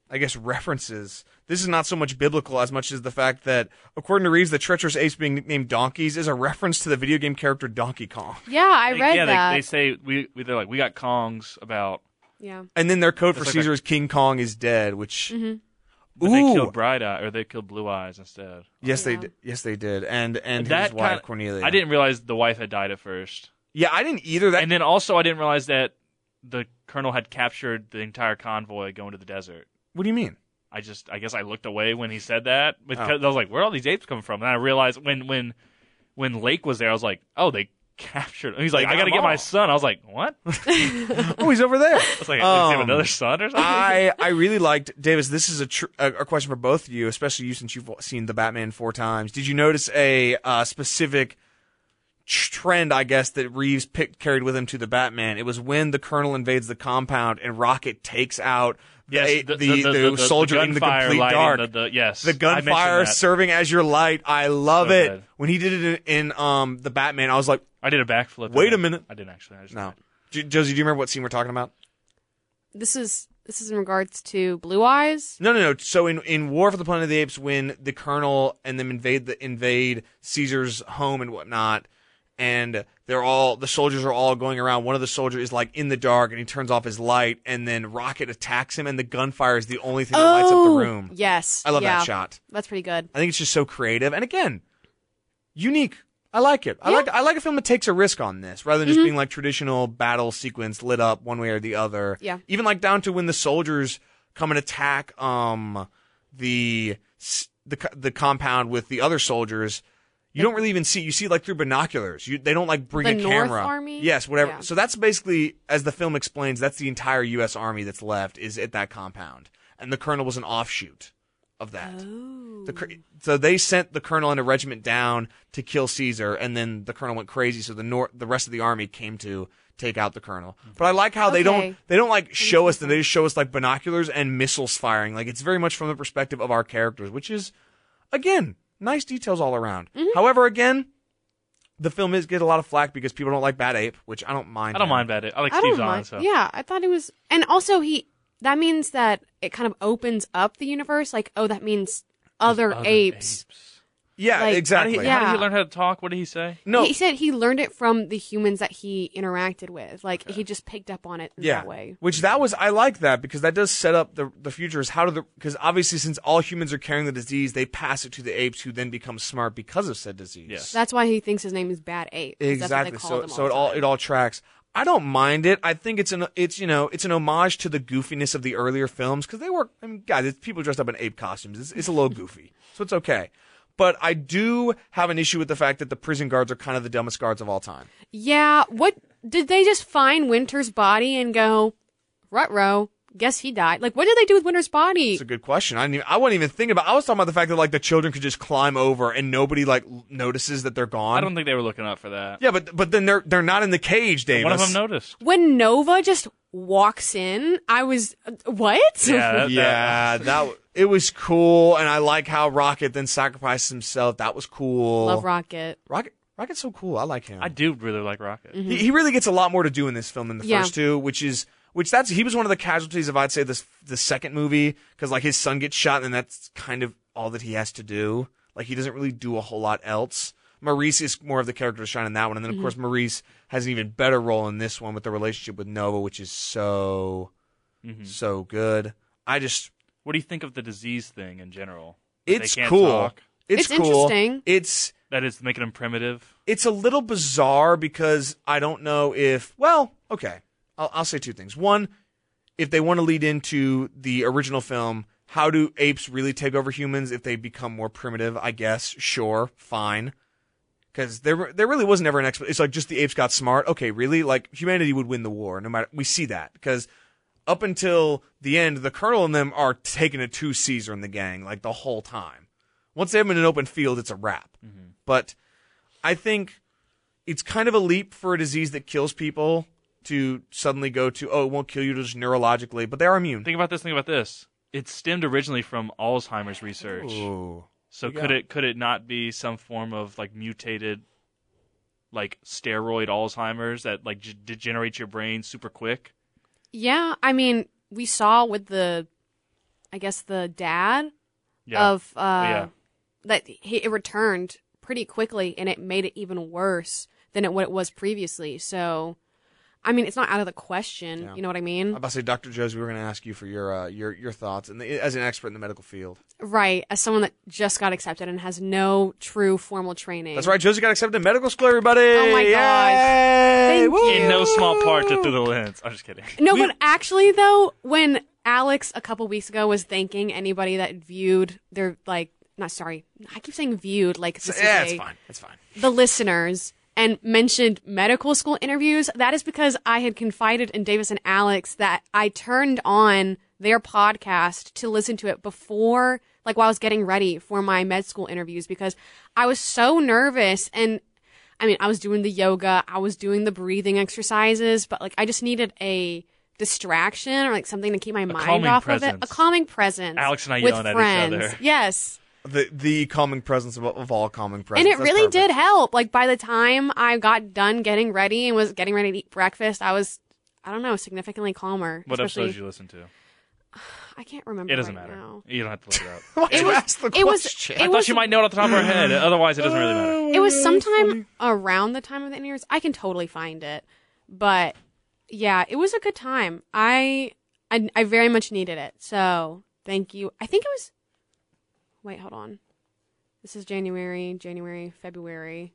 I guess, references. This is not so much biblical as much as the fact that, according to Reeves, the treacherous apes being nicknamed donkeys is a reference to the video game character Donkey Kong.
Yeah, I
They-
read
yeah,
that.
They, they say we, we they're like we got Kongs about
yeah,
And then their code for
That's like
Caesar
a-
is King Kong is dead,
Mm-hmm.
which.
but they
Ooh.
killed Bright Eye or they killed Blue Eyes instead.
Yes, they
Yeah.
did. Yes, they did. And and his
That
wife
kinda-
Cornelia.
I didn't realize the wife had died at first,
Yeah, I didn't either. That
and then also I didn't realize that the colonel had captured the entire convoy going to the desert.
What do you mean?
I just I guess I looked away when he said
Oh.
that because I was like, where are all these apes coming from? And I realized when when when Lake was there, I was like, oh, they captured. Him. He's like, I
They got
gotta
'em
get my
all.
son. I was like, what? I
Oh, he's over there.
was like, does he have
Um,
another son or something?
I I really liked Davis. This is a, tr- a a question for both of you, especially you since you've seen the Batman four times. Did you notice a uh, specific tr- trend? I guess that Reeves picked carried with him to the Batman. It was when the Colonel invades the compound and Rocket takes out the
yes,
the, the soldier in the
gunfire
complete
lighting,
dark.
The, the, yes,
the
I mentioned
gunfire
that.
serving as your light. I love
So
it.
good.
When he did it in, in um the Batman, I was like,
I did a backflip.
Wait
and
a minute.
I didn't actually. I just
no. J- Josie, do you remember what scene we're talking about?
this is this is in regards to Blue Eyes.
No, no, no. So in, in War for the Planet of the Apes, when the colonel and them invade the invade Caesar's home and whatnot, and they're all the soldiers are all going around. One of the soldiers is like in the dark, and he turns off his light, and then Rocket attacks him, and the gunfire is the only thing that lights up the room.
Oh, Yes,
I love
yeah.
that shot.
That's pretty good.
I think it's just so creative, and again, unique. I like it. I
Yeah. Mm-hmm.
like I like a film that takes a risk on this rather than just being like traditional battle sequence lit up one way or the other.
Yeah.
Even like down to when the soldiers come and attack um the s- the co- the compound with the other soldiers. You don't really even see. You see like through binoculars. You, they don't like bring
The
a
North
camera.
Army?
Yes, whatever.
Yeah.
So that's basically, as the film explains, that's the entire U.S. Army that's left is at that compound, and the colonel was an offshoot of that.
Oh.
The, cr- so they sent the colonel and a regiment down to kill Caesar, and then the colonel went crazy. So the nor- the rest of the army came to take out the colonel.
Mm-hmm.
But I like how they
Okay.
don't they don't like show us that they just show us like binoculars and missiles firing. Like it's very much from the perspective of our characters, which is again nice details all around.
Mm-hmm.
However, again, the film is get a lot of flack because people don't like Bad Ape, which I don't mind.
I don't
him.
mind that. I like
I
Steve
don't
Zahn.
mind.
So
Yeah, I thought it was, and also he. That means that it kind of opens up the universe. Like, oh, that means other, apes.
Yeah,
Like,
exactly.
How,
Yeah.
did he learn how to talk? What did he say?
No,
He said he learned it from the humans that he interacted with. Like, he just picked up on it in that way.
Which that was I like that because that does set up the the future is how do the because obviously since all humans are carrying the disease, they pass it to the apes who then become smart because of said disease.
Yes.
That's why he thinks his name is Bad Ape. 'cause that's what they
Exactly.
call
So
them
so
all
it
the
all
time.
it all tracks. I don't mind it. I think it's an it's you know it's an homage to the goofiness of the earlier films because they were I mean guys it's people dressed up in ape costumes. It's, it's a little goofy, so it's okay. But I do have an issue with the fact that the prison guards are kind of the dumbest guards of all time.
Yeah. What did they just find Winter's body and go, Rutro? Guess he died. Like, what did they do with Winter's body?
That's a good question. I didn't even, I wasn't even thinking about. I was talking about the fact that like the children could just climb over and nobody like l- notices that they're gone.
I don't think they were looking up for that.
yeah, but but then they're they're not in the cage, Davis.
One of them noticed.
when Nova just walks in, I was uh, what?
Yeah, that,
Yeah, that w- it was cool, and I like how Rocket then sacrificed himself. That was cool.
Love Rocket.
Rocket. Rocket's so cool. I like him.
I do really like Rocket.
Mm-hmm.
he, he really gets a lot more to do in this film than the
Yeah.
first two, which is which that's he was one of the casualties of I'd say this the second movie because like his son gets shot and that's kind of all that he has to do. Like he doesn't really do a whole lot else. Maurice is more of the character to shine in that one, and then
Mm-hmm.
of course Maurice has an even better role in this one with the relationship with Nova, which is so
Mm-hmm.
so good. I just
What do you think of the disease thing in general? That
it's
they can't
cool.
talk?
It's,
It's
cool.
interesting.
It's
That is making them primitive.
it's a little bizarre because I don't know if well, okay. I'll, I'll say two things. One, if they want to lead into the original film, how do apes really take over humans if they become more primitive? I guess sure, fine. Because there, were- there really was never an explanation. It's like just the apes got smart. Okay, really? Like humanity would win the war, no matter. We see that because up until the end, the colonel and them are taking it to Caesar and the gang like the whole time. Once they're in an open field, it's a wrap. But I think it's kind of a leap for a disease that kills people to suddenly go to oh it won't kill you just neurologically, but they are immune.
Think about this. Think about this. It stemmed originally from Alzheimer's research.
Ooh.
So
Yeah.
could it could it not be some form of like mutated, like steroid Alzheimer's that like g- degenerates your brain super quick?
Yeah, I mean, we saw with the, I guess the dad
Yeah.
of uh,
Yeah.
that he, it returned pretty quickly, and it made it even worse than it what it was previously. So, I mean, it's not out of the question.
Yeah.
You know what I
I'm
mean?
about to say, Doctor Joe's. We were going to ask you for your uh, your your thoughts, and the, as an expert in the medical field,
Right, as someone that just got accepted and has no true formal training.
that's right. Josie got accepted to medical school. Everybody, oh
my gosh. Thank
in no small part to through the lens. I'm just kidding.
No,
We-
but actually, though, when Alex a couple weeks ago was thanking anybody that viewed their like, not sorry, I keep saying viewed like this is
yeah,
a-
it's fine. It's fine.
the listeners and mentioned medical school interviews, that is because I had confided in Davis and Alex that I turned on their podcast to listen to it before, like while I was getting ready for my med school interviews because I was so nervous. And I mean, I was doing the yoga, I was doing the breathing exercises, but like I just needed a distraction or like something to keep my mind
calming
off of it.
presence.
A calming presence.
Alex and I
with
yelling at each
friends.
other.
Yes
The the calming presence of, of all calming presence,
and it really
did.
did help. Like by the time I got done getting ready and was getting ready to eat breakfast, I was, I don't know, significantly calmer.
What episode
especially-
did you listen to?
I can't remember.
It doesn't
right
matter.
Now.
You don't have to look it up.
It was.
the
It was.
question. Mm.
It
I
was.
thought you might know it off the top of our head. Otherwise, it doesn't really matter.
It was sometime around the time of the interviews. I can totally find it, but yeah, it was a good time. I, I, I very much needed it. So thank you. I think it was. Wait, hold on. This is January, January, February.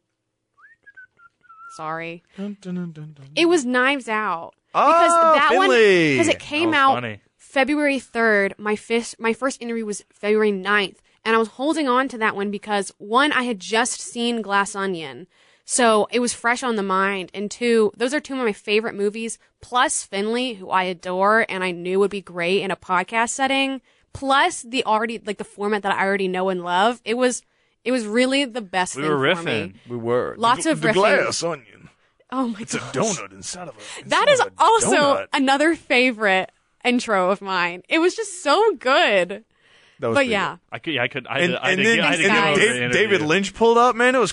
Sorry.
Dun, dun, dun, dun, dun.
It was Knives Out.
Oh,
that one-
Finley!
because it
That
came
was
out
funny.
February 3rd. My first, my first interview was February 9th. And I was holding on to that one because one, I had just seen Glass Onion. So it was fresh on the mind. And two, those are two of my favorite movies, plus Finley, who I adore and I knew would be great in a podcast setting, plus the already, like the format that I already know and love. It was, it was really the best
We
thing
were
for
riffing.
me.
We were
Lots
the,
of
the
riffing.
glass onion.
Oh my
It's a
god.
donut inside of a.
That
inside
is
of a
also
donut.
another favorite intro of mine. It was just so good.
That was
But
pretty
yeah,
I could. Yeah, I could. I,
good. And,
I,
and
did,
then,
get- I
and
did get
guys-
over the
then Dave,
interview.
David Lynch pulled up. Man, it was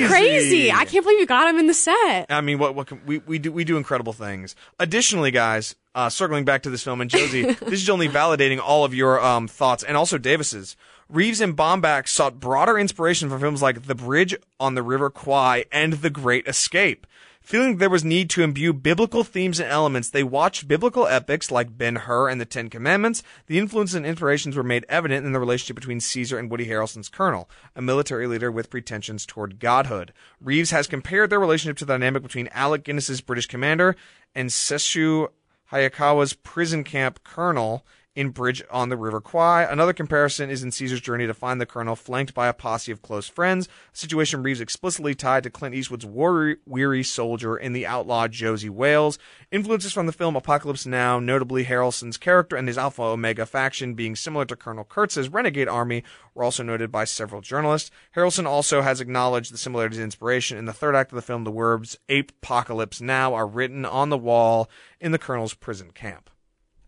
it was crazy. I can't believe you got him in the set.
I mean, what what can, we we do we do incredible things. Additionally, guys, uh, circling back to this film and Josie, this is only validating all of your um, thoughts and also Davis's. Reeves and Bomback sought broader inspiration from films like The Bridge on the River Kwai and The Great Escape. Feeling there was need to imbue biblical themes and elements, they watched biblical epics like Ben Hur and the Ten Commandments. The influence and inspirations were made evident in the relationship between Caesar and Woody Harrelson's Colonel, a military leader with pretensions toward godhood. Reeves has compared their relationship to the dynamic between Alec Guinness's British commander and Seshu Hayakawa's prison camp colonel in Bridge on the River Kwai. Another comparison is in Caesar's journey to find the colonel flanked by a posse of close friends, a situation Reeves explicitly tied to Clint Eastwood's war weary soldier in the outlaw Josie Wales. Influences from the film Apocalypse Now, notably Harrelson's character and his Alpha Omega faction being similar to Colonel Kurtz's renegade army, were also noted by several journalists. Harrelson also has acknowledged the similarities and inspiration. In the third act of the film, the words Ape Apocalypse Now are written on the wall in the colonel's prison camp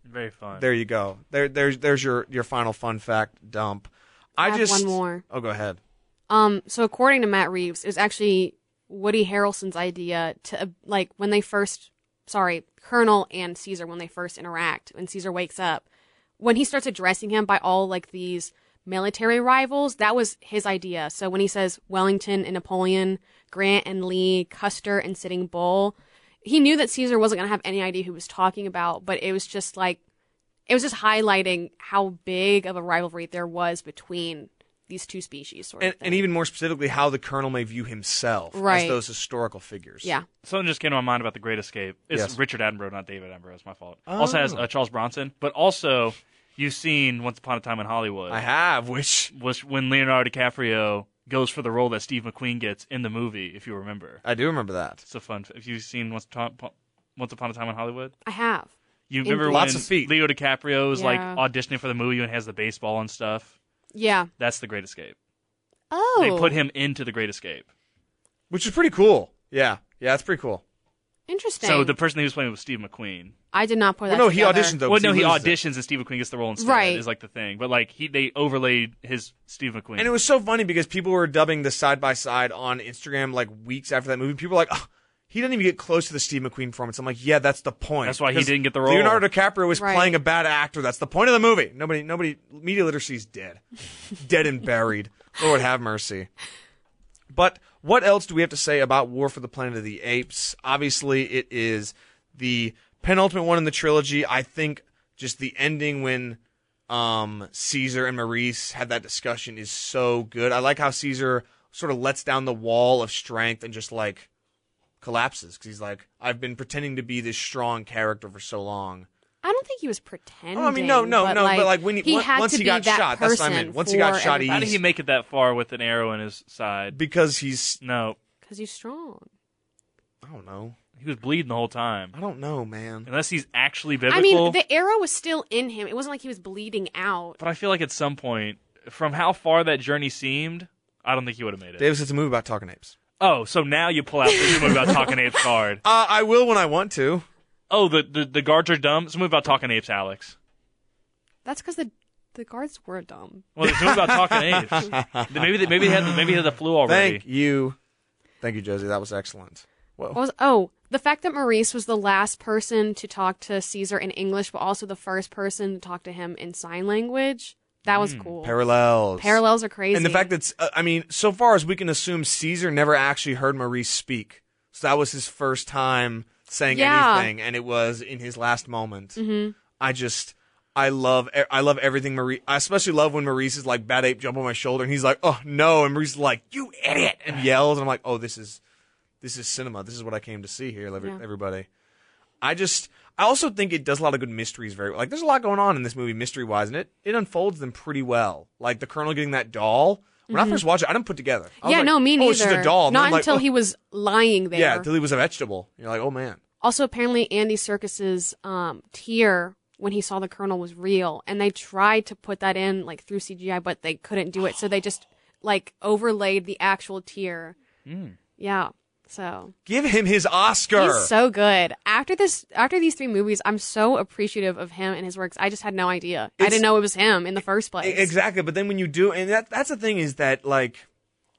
Very fun.
there you go. There, there's, there's your, your final fun fact dump. I,
have one
just
more.
Oh, go ahead.
Um, so according to Matt Reeves, it was actually Woody Harrelson's idea to uh, like when they first, sorry, Colonel and Caesar when they first interact. When Caesar wakes up, when he starts addressing him by all like these military rivals, that was his idea. So when he says Wellington and Napoleon, Grant and Lee, Custer and Sitting Bull, he knew that Caesar wasn't gonna have any idea who he was talking about, but it was just like it was just highlighting how big of a rivalry there was between these two species. Sort
And,
of thing.
and even more specifically, how the colonel may view himself as
Right.
those historical figures.
Yeah.
Something just came to my mind about The Great Escape. It's
Yes. Oh.
Richard Attenborough, not David Attenborough. It's my fault. Also has uh, Charles Bronson, but also you've seen Once Upon a Time in Hollywood,
I have. Which
was when Leonardo DiCaprio goes for the role that Steve McQueen gets in the movie, if you remember.
I do remember that.
It's a fun. f- If you've seen Once Upon, Once Upon a Time in Hollywood,
I have.
you remember
Indeed.
when
Lots of feet.
Leo DiCaprio is like
Yeah.
auditioning for the movie and has the baseball and stuff.
Yeah.
That's The Great Escape.
Oh.
They put him into The Great Escape.
Which is pretty cool. Yeah, yeah, that's pretty cool.
Interesting.
So the person he was playing was Steve McQueen.
I did not pour that.
well, no, he
together.
auditioned though.
well,
'cause
no, he
loses it.
auditions and Steve McQueen gets the role instead.
Right.
is like the thing. But like he, they overlaid his Steve McQueen.
And it was so funny because people were dubbing the side by side on Instagram like weeks after that movie. People were like, oh, he didn't even get close to the Steve McQueen performance. I'm like, yeah, that's the point.
That's why he
'Cause
didn't get the role.
Leonardo DiCaprio was
Right.
playing a bad actor. That's the point of the movie. Nobody, nobody, media literacy is dead. dead and buried. Lord have mercy. But what else do we have to say about War for the Planet of the Apes? Obviously, it is the penultimate one in the trilogy. I think just the ending when um, Caesar and Maurice had that discussion is so good. I like how Caesar sort of lets down the wall of strength and just like collapses because he's like, I've been pretending to be this strong character for so long.
I don't think he was pretending.
Oh, I mean, no, no,
but
no,
Like,
but like when he,
he
on-
had
once
to
he
be
got
that
shot, that's what I meant.
person
Once he got
for
shot, he
How did he make it that far with an arrow in his side?
because he's
No,
because he's strong.
I don't know,
he was bleeding the whole time.
I don't know, man.
Unless he's actually biblical.
I mean, the arrow was still in him. It wasn't like he was bleeding out.
but I feel like at some point, from how far that journey seemed, I don't think he would have made it.
Davis, it's a movie about talking apes.
oh, so now you pull out this movie about talking apes card.
Uh, I will when I want to.
Oh, the, the the guards are dumb. It's a movie about talking apes, Alex.
That's because the the guards were dumb.
Well, it's a movie about talking apes. Maybe they, maybe they had maybe they had the flu already.
Thank you. Thank you, Josie. That was excellent.
What was oh the fact that Maurice was the last person to talk to Caesar in English, but also the first person to talk to him in sign language. That was cool.
Parallels.
Parallels are crazy.
Hmm, And the fact that, uh, I mean, so far as we can assume, Caesar never actually heard Maurice speak. So that was his first time saying
Yeah. Mm-hmm.
anything, and it was in his last moment. I just, I love, e, I love everything Maurice. I especially love when Maurice is like, bad ape, jump on my shoulder, and he's like, oh no, and Maurice is like, you idiot, and yells, and I'm like, oh, this is, this is cinema. This is what I came to see here, every-
Yeah.
everybody. I just, I also think it does a lot of good mysteries very well. Like, there's a lot going on in this movie, mystery wise, and it, it unfolds them pretty well. Like, the Colonel getting that doll. When I first watched it, I didn't put together. I was
Mm-hmm. yeah,
like,
no, me
oh,
neither.
it's just a doll. And then
Not
I'm like,
until
oh,
he was lying there.
Yeah, until he was a vegetable. You're like, oh man.
Also, apparently, Andy Circus's um, tear when he saw the colonel was real, and they tried to put that in like through CGI, but they couldn't do it, so they just like overlaid the actual tear.
Hmm.
Yeah, so
Give him his Oscar.
he's so good. After this, after these three movies, I'm so appreciative of him and his works. I just had no idea. I
It's-
didn't know it was him in the first
E-
place.
Exactly, but then when you do, and that that's the thing is that like,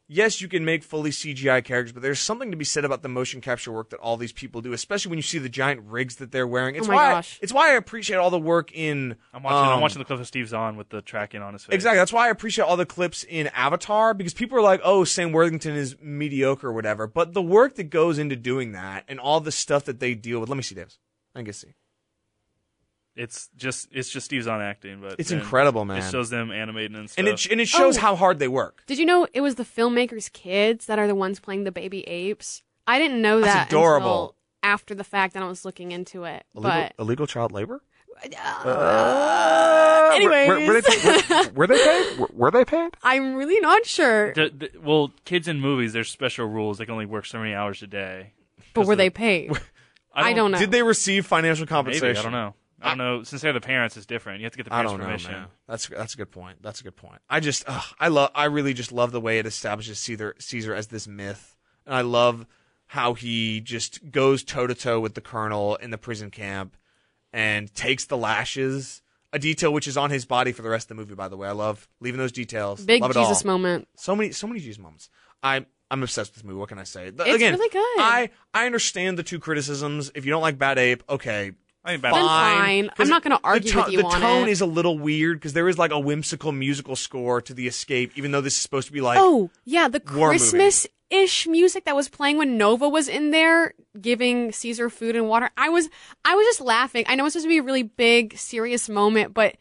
yes, you can make fully CGI characters, but there's something to be said about the motion capture work that all these people do, especially when you see the giant rigs that they're wearing. It's
Oh my
why
gosh.
it's why I appreciate all the work in.
I'm watching. I'm
um,
watching the clip of Steve's on with the tracking on his face.
Exactly. That's why I appreciate all the clips in Avatar because people are like, "Oh, Sam Worthington is mediocre or whatever." But the work that goes into doing that and all the stuff that they deal with. Let me see, Davis. I can get see.
It's just it's just Steve's on acting, but
It's
then
incredible, man.
It shows them animating and stuff.
And it sh- and it shows
Oh.
how hard they work.
Did you know it was the filmmakers' kids that are the ones playing the baby apes? I didn't know
That's
that
adorable.
until after the fact that I was looking into it.
Illegal,
But uh,
illegal child labor.
Uh,
anyways,
Were, were they paid? Were, were they paid? Were, were they paid?
I'm really not sure.
The- the- well, kids in movies, there's special rules. They can only work so many hours a day.
But were they paid? I don't know.
Did they receive financial
Maybe,
compensation?
I don't know. I don't know. Since they're the parents, it's different. You have to get the
I
parents'
don't know,
permission.
man. That's that's a good point. That's a good point. I just ugh, I love I really just love the way it establishes Caesar Caesar as this myth, and I love how he just goes toe to toe with the colonel in the prison camp, and takes the lashes. A detail which is on his body for the rest of the movie. By the way, I love leaving those details.
Big
love it
Jesus
all.
moment.
So many, so many Jesus moments. I'm I'm obsessed with this movie. What can I say? It's Again,
really good.
I I understand the two criticisms. If you don't like Bad Ape, okay,
I mean,
Then
bad.
fine.
fine.
'Cause
I'm not going to argue
the to-
with you
the
on
tone
it.
is a little weird because there is like a whimsical musical score to the escape, even though this is supposed to be like
oh yeah, the
War movie.
Christmas ish music that was playing when Nova was in there giving Caesar food and water. I was I was just laughing. I know it's supposed to be a really big serious moment, but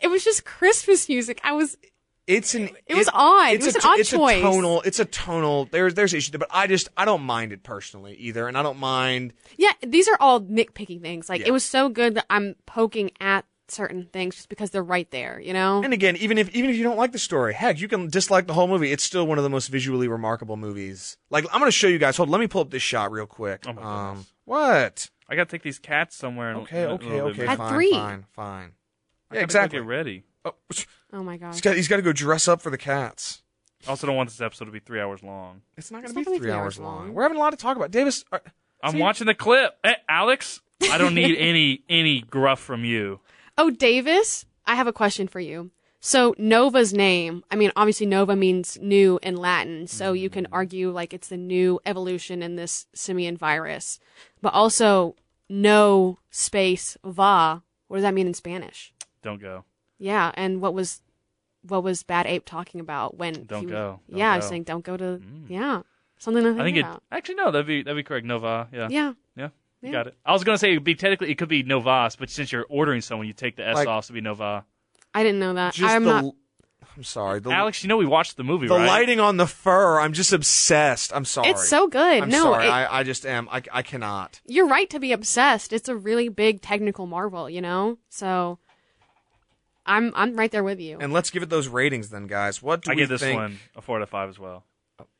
it was just Christmas music. I was
it's an
it was odd. It
It's
was
a,
an odd
it's
choice.
A tonal. It's a tonal. There's there's issue, there, but I just I don't mind it personally either, and I don't mind.
Yeah, these are all nitpicky things. Like
Yeah.
it was so good that I'm poking at certain things just because they're right there, you know?
And again, even if even if you don't like the story, heck, you can dislike the whole movie. It's still one of the most visually remarkable movies. Like I'm gonna show you guys. Hold, let me pull up this shot real quick.
Oh my
um,
goodness.
what?
I gotta take these cats somewhere. in a-
Okay,
in a
okay,
little bit,
okay.
man.
At
I
fine,
three.
fine, fine.
gotta
exactly.
Get ready.
Oh,
oh my gosh.
He's got, he's got to go dress up for the cats.
I also don't want this episode to be three hours long.
It's not going
It's
to be
not gonna
three, hours, long. We're having a lot to talk about. Davis, uh, are,
I'm
See-
watching the clip. Eh, Alex, I don't need any any gruff from you.
Oh, Davis, I have a question for you. So Nova's name, I mean, obviously Nova means new in Latin, so you
Mm.
can argue like it's the new evolution in this simian virus. But also, no space va. What does that mean in Spanish?
Don't go.
Yeah, and what was what was Bad Ape talking about when?
Don't
he was-
go, don't
yeah, I was
go. Mm.
saying don't go to. Yeah, something to think,
I think it
about.
actually no, that'd be that'd be correct. Nova, yeah.
yeah,
Yeah. You
Yeah.
got it. I was gonna say it'd be technically it could be Novas, but since you're ordering someone, you take the S
Like-
off to be Nova.
I didn't know that.
just
I'm
the.
not.
I'm sorry. The,
Alex, you know we watched the movie,
the
right?
lighting on the fur. I'm just obsessed. I'm sorry.
It's so good.
I'm
no,
sorry.
it-
I, I just am. I, I cannot.
you're right to be obsessed. It's a really big technical marvel, you know? So I'm I'm right there with you.
And let's give it those ratings then, guys. What do
I
we
give this
think?
one a four out of five as well.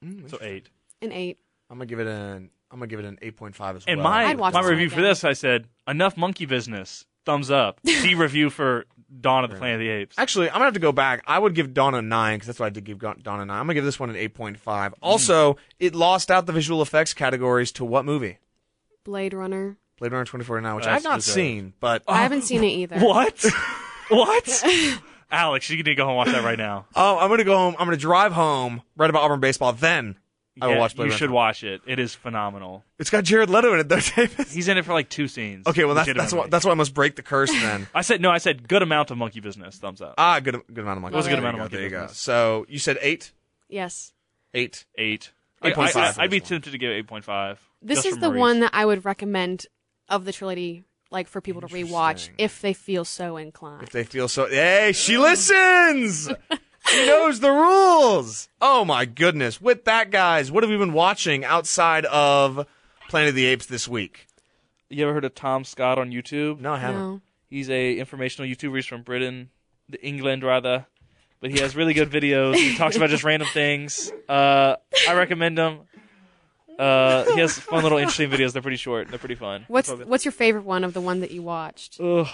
Mm,
So eight.
An eight.
I'm gonna give it an. I'm gonna give it an 8.5 as
And
well.
my
I'd watch
my
this one
review for
again.
this, I said enough monkey business. Thumbs up. See review for Dawn of the Planet of the Apes.
Actually, I'm gonna have to go back. I would give Dawn a nine because that's what I did give Dawn a nine. I'm gonna give this one an eight point
Mm.
five. Also, it lost out the visual effects categories to what movie?
Blade Runner.
Blade Runner 2049, which
That's
I've not
deserved.
seen, but
I haven't seen it either.
What? what? Alex, you need to go home and watch that right now.
oh, I'm gonna go home. I'm gonna drive home, write about Auburn baseball. Then I will
Yeah,
watch Blade
you
Runner.
should watch it. It is phenomenal.
It's got Jared Leto in it though, Davis.
He's in it for like two scenes.
Okay, well that's that's why
legitimately.
that's why I must break the curse then.
I said no. I said good amount of monkey business. Thumbs up.
ah, good good amount of money.
It was a good
There
amount
you
of
go,
money.
There you go. So you said eight,
Yes.
eight.
Eight. I,
8.5
I,
for
I, I'd be
this one.
tempted to give eight point five.
This is the one that I would recommend of the trilogy like for people to rewatch
Interesting.
if they feel so inclined.
If they feel so. Hey, she listens. she knows the rules. Oh my goodness! With that, guys, what have we been watching outside of Planet of the Apes this week?
You ever heard of Tom Scott on YouTube?
No, I haven't.
no.
He's a informational YouTuber. He's from Britain, the England rather, but he has really good videos. He talks about just random things. Uh, I recommend him. Uh, he has fun little interesting videos. They're pretty short. They're pretty fun.
What's what's your favorite one of the one that you watched?
Ugh,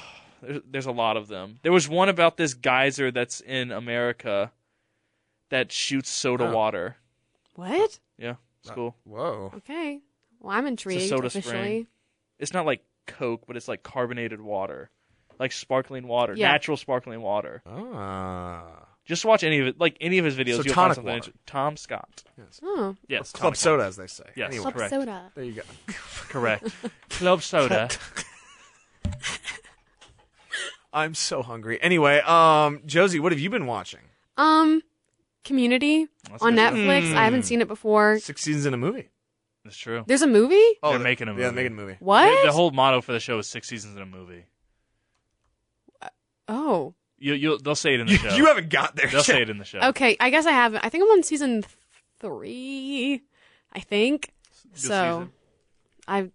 there's, there's a lot of them. There was one about this geyser that's in America that shoots soda
Oh.
water.
What?
Yeah, it's cool.
Whoa.
Okay. Well, I'm intrigued.
soda spring.
officially.
It's not like Coke, but it's like carbonated water, like sparkling water,
Yeah.
natural sparkling water.
Ah.
Just watch any of it, like any of his videos.
So
you'll
tonic
find something.
water.
inter- Tom Scott.
Oh,
Yes,
Club
tonic
soda, as they say.
Yes.
Anyway,
club
Correct.
soda.
there you go.
water. correct. Club soda.
I'm so hungry. Anyway, um, Josie, what have you been watching?
Um, Community
That's Hmm.
on
good.
Netflix. I haven't seen it before.
Six seasons in a movie. Oh,
That's true.
There's a movie?
They're making a
Yeah,
movie.
making a movie.
What?
Oh, The, the whole motto for the show is six seasons in a movie.
oh,
You, you, they'll say it in the
You,
show.
you haven't got there
they'll
yet.
say it in the show.
okay. I guess I haven't. I think I'm on season th- three. I think
This
so.
season.
I've,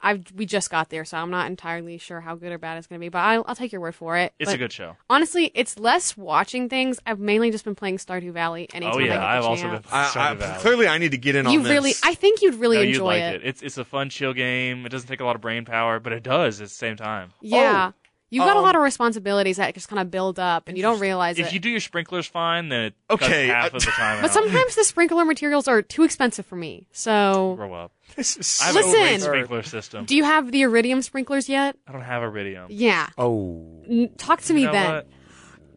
I've we just got there, so I'm not entirely sure how good or bad it's gonna be. But I'll, I'll take your word for it.
it's
But
a good show.
Honestly, it's less watching things. I've mainly just been playing Stardew Valley. Anytime
Oh
I get
yeah,
the
I've also been.
chance.
I,
Stardew
I,
Valley.
clearly, I need to get in
You
on
really,
this.
I think you'd really
No, you'd
enjoy
like it. It's it's a fun, chill game. It doesn't take a lot of brain power, but it does at the same time.
Yeah.
Oh.
You've got a
Um,
lot of responsibilities that just kind of build up and you don't realize
If
it.
you do your sprinklers fine, then it
Okay,
cuts half
I-
of the time.
but
out.
sometimes the sprinkler materials are too expensive for me. So,
grow up.
This is
I have
so
a great
Listen.
sprinkler system.
do you have the iridium sprinklers yet?
I don't have iridium.
Yeah.
Oh.
N- Talk to me
You know
then.
what?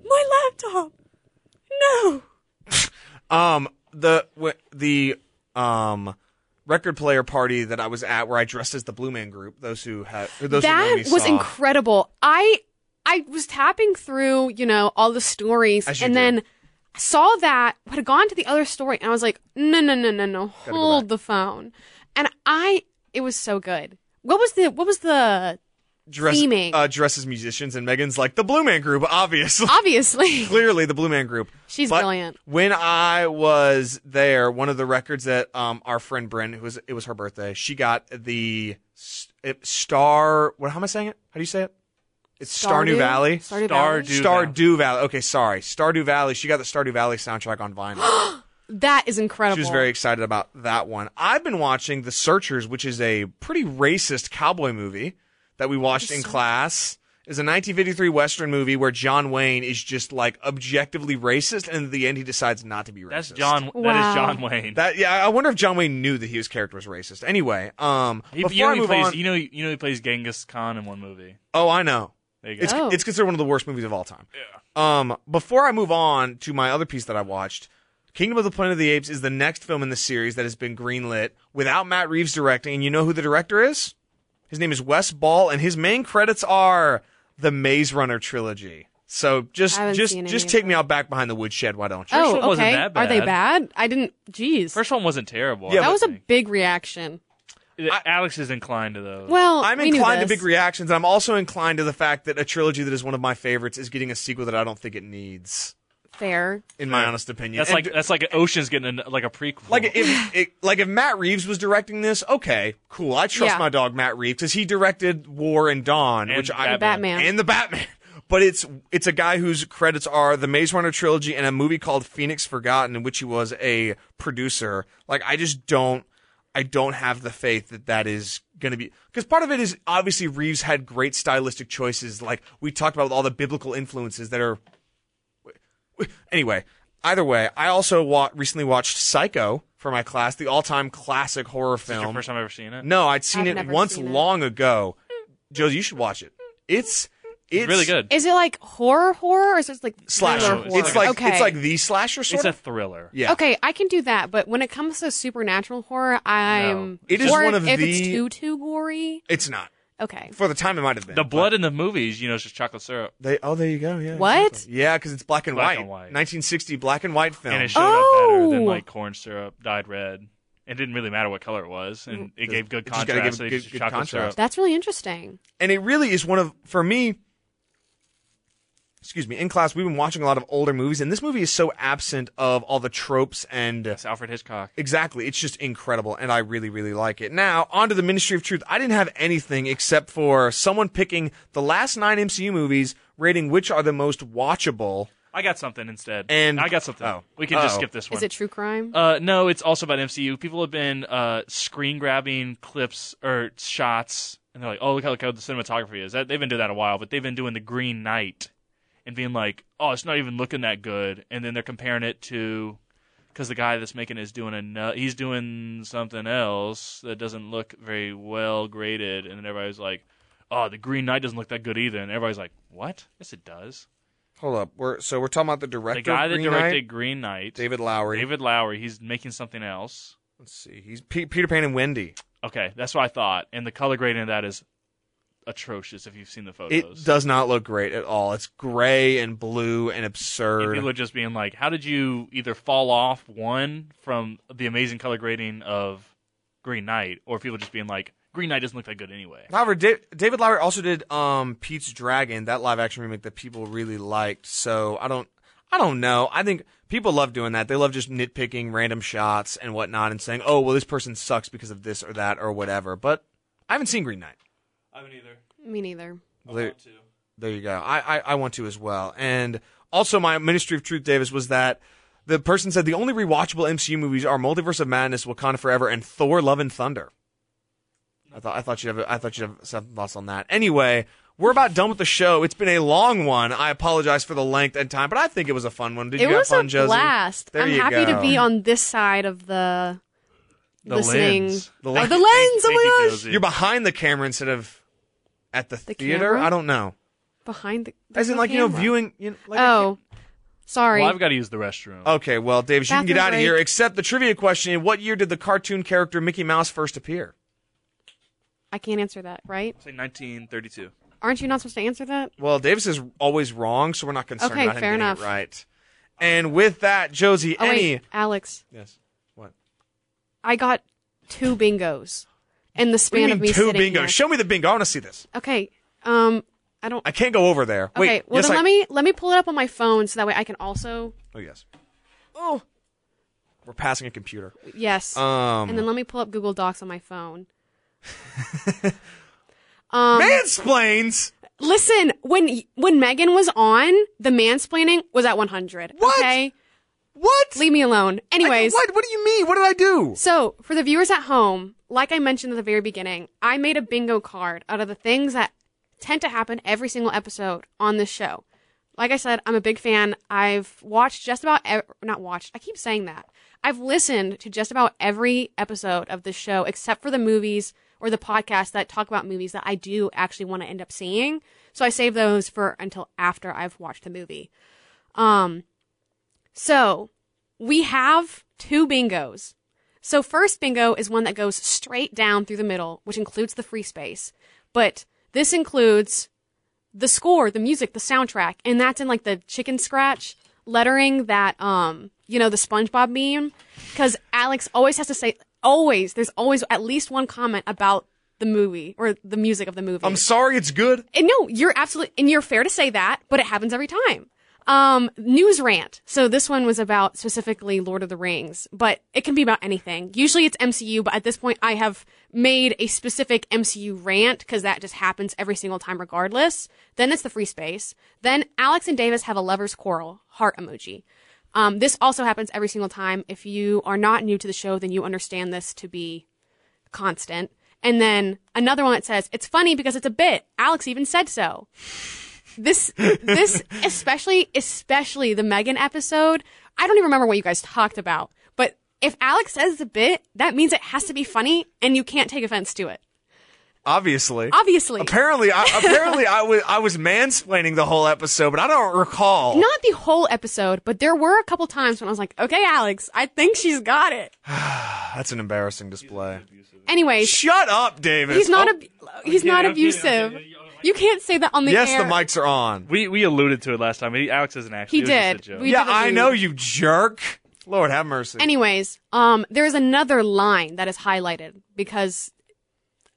My laptop. No.
Um, the w- the um record player party that I was at, where I dressed as the Blue Man Group. Those who had those who know
that
me
was
saw.
incredible. I I was tapping through, you know, all the stories
As you
and
do.
then saw that had gone to the other story and I was like, "No, no, no, no, no.
go back.
Hold the phone." And I it was so good. What was the what was the
Dress,
theming.
Uh, dressed as musicians, and Megan's like the Blue Man Group, obviously.
obviously
Clearly, the Blue Man Group.
She's
But
brilliant.
When I was there, one of the records that um our friend Bryn, who was it was her birthday, she got the s- it- Star. What? How am I saying it? How do you say it? It's Star New
Stardew?
Valley.
Stardew
Stardew.
Valley.
Valley.
Stardew Valley. Okay, sorry. Stardew Valley. She got the Stardew Valley soundtrack on vinyl.
That is incredible.
She
Uh-huh.
was very excited about that one. I've been watching The Searchers, which is a pretty racist cowboy movie that we watched in class. is a 1953 Western movie where John Wayne is just like objectively racist, and at the end he decides not to be racist.
That's John. That
Wow.
is John Wayne.
That yeah, I wonder if John Wayne knew that his character was racist. Anyway, um,
he,
before
you know
I
he
move
plays.
on,
You know. You know he plays Genghis Khan in one movie.
oh, I know.
There you go.
It's
Oh.
it's considered one of the worst movies of all time. Yeah. Um, before I move on to my other piece that I watched, Kingdom of the Planet of the Apes is the next film in the series that has been greenlit without Matt Reeves directing. And you know who the director is? His name is Wes Ball, and his main credits are the Maze Runner trilogy. So just
I haven't
just
seen any
just
of
take me out back behind the woodshed, why don't you?
First
oh,
one wasn't
okay.
that
Are they
bad.
bad? I didn't. Jeez,
First one wasn't terrible. I
Yeah,
that
don't
was a
think.
big reaction.
I- Alex is inclined to those.
Well,
I'm
Oh, we knew
inclined to
this.
big reactions, and I'm also inclined to the fact that a trilogy that is one of my favorites is getting a sequel that I don't think it needs,
Fair.
in my honest opinion.
that's
And
like that's like Ocean's getting a, like a prequel.
Like if it, like if Matt Reeves was directing this, okay, cool. I trust
Yeah.
my dog Matt Reeves because he directed War and Dawn,
And
which I
Batman.
Batman.
and the Batman. But it's it's a guy whose credits are the Maze Runner trilogy and a movie called Phoenix Forgotten, in which he was a producer. Like I just don't I don't have the faith that that is going to be because part of it is obviously Reeves had great stylistic choices, like we talked about with all the biblical influences that are. Anyway, either way, I also wa- recently watched Psycho for my class, the all-time classic horror
This is your
film.
first time I've ever seen it.
No, I'd seen
I've
it
never
once
seen it.
long ago. Josie, you should watch it. It's it's
it's really good.
Is it like horror horror or is it like
slasher.
No,
thriller horror?
it's like
okay.
it's like the slasher sort
It's a
of.
thriller.
yeah.
Okay, I can do that, but when it comes to supernatural horror, I'm
It
is
or
one of
if
the-
it's too too gory.
It's not.
Okay.
For the time it might have been.
The
but
blood in the movies, you know, is just chocolate syrup,
They oh there you go yeah.
What?
Yeah, because it's black and
Black
white.
and white.
1960 black and white film.
and it showed up better than
Oh!
like corn syrup dyed red. It didn't really matter what color it was, and it
Mm.
gave good
It
contrast.
just gotta give
so they
good-
just used
good
chocolate
contrast.
syrup.
That's really interesting.
and it really is one of for me excuse me in class we've been watching a lot of older movies and this movie is so absent of all the tropes and
That's Alfred Hitchcock.
exactly it's just incredible and i really really like it now on to the ministry of truth i didn't have anything except for someone picking the last nine mcu movies rating which are the most watchable
I got something instead.
And-
I got something.
oh.
We can just
Uh-oh.
skip this one.
Is it true crime?
Uh, no, it's also about MCU. People have been uh, screen grabbing clips or shots, and they're like, "Oh, look how, look how the cinematography is." That, they've been doing that a while, but they've been doing the Green Knight and being like, "Oh, it's not even looking that good," and then they're comparing it to because the guy that's making it is doing a nu- he's doing something else that doesn't look very well graded, and then everybody's like, "Oh, the Green Knight doesn't look that good either," and everybody's like, "What? Yes, it does."
hold up we're so we're talking about the director
the guy
of
that
Green
directed
Knight,
Green Knight,
david lowry
David Lowry, he's making something else.
let's see he's P- peter pan and wendy
Okay, that's what I thought. And the color grading of that is atrocious if you've seen the photos.
it does not look great at all it's gray and blue and
And
absurd
people are just being like, how did you either fall off one from the amazing color grading of Green Knight, or people just being like, Green Knight doesn't look that good anyway.
However, da- David Lowry also did um, Pete's Dragon, that live action remake that people really liked. So I don't, I don't know. I think people love doing that. They love just nitpicking random shots and whatnot, and saying, "Oh, well, this person sucks because of this or that or whatever." But I haven't seen Green Knight.
I haven't either.
Me neither.
There, there you go. I, I I want to as well. And also, my Ministry of Truth, Davis, was that. The person said the only rewatchable MCU movies are Multiverse of Madness, Wakanda Forever, and Thor: Love and Thunder. I thought I thought you'd have I thought you'd have some thoughts on that. Anyway, we're about done with the show. It's been a long one. I apologize for the length and time, but I think it was a fun one. Did
it
you
was
have fun,
a
Josie?
blast.
There
I'm
you
happy
go.
to be on this side of the,
The
listening.
lens.
The
Oh,
lens.
the lens. Oh
Thank you,
my gosh.
Josie.
You're behind the camera instead of at the,
The
theater.
camera?
I don't know.
Behind the.
As
there's
in,
no
like you know,
camera.
viewing. You know, like a
Oh, sorry.
Well, I've got to use the restroom.
ca- Okay, well, Davis, you can get
Bathroom
out of here.
break.
Except the trivia question: In what year did the cartoon character Mickey Mouse first appear?
I can't answer that, right?
Say 1932.
Aren't you not supposed to answer that?
Well, Davis is always wrong, so we're not concerned
Okay,
about him
fair
getting
enough.
it right. And with that, Josie,
Oh
any
wait, Alex,
yes, what?
I got two bingos in the
What do
span
you
of
mean
me
two
sitting
bingo?
here.
Show me the bingo. I want to see this.
okay, um, I don't.
I can't go over there. Wait.
okay, well
yes,
then
I-
let me let me pull it up on my phone so that way I can also
Oh yes.
oh
We're passing a computer.
yes,
Um.
and then let me pull up Google Docs on my phone. um,
mansplains.
listen, when when Megan was on, the mansplaining was at 100.
What?
Okay,
What?
leave me alone.
I-
Anyways,
what? What do you mean? What did I do?
So, for the viewers at home, like I mentioned at the very beginning, I made a bingo card out of the things that tend to happen every single episode on this show. Like I said, I'm a big fan. I've watched just about ev- not watched. I keep saying that. I've listened to just about every episode of this show except for the movies or the podcasts that talk about movies that I do actually want to end up seeing. So I save those for until after I've watched the movie. Um so we have two bingos. So, first bingo is one that goes straight down through the middle, which includes the free space. But this includes the score, the music, the soundtrack, and that's in like the chicken scratch lettering that, um, you know, the SpongeBob meme. Because Alex always has to say, always, there's always at least one comment about the movie or the music of the movie.
I'm sorry, it's good.
And no, you're absolutely, and you're fair to say that, but it happens every time. Um, news rant. So this one was about specifically Lord of the Rings, but it can be about anything. Usually it's MCU, but at this point I have made a specific MCU rant because that just happens every single time regardless. Then it's the free space. Then Alex and Davis have a lover's quarrel, heart emoji. Um, this also happens every single time. If you are not new to the show, then you understand this to be constant. And then another one that says, it's funny because it's a bit. Alex even said so. This, this, especially, especially the Megan episode. I don't even remember what you guys talked about, but if Alex says it's a bit, that means it has to be funny and you can't take offense to it.
Obviously.
Obviously.
Apparently, I, apparently, I was I was mansplaining the whole episode, but I don't recall.
Not the whole episode, but there were a couple times when I was like, okay, Alex, I think she's got it.
That's an embarrassing display.
Anyways,
Shut up, Davis.
he's not,
Oh,
ab- he's not
I'm kidding, I'm
abusive.
kidding.
You can't say that on the
yes,
air.
the mics are on.
We we alluded to it last time. He- Alex isn't actually.
He
it was just a
did.
joke.
We-
Yeah,
did
I
allude.
know you jerk. Lord have mercy.
Anyways, um, there's another line that is highlighted because,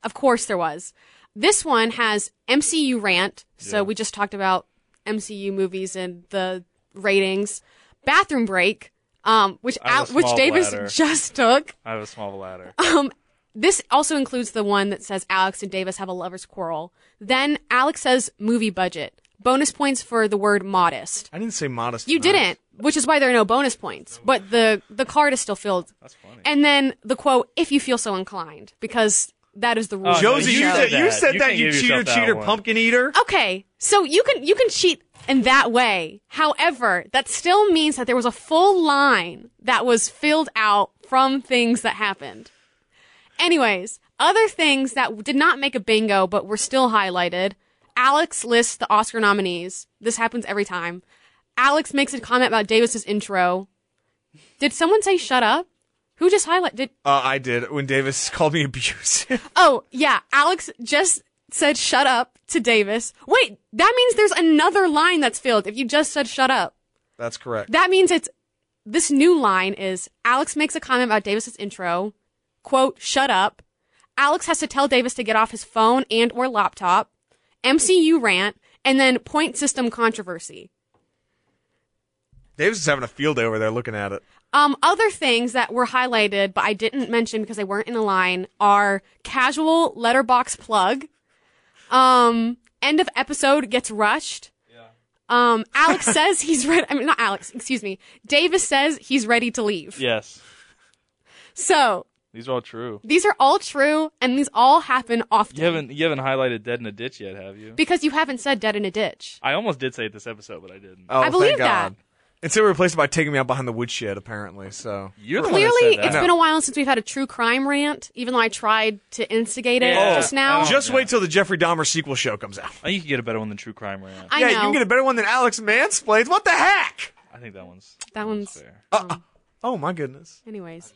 of course, there was. This one has MCU rant. So we just talked about MCU movies and the ratings. Bathroom break, um, which
I have
Al-
a
which
small
Davis
bladder.
just took.
I have a small bladder.
Um, this also includes the one that says Alex and Davis have a lover's quarrel. Then Alex says movie budget. Bonus points for the word modest.
I didn't say modest.
You
tonight.
didn't, which is why there are no bonus points. But the the card is still filled.
That's funny.
And then the quote, "If you feel so inclined," because that is the rule.
Oh, no,
Josie,
You
you,
said
said, you
that.
said
You
that,
can't
you
give
cheater,
yourself that
cheater,
one.
pumpkin eater.
Okay, so you can you can cheat in that way. However, that still means that there was a full line that was filled out from things that happened. Anyways, other things that did not make a bingo but were still highlighted. Alex lists the Oscar nominees. This happens every time. Alex makes a comment about Davis's intro. Did someone say shut up? Who just highlighted? Did,
Uh, I did when Davis called me abusive.
Oh, yeah. Alex just said shut up to Davis. Wait, that means there's another line that's filled if you just said shut up.
That's correct.
That means it's this new line is Alex makes a comment about Davis's intro, quote, shut up. Alex has to tell Davis to get off his phone and or laptop, MCU rant, and then point system controversy.
Davis is having a field day over there looking at it.
Um, other things that were highlighted, but I didn't mention because they weren't in a line, are casual letterbox plug. Um, end of episode gets rushed. Um, Alex says he's ready. I mean, not Alex. Excuse me. Davis says he's ready to leave.
yes,
So
these are all true.
these are all true, and these all happen often.
You haven't you haven't highlighted dead in a ditch yet, have you?
because you haven't said dead in a ditch.
I almost did say it this episode, but I didn't.
Oh,
I believe
thank God.
that.
Instead, we replaced it by taking me out behind the woodshed, apparently. So
You're the one
Clearly,
that said
it's
that.
been a while since we've had a true crime rant. Even though I tried to instigate it
Yeah.
just now.
Oh,
just
yeah.
wait till the Jeffrey Dahmer sequel show comes out.
I think you can get a better one than True Crime Rant.
I
yeah,
know
you can get a better one than Alex mansplains. What the heck?
I think that one's
that one's.
fair.
Oh my goodness,
Anyways,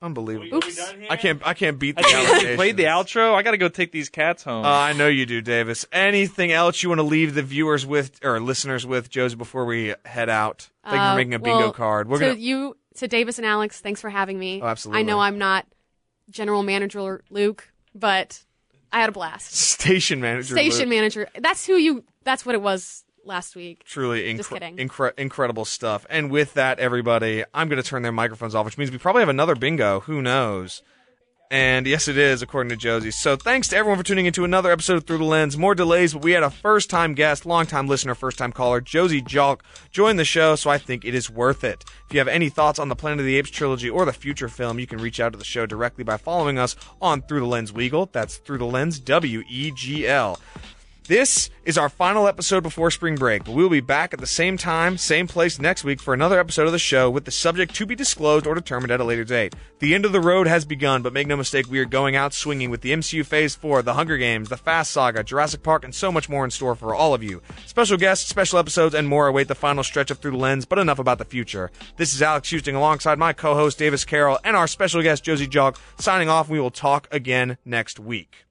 unbelievable!
oops.
I can't, I can't beat the
I played the
allegations.
outro. I got to go take these cats home.
Uh, I know you do, Davis. Anything else you want to leave the viewers with or listeners with, Josie, before we head out? Thank you
Uh,
for making a bingo
well,
card. We're
to
gonna.
you to Davis and Alex. Thanks for having me.
Oh, absolutely.
I know I'm not general manager Luke, but I had a blast.
Station manager.
Station
Luke.
manager. That's who you. That's what it was last week.
Truly
Just
incre-
kidding.
incre- incredible stuff. And with that, everybody, I'm going to turn their microphones off, which means we probably have another bingo. Who knows? And yes, it is, according to Josie. So thanks to everyone for tuning into another episode of Through the Lens. More delays, but we had a first time guest, long time listener, first time caller, Josie Jolk, join the show, so I think it is worth it. If you have any thoughts on the Planet of the Apes trilogy or the future film, you can reach out to the show directly by following us on Through the Lens Weagle. That's Through the Lens W E G L. This is our final episode before spring break, but we will be back at the same time, same place next week for another episode of the show with the subject to be disclosed or determined at a later date. The end of the road has begun, but make no mistake, we are going out swinging with the MCU Phase 4, The Hunger Games, The Fast Saga, Jurassic Park, and so much more in store for all of you. Special guests, special episodes, and more await the final stretch of Through the Lens, but enough about the future. This is Alex Houston alongside my co host Davis Carroll and our special guest Josie Jog signing off. We will talk again next week.